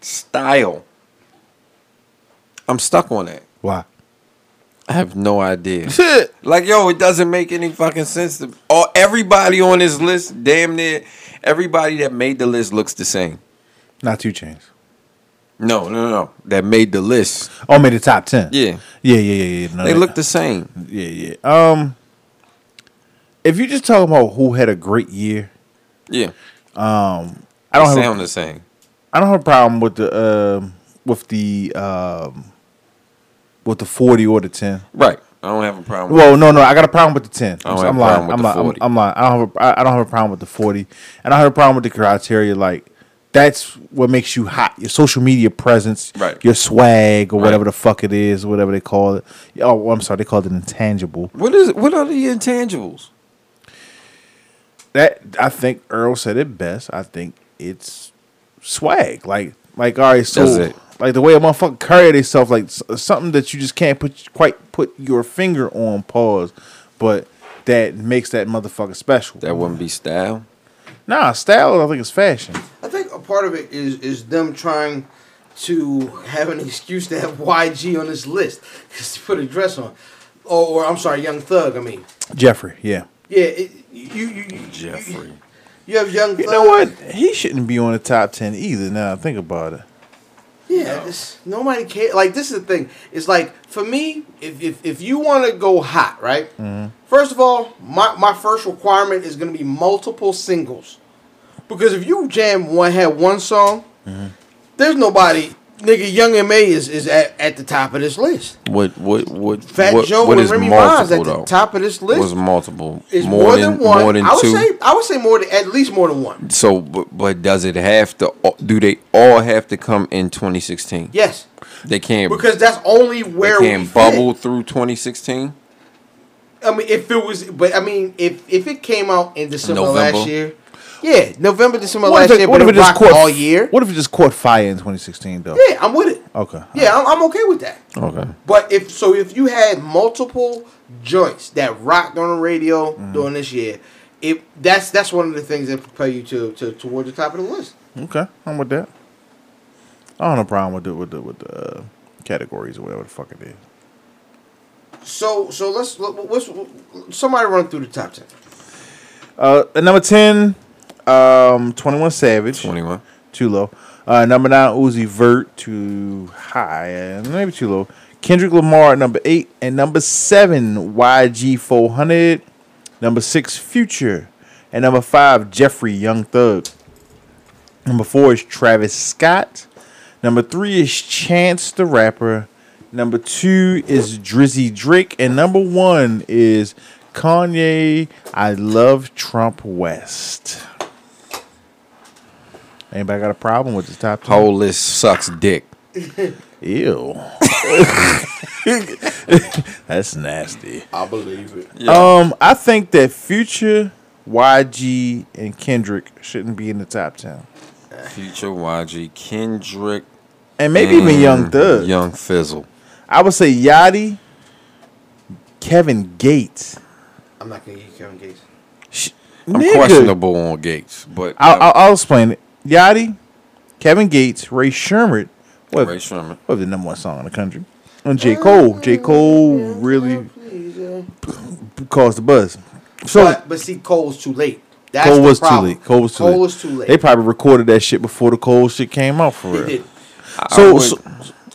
S4: style. I'm stuck on that.
S3: Why?
S4: I have no idea. Like yo, it doesn't make any fucking sense. To, all everybody on this list, damn near everybody that made the list looks the same.
S3: Not two chains.
S4: No, no, no, no. That made the list.
S3: Oh, made the top ten.
S4: Yeah.
S3: yeah, yeah, yeah. yeah. No,
S4: They look the same.
S3: Yeah, yeah. Um, if you just talking about who had a great year,
S4: Yeah.
S3: I don't
S4: they
S3: have
S4: sound the same.
S3: I don't have a problem with the um with the um with the forty or the ten.
S4: Right. I don't have a problem
S3: Well, no, no, I got a problem with the ten.
S4: I
S3: I'm,
S4: don't have
S3: I'm
S4: a
S3: lying.
S4: problem
S3: I'm
S4: with
S3: lying.
S4: the
S3: I'm,
S4: 40.
S3: I'm lying. I don't have a, I I don't have a problem with the forty, and I don't have a problem with the criteria. Like that's what makes you hot. Your social media presence,
S4: Right.
S3: Your swag or
S4: Right.
S3: whatever the fuck it is, whatever they call it. Oh, I'm sorry, they called it intangible.
S4: with What is what are the intangibles?
S3: that I think Earl said it best. I think it's swag. Like like all right, so
S4: That's it.
S3: like the way a motherfucker carry themselves, like s- something that you just can't put quite put your finger on. Pause, but that makes that motherfucker special.
S4: That wouldn't be style.
S3: nah, style I think is fashion.
S1: I think a part of it is is them trying to have an excuse to have YG on this list just to put a dress on, or, or I'm sorry, Young Thug. I mean,
S3: Jeffrey, yeah.
S1: yeah, it, you, you you
S4: Jeffrey.
S1: you have Young. Thug.
S3: You know what? He shouldn't be on the top ten either. Now I think about it.
S1: Yeah, this, nobody cares. Like this is the thing. It's like for me, if if, if you want to go hot, right?
S4: Mm-hmm.
S1: First of all, my my first requirement is going to be multiple singles, because if you jam one had one song,
S4: Mm-hmm.
S1: there's nobody. Nigga, Young Ma is is at, at the top of this list.
S4: What what what
S1: Fat
S4: what,
S1: Joe
S4: what
S1: and
S4: is
S1: Remy Ma's
S4: multiple
S1: at the
S4: though?
S1: top of this
S4: What's
S1: list.
S4: multiple?
S1: Is more, than, one.
S4: More than
S1: I would
S4: two.
S1: say I would say more than at least more than one.
S4: so, but, but does it have to? Do they all have to come in 2016?
S1: Yes,
S4: They can't
S1: because that's only where
S4: they can't
S1: we
S4: bubble
S1: fit.
S4: through 2016.
S1: I mean, if it was, but I mean, if if it came out in December
S4: November.
S1: last year, yeah, November, December
S3: What if,
S1: last
S3: it,
S1: year,
S3: what
S1: but
S3: if
S1: it
S3: it just caught
S1: rocked all year.
S3: What if it just caught fire in 2016 though?
S1: Yeah, I'm with it.
S3: Okay.
S1: Yeah, I'm, I'm okay with that.
S4: Okay.
S1: But if so, if you had multiple joints that rocked on the radio
S3: Mm-hmm.
S1: during this year, it that's that's one of the things that propel you to to toward the top of the list.
S3: Okay, I'm with that. I don't have a problem with the with the with the uh, categories or whatever the fuck it is.
S1: So so let's let- what's somebody run through the top ten.
S3: Uh, at number ten, um, Twenty One Savage,
S4: 21.
S3: too low. Uh, number nine, Uzi Vert, too high, and maybe too low. Kendrick Lamar at number eight, and number seven, YG Four Hundred. Number six, Future, and number five, Jeffrey Young Thug. Number four is Travis Scott. Number three is Chance the Rapper. Number two is Drizzy Drake. And number one is Kanye I Love Trump West. Anybody got a problem with this top 10?
S4: Whole list sucks dick.
S3: Ew. That's nasty.
S1: I believe it.
S3: Um, I think that Future, YG, and Kendrick shouldn't be in the top 10.
S4: Future YG, Kendrick,
S3: And maybe even
S4: and
S3: Young Thug.
S4: Mm, Young Fizzle.
S3: I would say Yachty, Kevin Gates.
S1: I'm not gonna get Kevin Gates.
S3: Sh-
S4: I'm
S3: nigga.
S4: questionable on Gates, but
S3: I'll, I'll, I'll explain it. Yachty, Kevin Gates, Ray Sherman. What,
S4: Ray Sherman.
S3: what the number one song in the country? And J. Cole. J. Cole really
S1: Please, Oh, yeah.
S3: caused the buzz. So
S1: But, but see, Cole's too late. That's
S3: Cole
S1: the
S3: was too
S1: problem.
S3: late. Cole was too late.
S1: Cole was too late.
S3: They probably recorded that shit before the Cole shit came out for
S1: He
S3: real.
S1: did.
S3: So-
S4: would-
S3: so-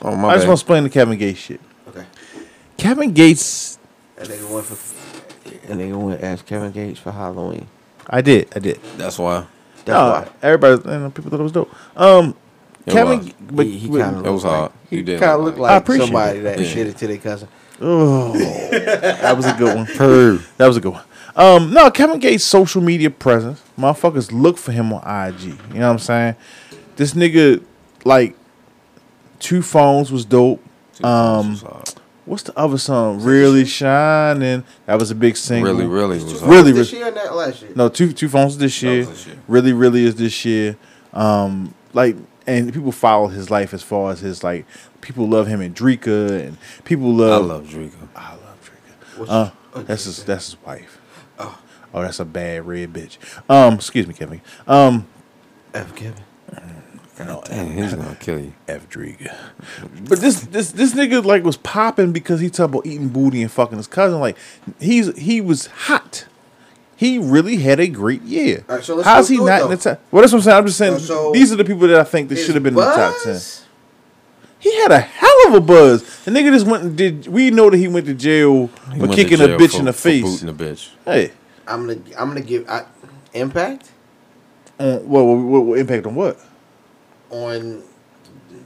S4: oh
S3: I
S4: my
S3: just want
S4: bad.
S3: to explain the Kevin Gates shit.
S1: Okay.
S3: Kevin Gates,
S1: That nigga went for. And they went to ask Kevin Gates for Halloween.
S3: I did, I did.
S4: That's why
S1: That's
S3: No,
S1: why.
S3: everybody, you know, people thought it was dope. Um,
S4: It
S3: Kevin,
S4: was.
S3: but
S1: he, he
S3: but-
S1: kind of
S4: that was hard.
S1: He
S4: You did
S1: kind of
S4: look
S1: looked
S3: I
S1: like
S3: appreciate
S1: somebody that
S4: Yeah.
S1: shit it to their cousin.
S3: Oh, that was a good one. That was a good one. Um, no, Kevin Gates' social media presence, motherfuckers look for him on IG. You know what I'm saying? This nigga, like, two phones was dope. Um,
S4: It was hard.
S3: what's the other song? Really shining. That was a big single.
S4: really, really was hard.
S3: really,
S1: This
S3: really.
S1: year and that last year.
S3: No, two two phones this year.
S4: this year.
S3: Really, really is this year. Um, like and people follow his life as far as his like people love him and Drika and people
S4: I
S3: love
S4: love Draco.
S3: I love Drika.
S1: What's-
S3: Uh,
S1: oh,
S3: that's his that's his wife. Oh. that's a bad red bitch. Um, excuse me, Kevin. Um,
S1: F. Kevin.
S3: no,
S4: Damn, he's gonna kill you.
S3: F Driga. But this this this nigga like was popping because he talked about eating booty and fucking his cousin. Like he's he was hot. He really had a great year.
S1: All right, so let's
S3: How's
S1: go
S3: he
S1: through it,
S3: not in
S1: though.
S3: the top? Well, that's what I'm saying. I'm just saying
S1: So- so-
S3: these are the people that I think that
S1: His
S3: should have been in the top ten.
S1: buzz?
S3: He had a hell of a buzz. The nigga just went and did. We know that he went to jail
S4: He
S3: for
S4: went to
S3: kicking a
S4: jail
S3: bitch
S4: for-
S3: in the
S4: for
S3: face.
S4: booting a bitch.
S3: Hey,
S1: I'm gonna I'm gonna give I, impact
S3: on, well, uh, what, what, what impact on what?
S1: on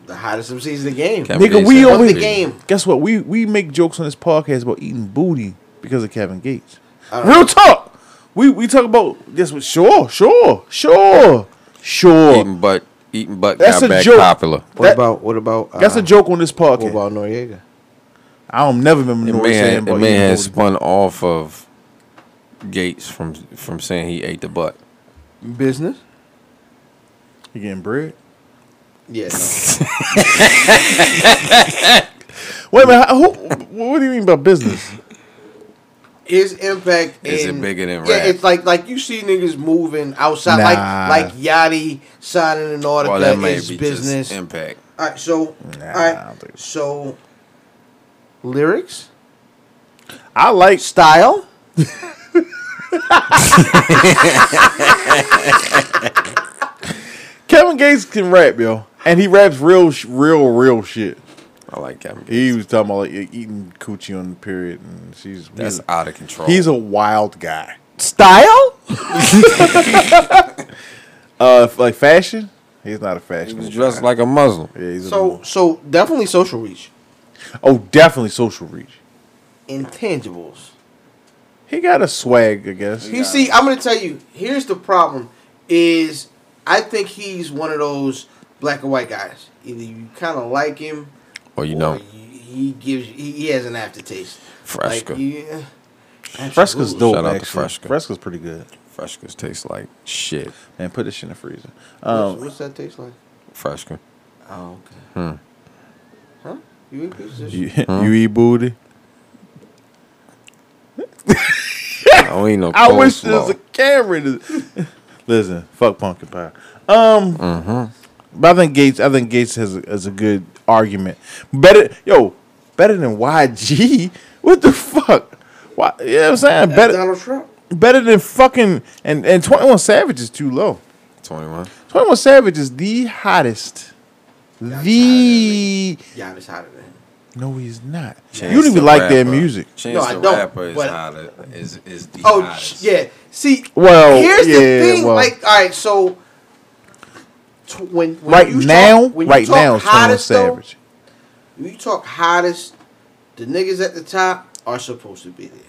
S1: the hottest of season of the game.
S4: Kevin
S3: Nigga,
S4: Gates
S3: we
S4: had
S3: over
S4: a
S1: the
S4: big-
S1: game.
S3: Guess what? We we make jokes on this podcast about eating booty because of Kevin Gates.
S1: I don't
S3: Real talk. We we talk about this with sure, sure, sure, sure.
S4: Eating butt, eating butt
S3: That's
S4: got
S3: a
S4: back
S3: joke.
S4: popular.
S1: What
S3: That-
S1: about what about uh,
S3: That's a joke on this
S1: What
S3: podcast.
S1: about Noriega?
S3: I don't never remember
S4: It
S3: Nori
S4: may
S3: saying
S4: have, it
S3: about
S4: may
S3: eating
S4: have
S3: booty.
S4: spun off of Gates from from saying he ate the butt.
S1: Business?
S3: You getting bread?
S1: Yeah. No.
S3: Wait a minute. how- Who, what do you mean by business?
S1: His impact
S4: Is it
S1: in-
S4: bigger than
S1: Yeah,
S4: rap?
S1: it's like like you see niggas moving outside,
S3: Nah.
S1: like like Yachty signing an autograph.
S4: Well, that may
S1: it's
S4: be
S1: business.
S4: just impact.
S1: all right, so
S3: Nah,
S1: all
S3: I don't
S1: right,
S3: think-
S1: so lyrics,
S3: I like
S1: style.
S3: Kevin Gates can rap, yo, and he raps real, sh- real, real shit.
S4: I like Kevin. Gates.
S3: He was talking about like, eating coochie on the period, and she's
S4: That's out of control.
S3: He's a wild guy.
S2: Style?
S3: Uh, f- like fashion, he's not a
S4: he
S3: fashion.
S4: was dressed like a Muslim.
S3: yeah, he's
S1: So so definitely social reach,
S3: a, oh, definitely social reach.
S1: intangibles.
S3: He got a swag, I guess.
S1: You see, I'm gonna tell you. Here's the problem: is I think he's one of those black and white guys. Either you kind of like him,
S4: Or you
S1: or
S4: know,
S1: you- he gives he, he has an aftertaste.
S4: Fresca.
S1: Like, yeah.
S3: Fresca's
S1: Absolutely.
S3: dope.
S4: Shout out to
S3: actually.
S4: Fresca.
S3: Fresca's pretty good.
S4: Frescas taste like shit.
S3: And put this shit in the freezer.
S1: What's,
S3: Um,
S1: what's that taste like?
S4: Fresca.
S1: Oh, okay. Huh? You eat pizza?
S3: you, you eat booty.
S4: I don't eat no
S3: I wish there
S4: coleslaw.
S3: was a camera. in this- Listen, fuck pumpkin pie. Um, but I think Gates. I think Gates has a, has a good argument. Better, yo, better than YG. What the fuck? Why? You know what I'm saying? Better,
S1: Donald Trump.
S3: better than fucking and and 21 Savage is too low.
S4: 21.
S3: 21 Savage is the hottest. The
S1: Yeah, it's hotter than him.
S3: no, he's not.
S4: Chance
S3: you don't
S4: the
S3: even like their
S4: Rapper.
S3: music.
S4: Chance
S1: No,
S4: the
S1: I don't,
S4: Rapper is
S1: but-
S4: hotter. Is is the
S1: Oh
S4: hottest.
S1: sh- yeah. See,
S3: Well,
S1: here's
S3: yeah,
S1: the thing.
S3: well.
S1: Like, all right, so t- when, when
S3: Right
S1: you talk-
S3: now,
S1: when you
S3: right
S1: talk
S3: now, it's 21
S1: hottest, though,
S3: Savage.
S1: when you talk hottest, the niggas at the top are supposed to be there.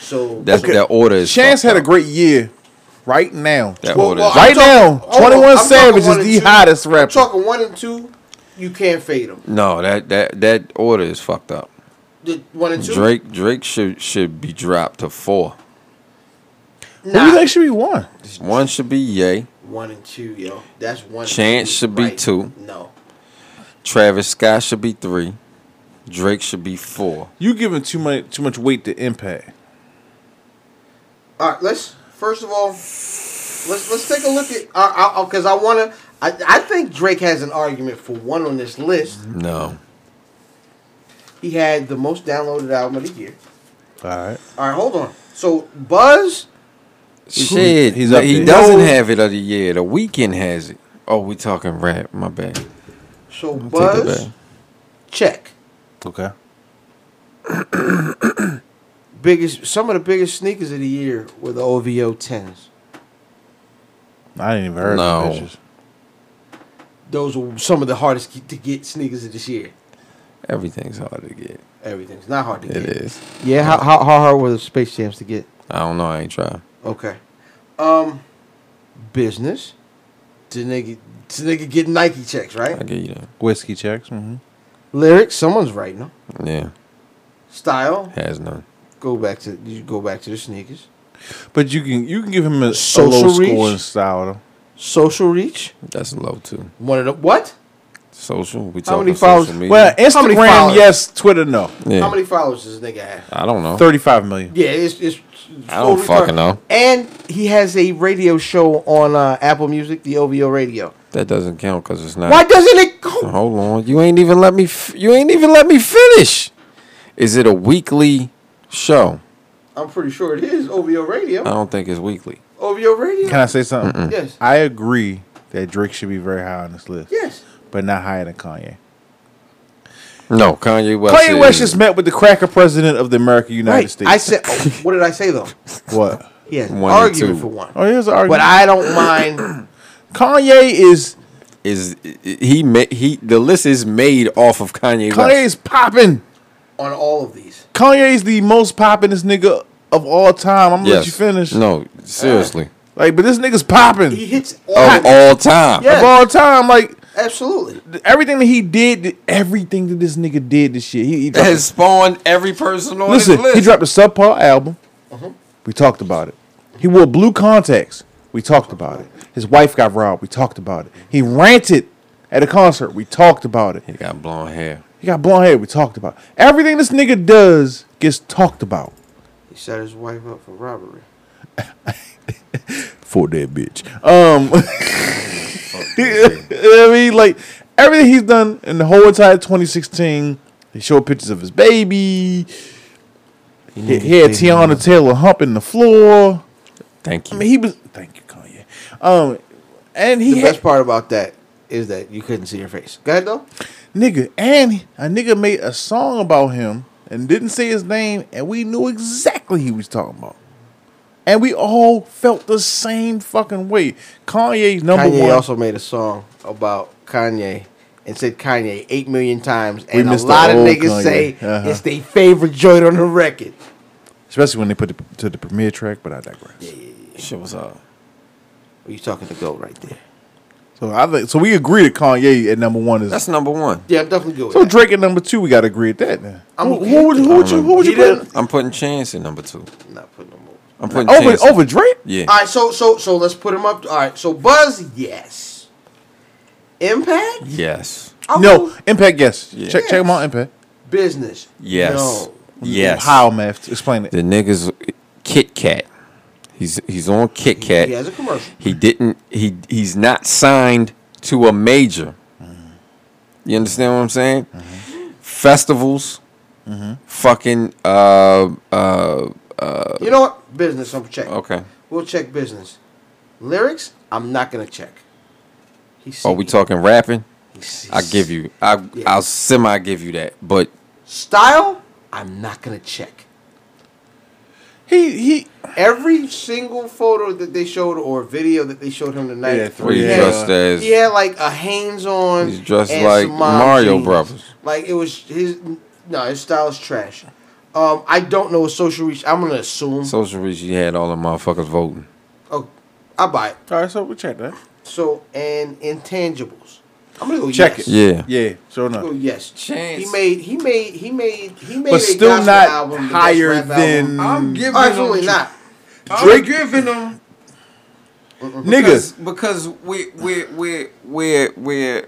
S1: So
S4: That's
S3: Okay.
S4: that order is
S3: Chance
S4: fucked
S3: had a
S4: up.
S3: great year. Right now,
S4: That
S1: Well,
S4: order
S1: well,
S4: is
S3: Right
S1: I'm talking-
S3: now,
S1: hold on,
S3: 21
S1: I'm talking
S3: Savage is
S1: one and
S3: the hottest rapper.
S1: Talking one and two, you can't fade them.
S4: No, that that that order is fucked up.
S1: The one and two,
S4: Drake Drake should should be dropped to four.
S3: Who do you
S1: nah.
S3: think should be one?
S4: One should be Ye.
S1: one and two, yo. That's one. and
S4: Chance
S1: two,
S4: should be two.
S1: No,
S4: Travis Scott should be three. Drake should be four.
S3: You giving too much too much weight to impact.
S1: All right, let's first of all, let's let's take a look at uh, because I want to. I, I think Drake has an argument for one on this list.
S4: No.
S1: He had the most downloaded album of the year.
S3: All right.
S1: All right, hold on. So Buzz,
S4: Shit,
S3: he's
S4: he's
S3: up
S4: he
S3: there.
S4: doesn't have it of the year. The weekend has it. Oh, we talking rap. My bad.
S1: so
S4: I'll take that
S1: Buzz,
S4: back.
S1: check.
S3: Okay.
S1: Biggest, some of the biggest sneakers of the year were the OVO tens.
S3: I didn't even heard
S4: No.
S3: no. bitches.
S1: Those were some of the hardest ge- to get sneakers of this year.
S4: Everything's hard to get.
S1: Everything's not hard to
S4: It
S1: get.
S4: is.
S1: Yeah, how, how how hard were the Space Jams to get?
S4: I don't know. I ain't trying.
S1: Okay. Um, business. To nigga, to nigga get Nike checks,
S4: I
S1: right?
S4: get you that.
S3: Whiskey checks. Mm-hmm.
S1: Lyrics, someone's writing them.
S4: Yeah,
S1: Style,
S4: has none.
S1: go back to you go back to the sneakers.
S3: But you can you can give him a, a
S1: Social
S3: low
S1: reach?
S3: score in style. though.
S1: Social reach,
S4: That's low too.
S1: one of the what?
S4: Social. We
S1: How
S4: talking
S1: many
S4: social
S1: followers?
S4: media.
S3: Well,
S1: How many
S3: Instagram
S1: followers?
S3: yes, Twitter no.
S4: yeah.
S1: How many followers does this nigga have?
S4: I don't know.
S3: Thirty-five million.
S1: Yeah, it's it's.
S4: I don't
S1: full
S4: fucking
S1: retard.
S4: know.
S1: And he has a radio show on uh, Apple Music, the OVO Radio.
S4: That doesn't count because it's not.
S1: Why doesn't it go?
S4: Hold on. You ain't even let me. F- you ain't even let me finish. Is it a weekly show?
S1: I'm pretty sure it is OVO
S4: I
S1: Radio.
S4: don't think it's weekly.
S1: OVO Radio.
S3: Can I say something?
S1: Yes.
S3: I agree that Drake should be very high on this list.
S1: Yes.
S3: But not higher than Kanye.
S4: No, Kanye West.
S3: Kanye West just
S4: is-
S3: met with the cracker president of the American United
S1: Right.
S3: States.
S1: I said. oh, what did I say though?
S3: what?
S1: He has an
S4: One and
S1: argument
S4: two.
S1: for one.
S3: Oh, here's an
S1: But
S3: argument.
S1: I don't mind.
S3: Kanye is
S4: is he ma- he the list is made off of Kanye,
S3: Kanye
S4: West.
S3: is popping.
S1: on all of these.
S3: Kanye's the most poppin'est nigga of all time. I'm gonna
S4: Yes.
S3: let you finish.
S4: No, seriously.
S3: Like, but this nigga's popping
S1: He hits all.
S4: Of all time.
S1: Yeah.
S3: of all time. Like
S1: Absolutely.
S3: th- everything that he did, everything that this nigga did, this shit. He, he dropped,
S4: Has spawned every person on
S3: listen,
S4: his list.
S3: he dropped a subpar album.
S1: Uh-huh.
S3: We talked about it. He wore blue contacts. We talked about it. His wife got robbed. We talked about it. He ranted at a concert. We talked about it.
S4: he got blonde hair.
S3: He got blonde hair. We talked about it. everything this nigga does gets talked about.
S1: He set his wife up for robbery.
S3: for that bitch. Um, I mean, like everything he's done in the whole entire 2016. He showed pictures of his baby. He, he had Tiana Taylor humping the floor.
S4: Thank
S3: I
S4: you.
S3: mean, he was. Thank you, Kanye. Um, and he
S1: The
S3: had,
S1: best part about that is that you couldn't see her face. Go ahead though.
S3: nigga, and a nigga made a song about him and didn't say his name, and we knew exactly who he was talking about. And we all felt the same fucking way. Kanye's number
S1: Kanye
S3: one.
S1: also made a song about Kanye and said Kanye eight million times, and a
S3: missed the
S1: lot of
S3: old
S1: niggas
S3: Kanye.
S1: say
S3: Uh-huh.
S1: it's their favorite joint on the record.
S3: especially when they put it to the premiere track. But I digress.
S4: Shit was up.
S1: Are you talking to Goat right there?
S3: So I think so. We agree that Kanye at number one is
S4: That's number one.
S1: Yeah, I'm definitely good. With
S3: so
S1: that.
S3: Drake at number two. We got to agree at that. Then
S1: I'm
S3: who,
S1: okay
S3: who would who would you who would you
S1: He
S3: put
S1: didn't-
S4: I'm putting Chance in number two.
S1: I'm not putting no more.
S4: I'm putting Chance
S3: over
S4: in-
S3: over Drake?
S4: Yeah.
S1: All right, so so so let's put him up. All right, so Buzz, yes. Impact,
S4: yes.
S1: I'll
S3: No
S1: go
S3: Impact. Yes.
S4: Yeah.
S3: Check check him out. Impact.
S1: business,
S4: Yes.
S1: No,
S4: Yes.
S3: How Math? Explain it.
S4: The niggas Kit Kat. He's he's on Kit Kat.
S1: he has a commercial.
S4: He didn't. He he's not signed to a major.
S1: Mm-hmm.
S4: You understand what I'm saying? Festivals,
S1: Mm-hmm.
S4: fucking. Uh, uh,
S1: You know what? Business, I'm checking.
S4: okay.
S1: We'll check business. Lyrics, I'm not gonna check. He's
S4: Are Oh, we talking rapping?
S1: He's,
S4: I give you. I
S1: Yeah.
S4: I'll semi give you that. But
S1: style. I'm not gonna check.
S3: He he.
S1: Every single photo that they showed or video that they showed him tonight,
S3: Yeah,
S4: where
S3: three
S1: he,
S4: you
S3: Yeah.
S4: dressed
S1: had,
S4: as
S1: he had like a Hanes on.
S4: He's dressed
S1: and
S4: like
S1: some mom
S4: Mario
S1: jeans.
S4: Brothers.
S1: Like it was his. No, his style is trash. Um, I don't know his social reach. I'm gonna assume.
S4: social reach, you had all the motherfuckers voting.
S1: oh, I buy it.
S3: All right, so we check that.
S1: So and intangibles. I'm gonna go
S3: Check
S1: yes.
S3: it.
S4: Yeah.
S3: Yeah. Sure
S1: Oh
S3: enough.
S1: yes,
S4: Chance.
S1: He made he made he made he made.
S3: But
S1: a
S3: still
S1: gospel
S3: not
S1: album, the best
S3: higher
S1: rap
S3: than
S1: album.
S4: giving
S1: absolutely not.
S3: Drake
S4: giving them because,
S3: niggas.
S4: because we we we we we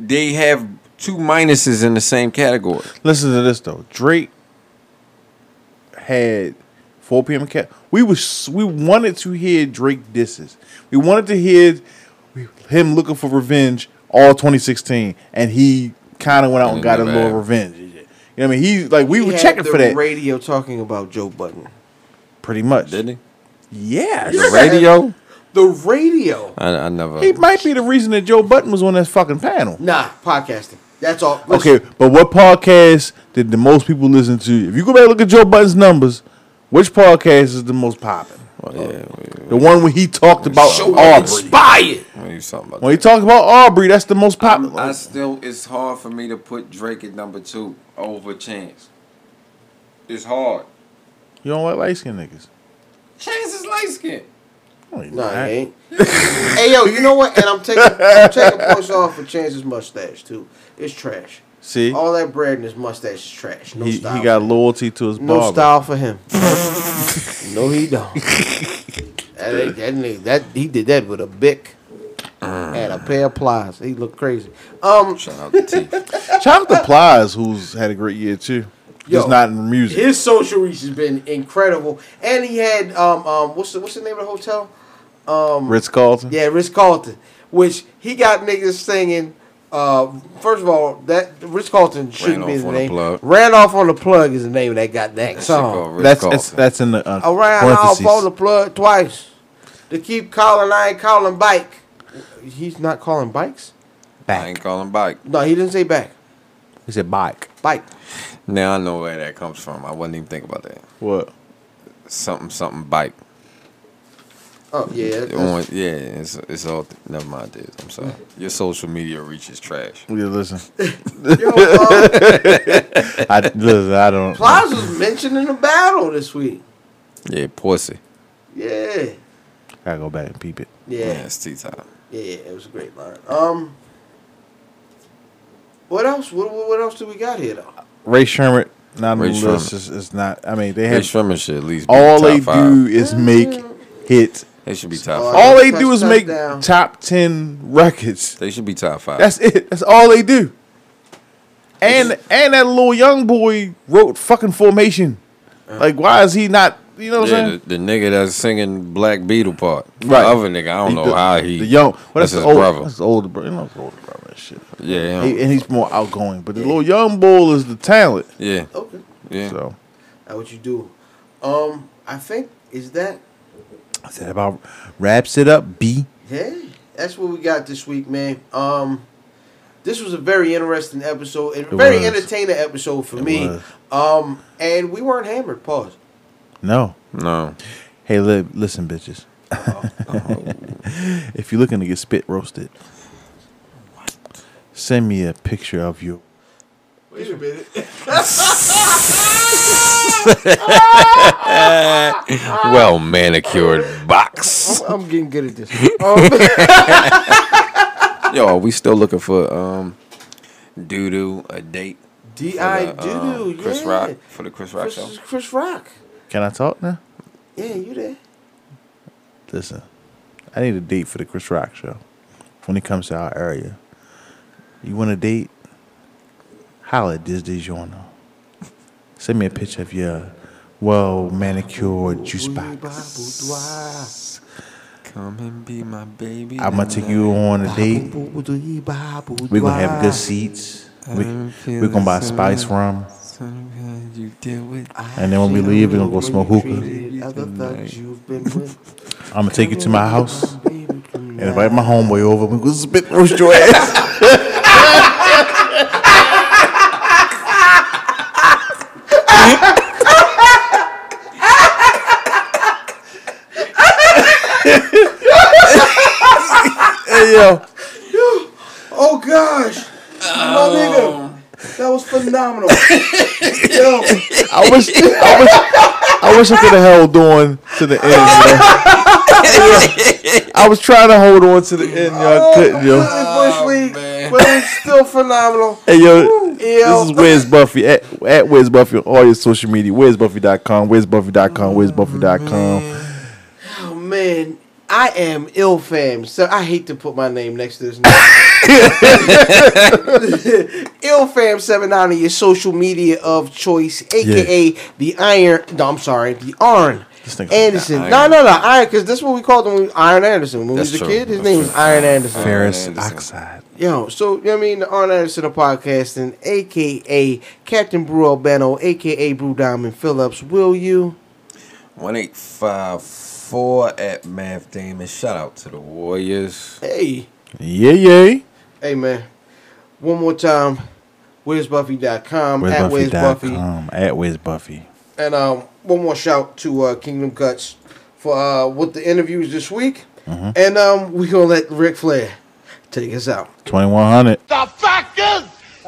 S4: they have two minuses in the same category.
S3: Listen to this though. Drake had 4 p.m. cat. We was we wanted to hear Drake disses. We wanted to hear him looking for revenge all 2016, and he kind of went out and
S4: And
S3: got a
S4: never
S3: little
S4: had.
S3: revenge. You know what I mean? He like we
S1: He
S3: were
S1: had
S3: checking
S1: the
S3: for that
S1: Radio talking about Joe Button.
S3: pretty much.
S4: Didn't he?
S3: Yeah.
S4: The radio?
S1: The radio.
S4: I, I never.
S3: He might be the reason that Joe Button was on that fucking panel.
S1: Nah, podcasting. That's all.
S3: Okay, but what podcast did the most people listen to? If you go back and look at Joe Button's numbers, which podcast is the most popping?
S4: Oh, yeah, we-
S3: The one where he talked about Aubrey.
S2: Buy it.
S4: we- we something about
S3: When he talked about Aubrey, that's the most popular.
S4: I still, it's hard for me to put Drake at number two over Chance. It's hard.
S3: you don't like light skinned niggas.
S4: Chance is light skinned.
S3: No, you
S1: Nah,
S3: not.
S1: he ain't. hey, yo, you know what? And I'm taking, I'm taking points off for Chance's mustache, too. It's trash.
S3: See,
S1: All that bread in his mustache is trash. Oh, No
S3: he, he
S1: style.
S3: got loyalty to his
S1: no
S3: barber.
S1: style for him. no, he don't. that, ain't- that, nigga- that he did that with a bick and a pair of pliers. He looked crazy. Um,
S4: Shout out to Teeth.
S3: Shout out to Plies, who's had a great year too.
S1: Yo,
S3: Just not in music.
S1: his social reach has been incredible, and he had um um what's the what's the name of the hotel?
S3: Ritz Carlton.
S1: Yeah, Rich Carlton, which he got niggas singing. Uh, first of all, that Rich Carlton shouldn't
S4: Ran
S1: be
S4: off
S1: his
S4: on a
S1: name.
S4: plug.
S1: Ran off on the plug is the name of that goddamn song.
S3: that's that's, that's in the uh,
S1: Oh, I ran off
S3: parentheses.
S1: on the plug twice. To keep calling, I ain't calling bike. He's not calling bikes.
S4: I ain't calling back.
S1: No, he didn't say back.
S3: He said bike.
S1: Bike.
S4: Now I know where that comes from. I wasn't even thinking about that.
S3: What?
S4: Something, something bike.
S1: Oh yeah.
S4: It
S1: that's-
S4: won't- yeah, it's, it's all. Never mind, dude. I'm sorry. Your social media reach is trash.
S3: Yeah, listen.
S1: Yo, uh,
S3: I listen. I don't.
S1: Plaza's mentioned in the battle this week.
S4: Yeah, pussy.
S1: Yeah.
S3: Gotta go back and peep it.
S4: Yeah,
S1: Yeah.
S4: it's tea time.
S1: Yeah, it was a great line. Um, what else? What, what what else do we got here though?
S3: Ray Sherman not on the
S4: Ray
S3: list.
S4: Sherman.
S3: Is, is not. I mean, they
S4: They
S3: have
S4: Sherman should at least be
S3: all
S4: top
S3: they
S4: five.
S3: do is make hits.
S4: They should be top
S1: Oh,
S4: five.
S3: All they
S1: Touch-
S3: do is make
S1: touchdown.
S3: top ten records.
S4: They should be top five.
S3: That's it. That's all they do. And and that little young boy wrote fucking formation. Like, why is he not? You know what I'm
S4: yeah,
S3: saying?
S4: the, the nigga that's singing Black Beetle part.
S3: Right.
S4: The other nigga, I don't
S3: He-
S4: know
S3: the-
S4: how he.
S3: the young. Well, that's,
S4: that's
S3: the
S4: his
S3: old,
S4: brother.
S3: Oh, That's the older brother. You know, the older brother and shit.
S4: yeah,
S3: He-
S4: him.
S3: and he's more outgoing. But the little young bull is the talent.
S4: yeah,
S1: Okay,
S4: yeah.
S3: So
S1: now what you do? Um, I think is that
S3: I said about wraps it up. B.
S1: yeah. That's what we got this week, man. Um, this was a very interesting episode and
S3: It
S1: very
S3: was.
S1: entertaining episode for
S3: It
S1: me.
S3: was.
S1: Um, and we weren't hammered. Pause.
S3: No.
S4: No,
S3: Hey, li- listen, bitches. if you're looking to get spit roasted, send me a picture of you.
S1: Wait a minute.
S4: well manicured box.
S1: I'm getting good at this. Um,
S4: Yo, are we still looking for um, doo doo a date?
S1: Di
S4: for the,
S1: do
S4: um, Chris
S1: yeah.
S4: Rock for the Chris Rock show.
S1: Chris, Chris Rock.
S3: Can I talk now?
S1: Yeah, you there?
S3: Listen, I need a date for the Chris Rock show when it comes to our area. You want a date? Holla at this DiGiorno. Send me a picture of your well manicured juice box.
S4: Come and be my baby.
S3: I'm gonna take you on a date. We're gonna have good seats. We, we're gonna buy spice rum.
S4: You deal with.
S3: And then when we leave, we're gonna go smoke hookah. I'm gonna take you to my house and invite my homeboy over. We're gonna spit roast your ass. hey yo,
S1: Oh gosh, my nigga, that was phenomenal. Yo,
S3: I wish, I wish, I wish I could have held on to the end. Yo. I was trying to hold on to the end,
S1: Oh,
S3: y'all couldn't, yo.
S1: Bush League, but it's still phenomenal.
S3: Hey yo,
S1: Yo.
S3: this is Where's Buffy at, at Where's Buffy on all your social media. Where's Buffy.com, Where's Buffy.com, Where's Buffy.com.
S1: Oh man, I am ill fam, so I hate to put my name next to this. name. ill fam seven nine on your social media of choice, aka the iron. No, I'm sorry, the Arn.
S3: This nigga's
S1: Anderson.
S4: Iron.
S1: No, no, no. Iron, because that's what we called him when we- Iron Anderson. When we
S4: That's
S1: was a
S4: true.
S1: kid, his
S4: That's
S1: name was
S4: true.
S1: Iron Anderson.
S3: Ferris
S4: Anderson.
S3: oxide.
S1: Yo, so, you know what I mean? The Iron Anderson of podcasting, a.k.a. Captain Brew Albano, a.k.a. Brew Diamond Phillips. Will you?
S4: One eight five four at Math Damon. Shout out to the Warriors.
S1: Hey.
S3: Yeah, yeah.
S1: Hey, man. One more time. Where'sBuffy.com. At Where'sBuffy.
S3: Where'sBuffy.com. At Wiz Buffy.
S1: And um, one more shout to uh, Kingdom Cuts for uh, with the interviews this week. And um, we're going to let Ric Flair take us out.
S3: 2100.
S9: The fact is,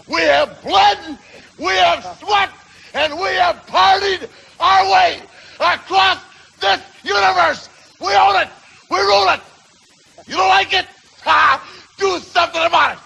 S9: we have bled, we have sweat, and we have partied our way across this universe. We own it. We rule it. You don't like it? Ha! Do something about it.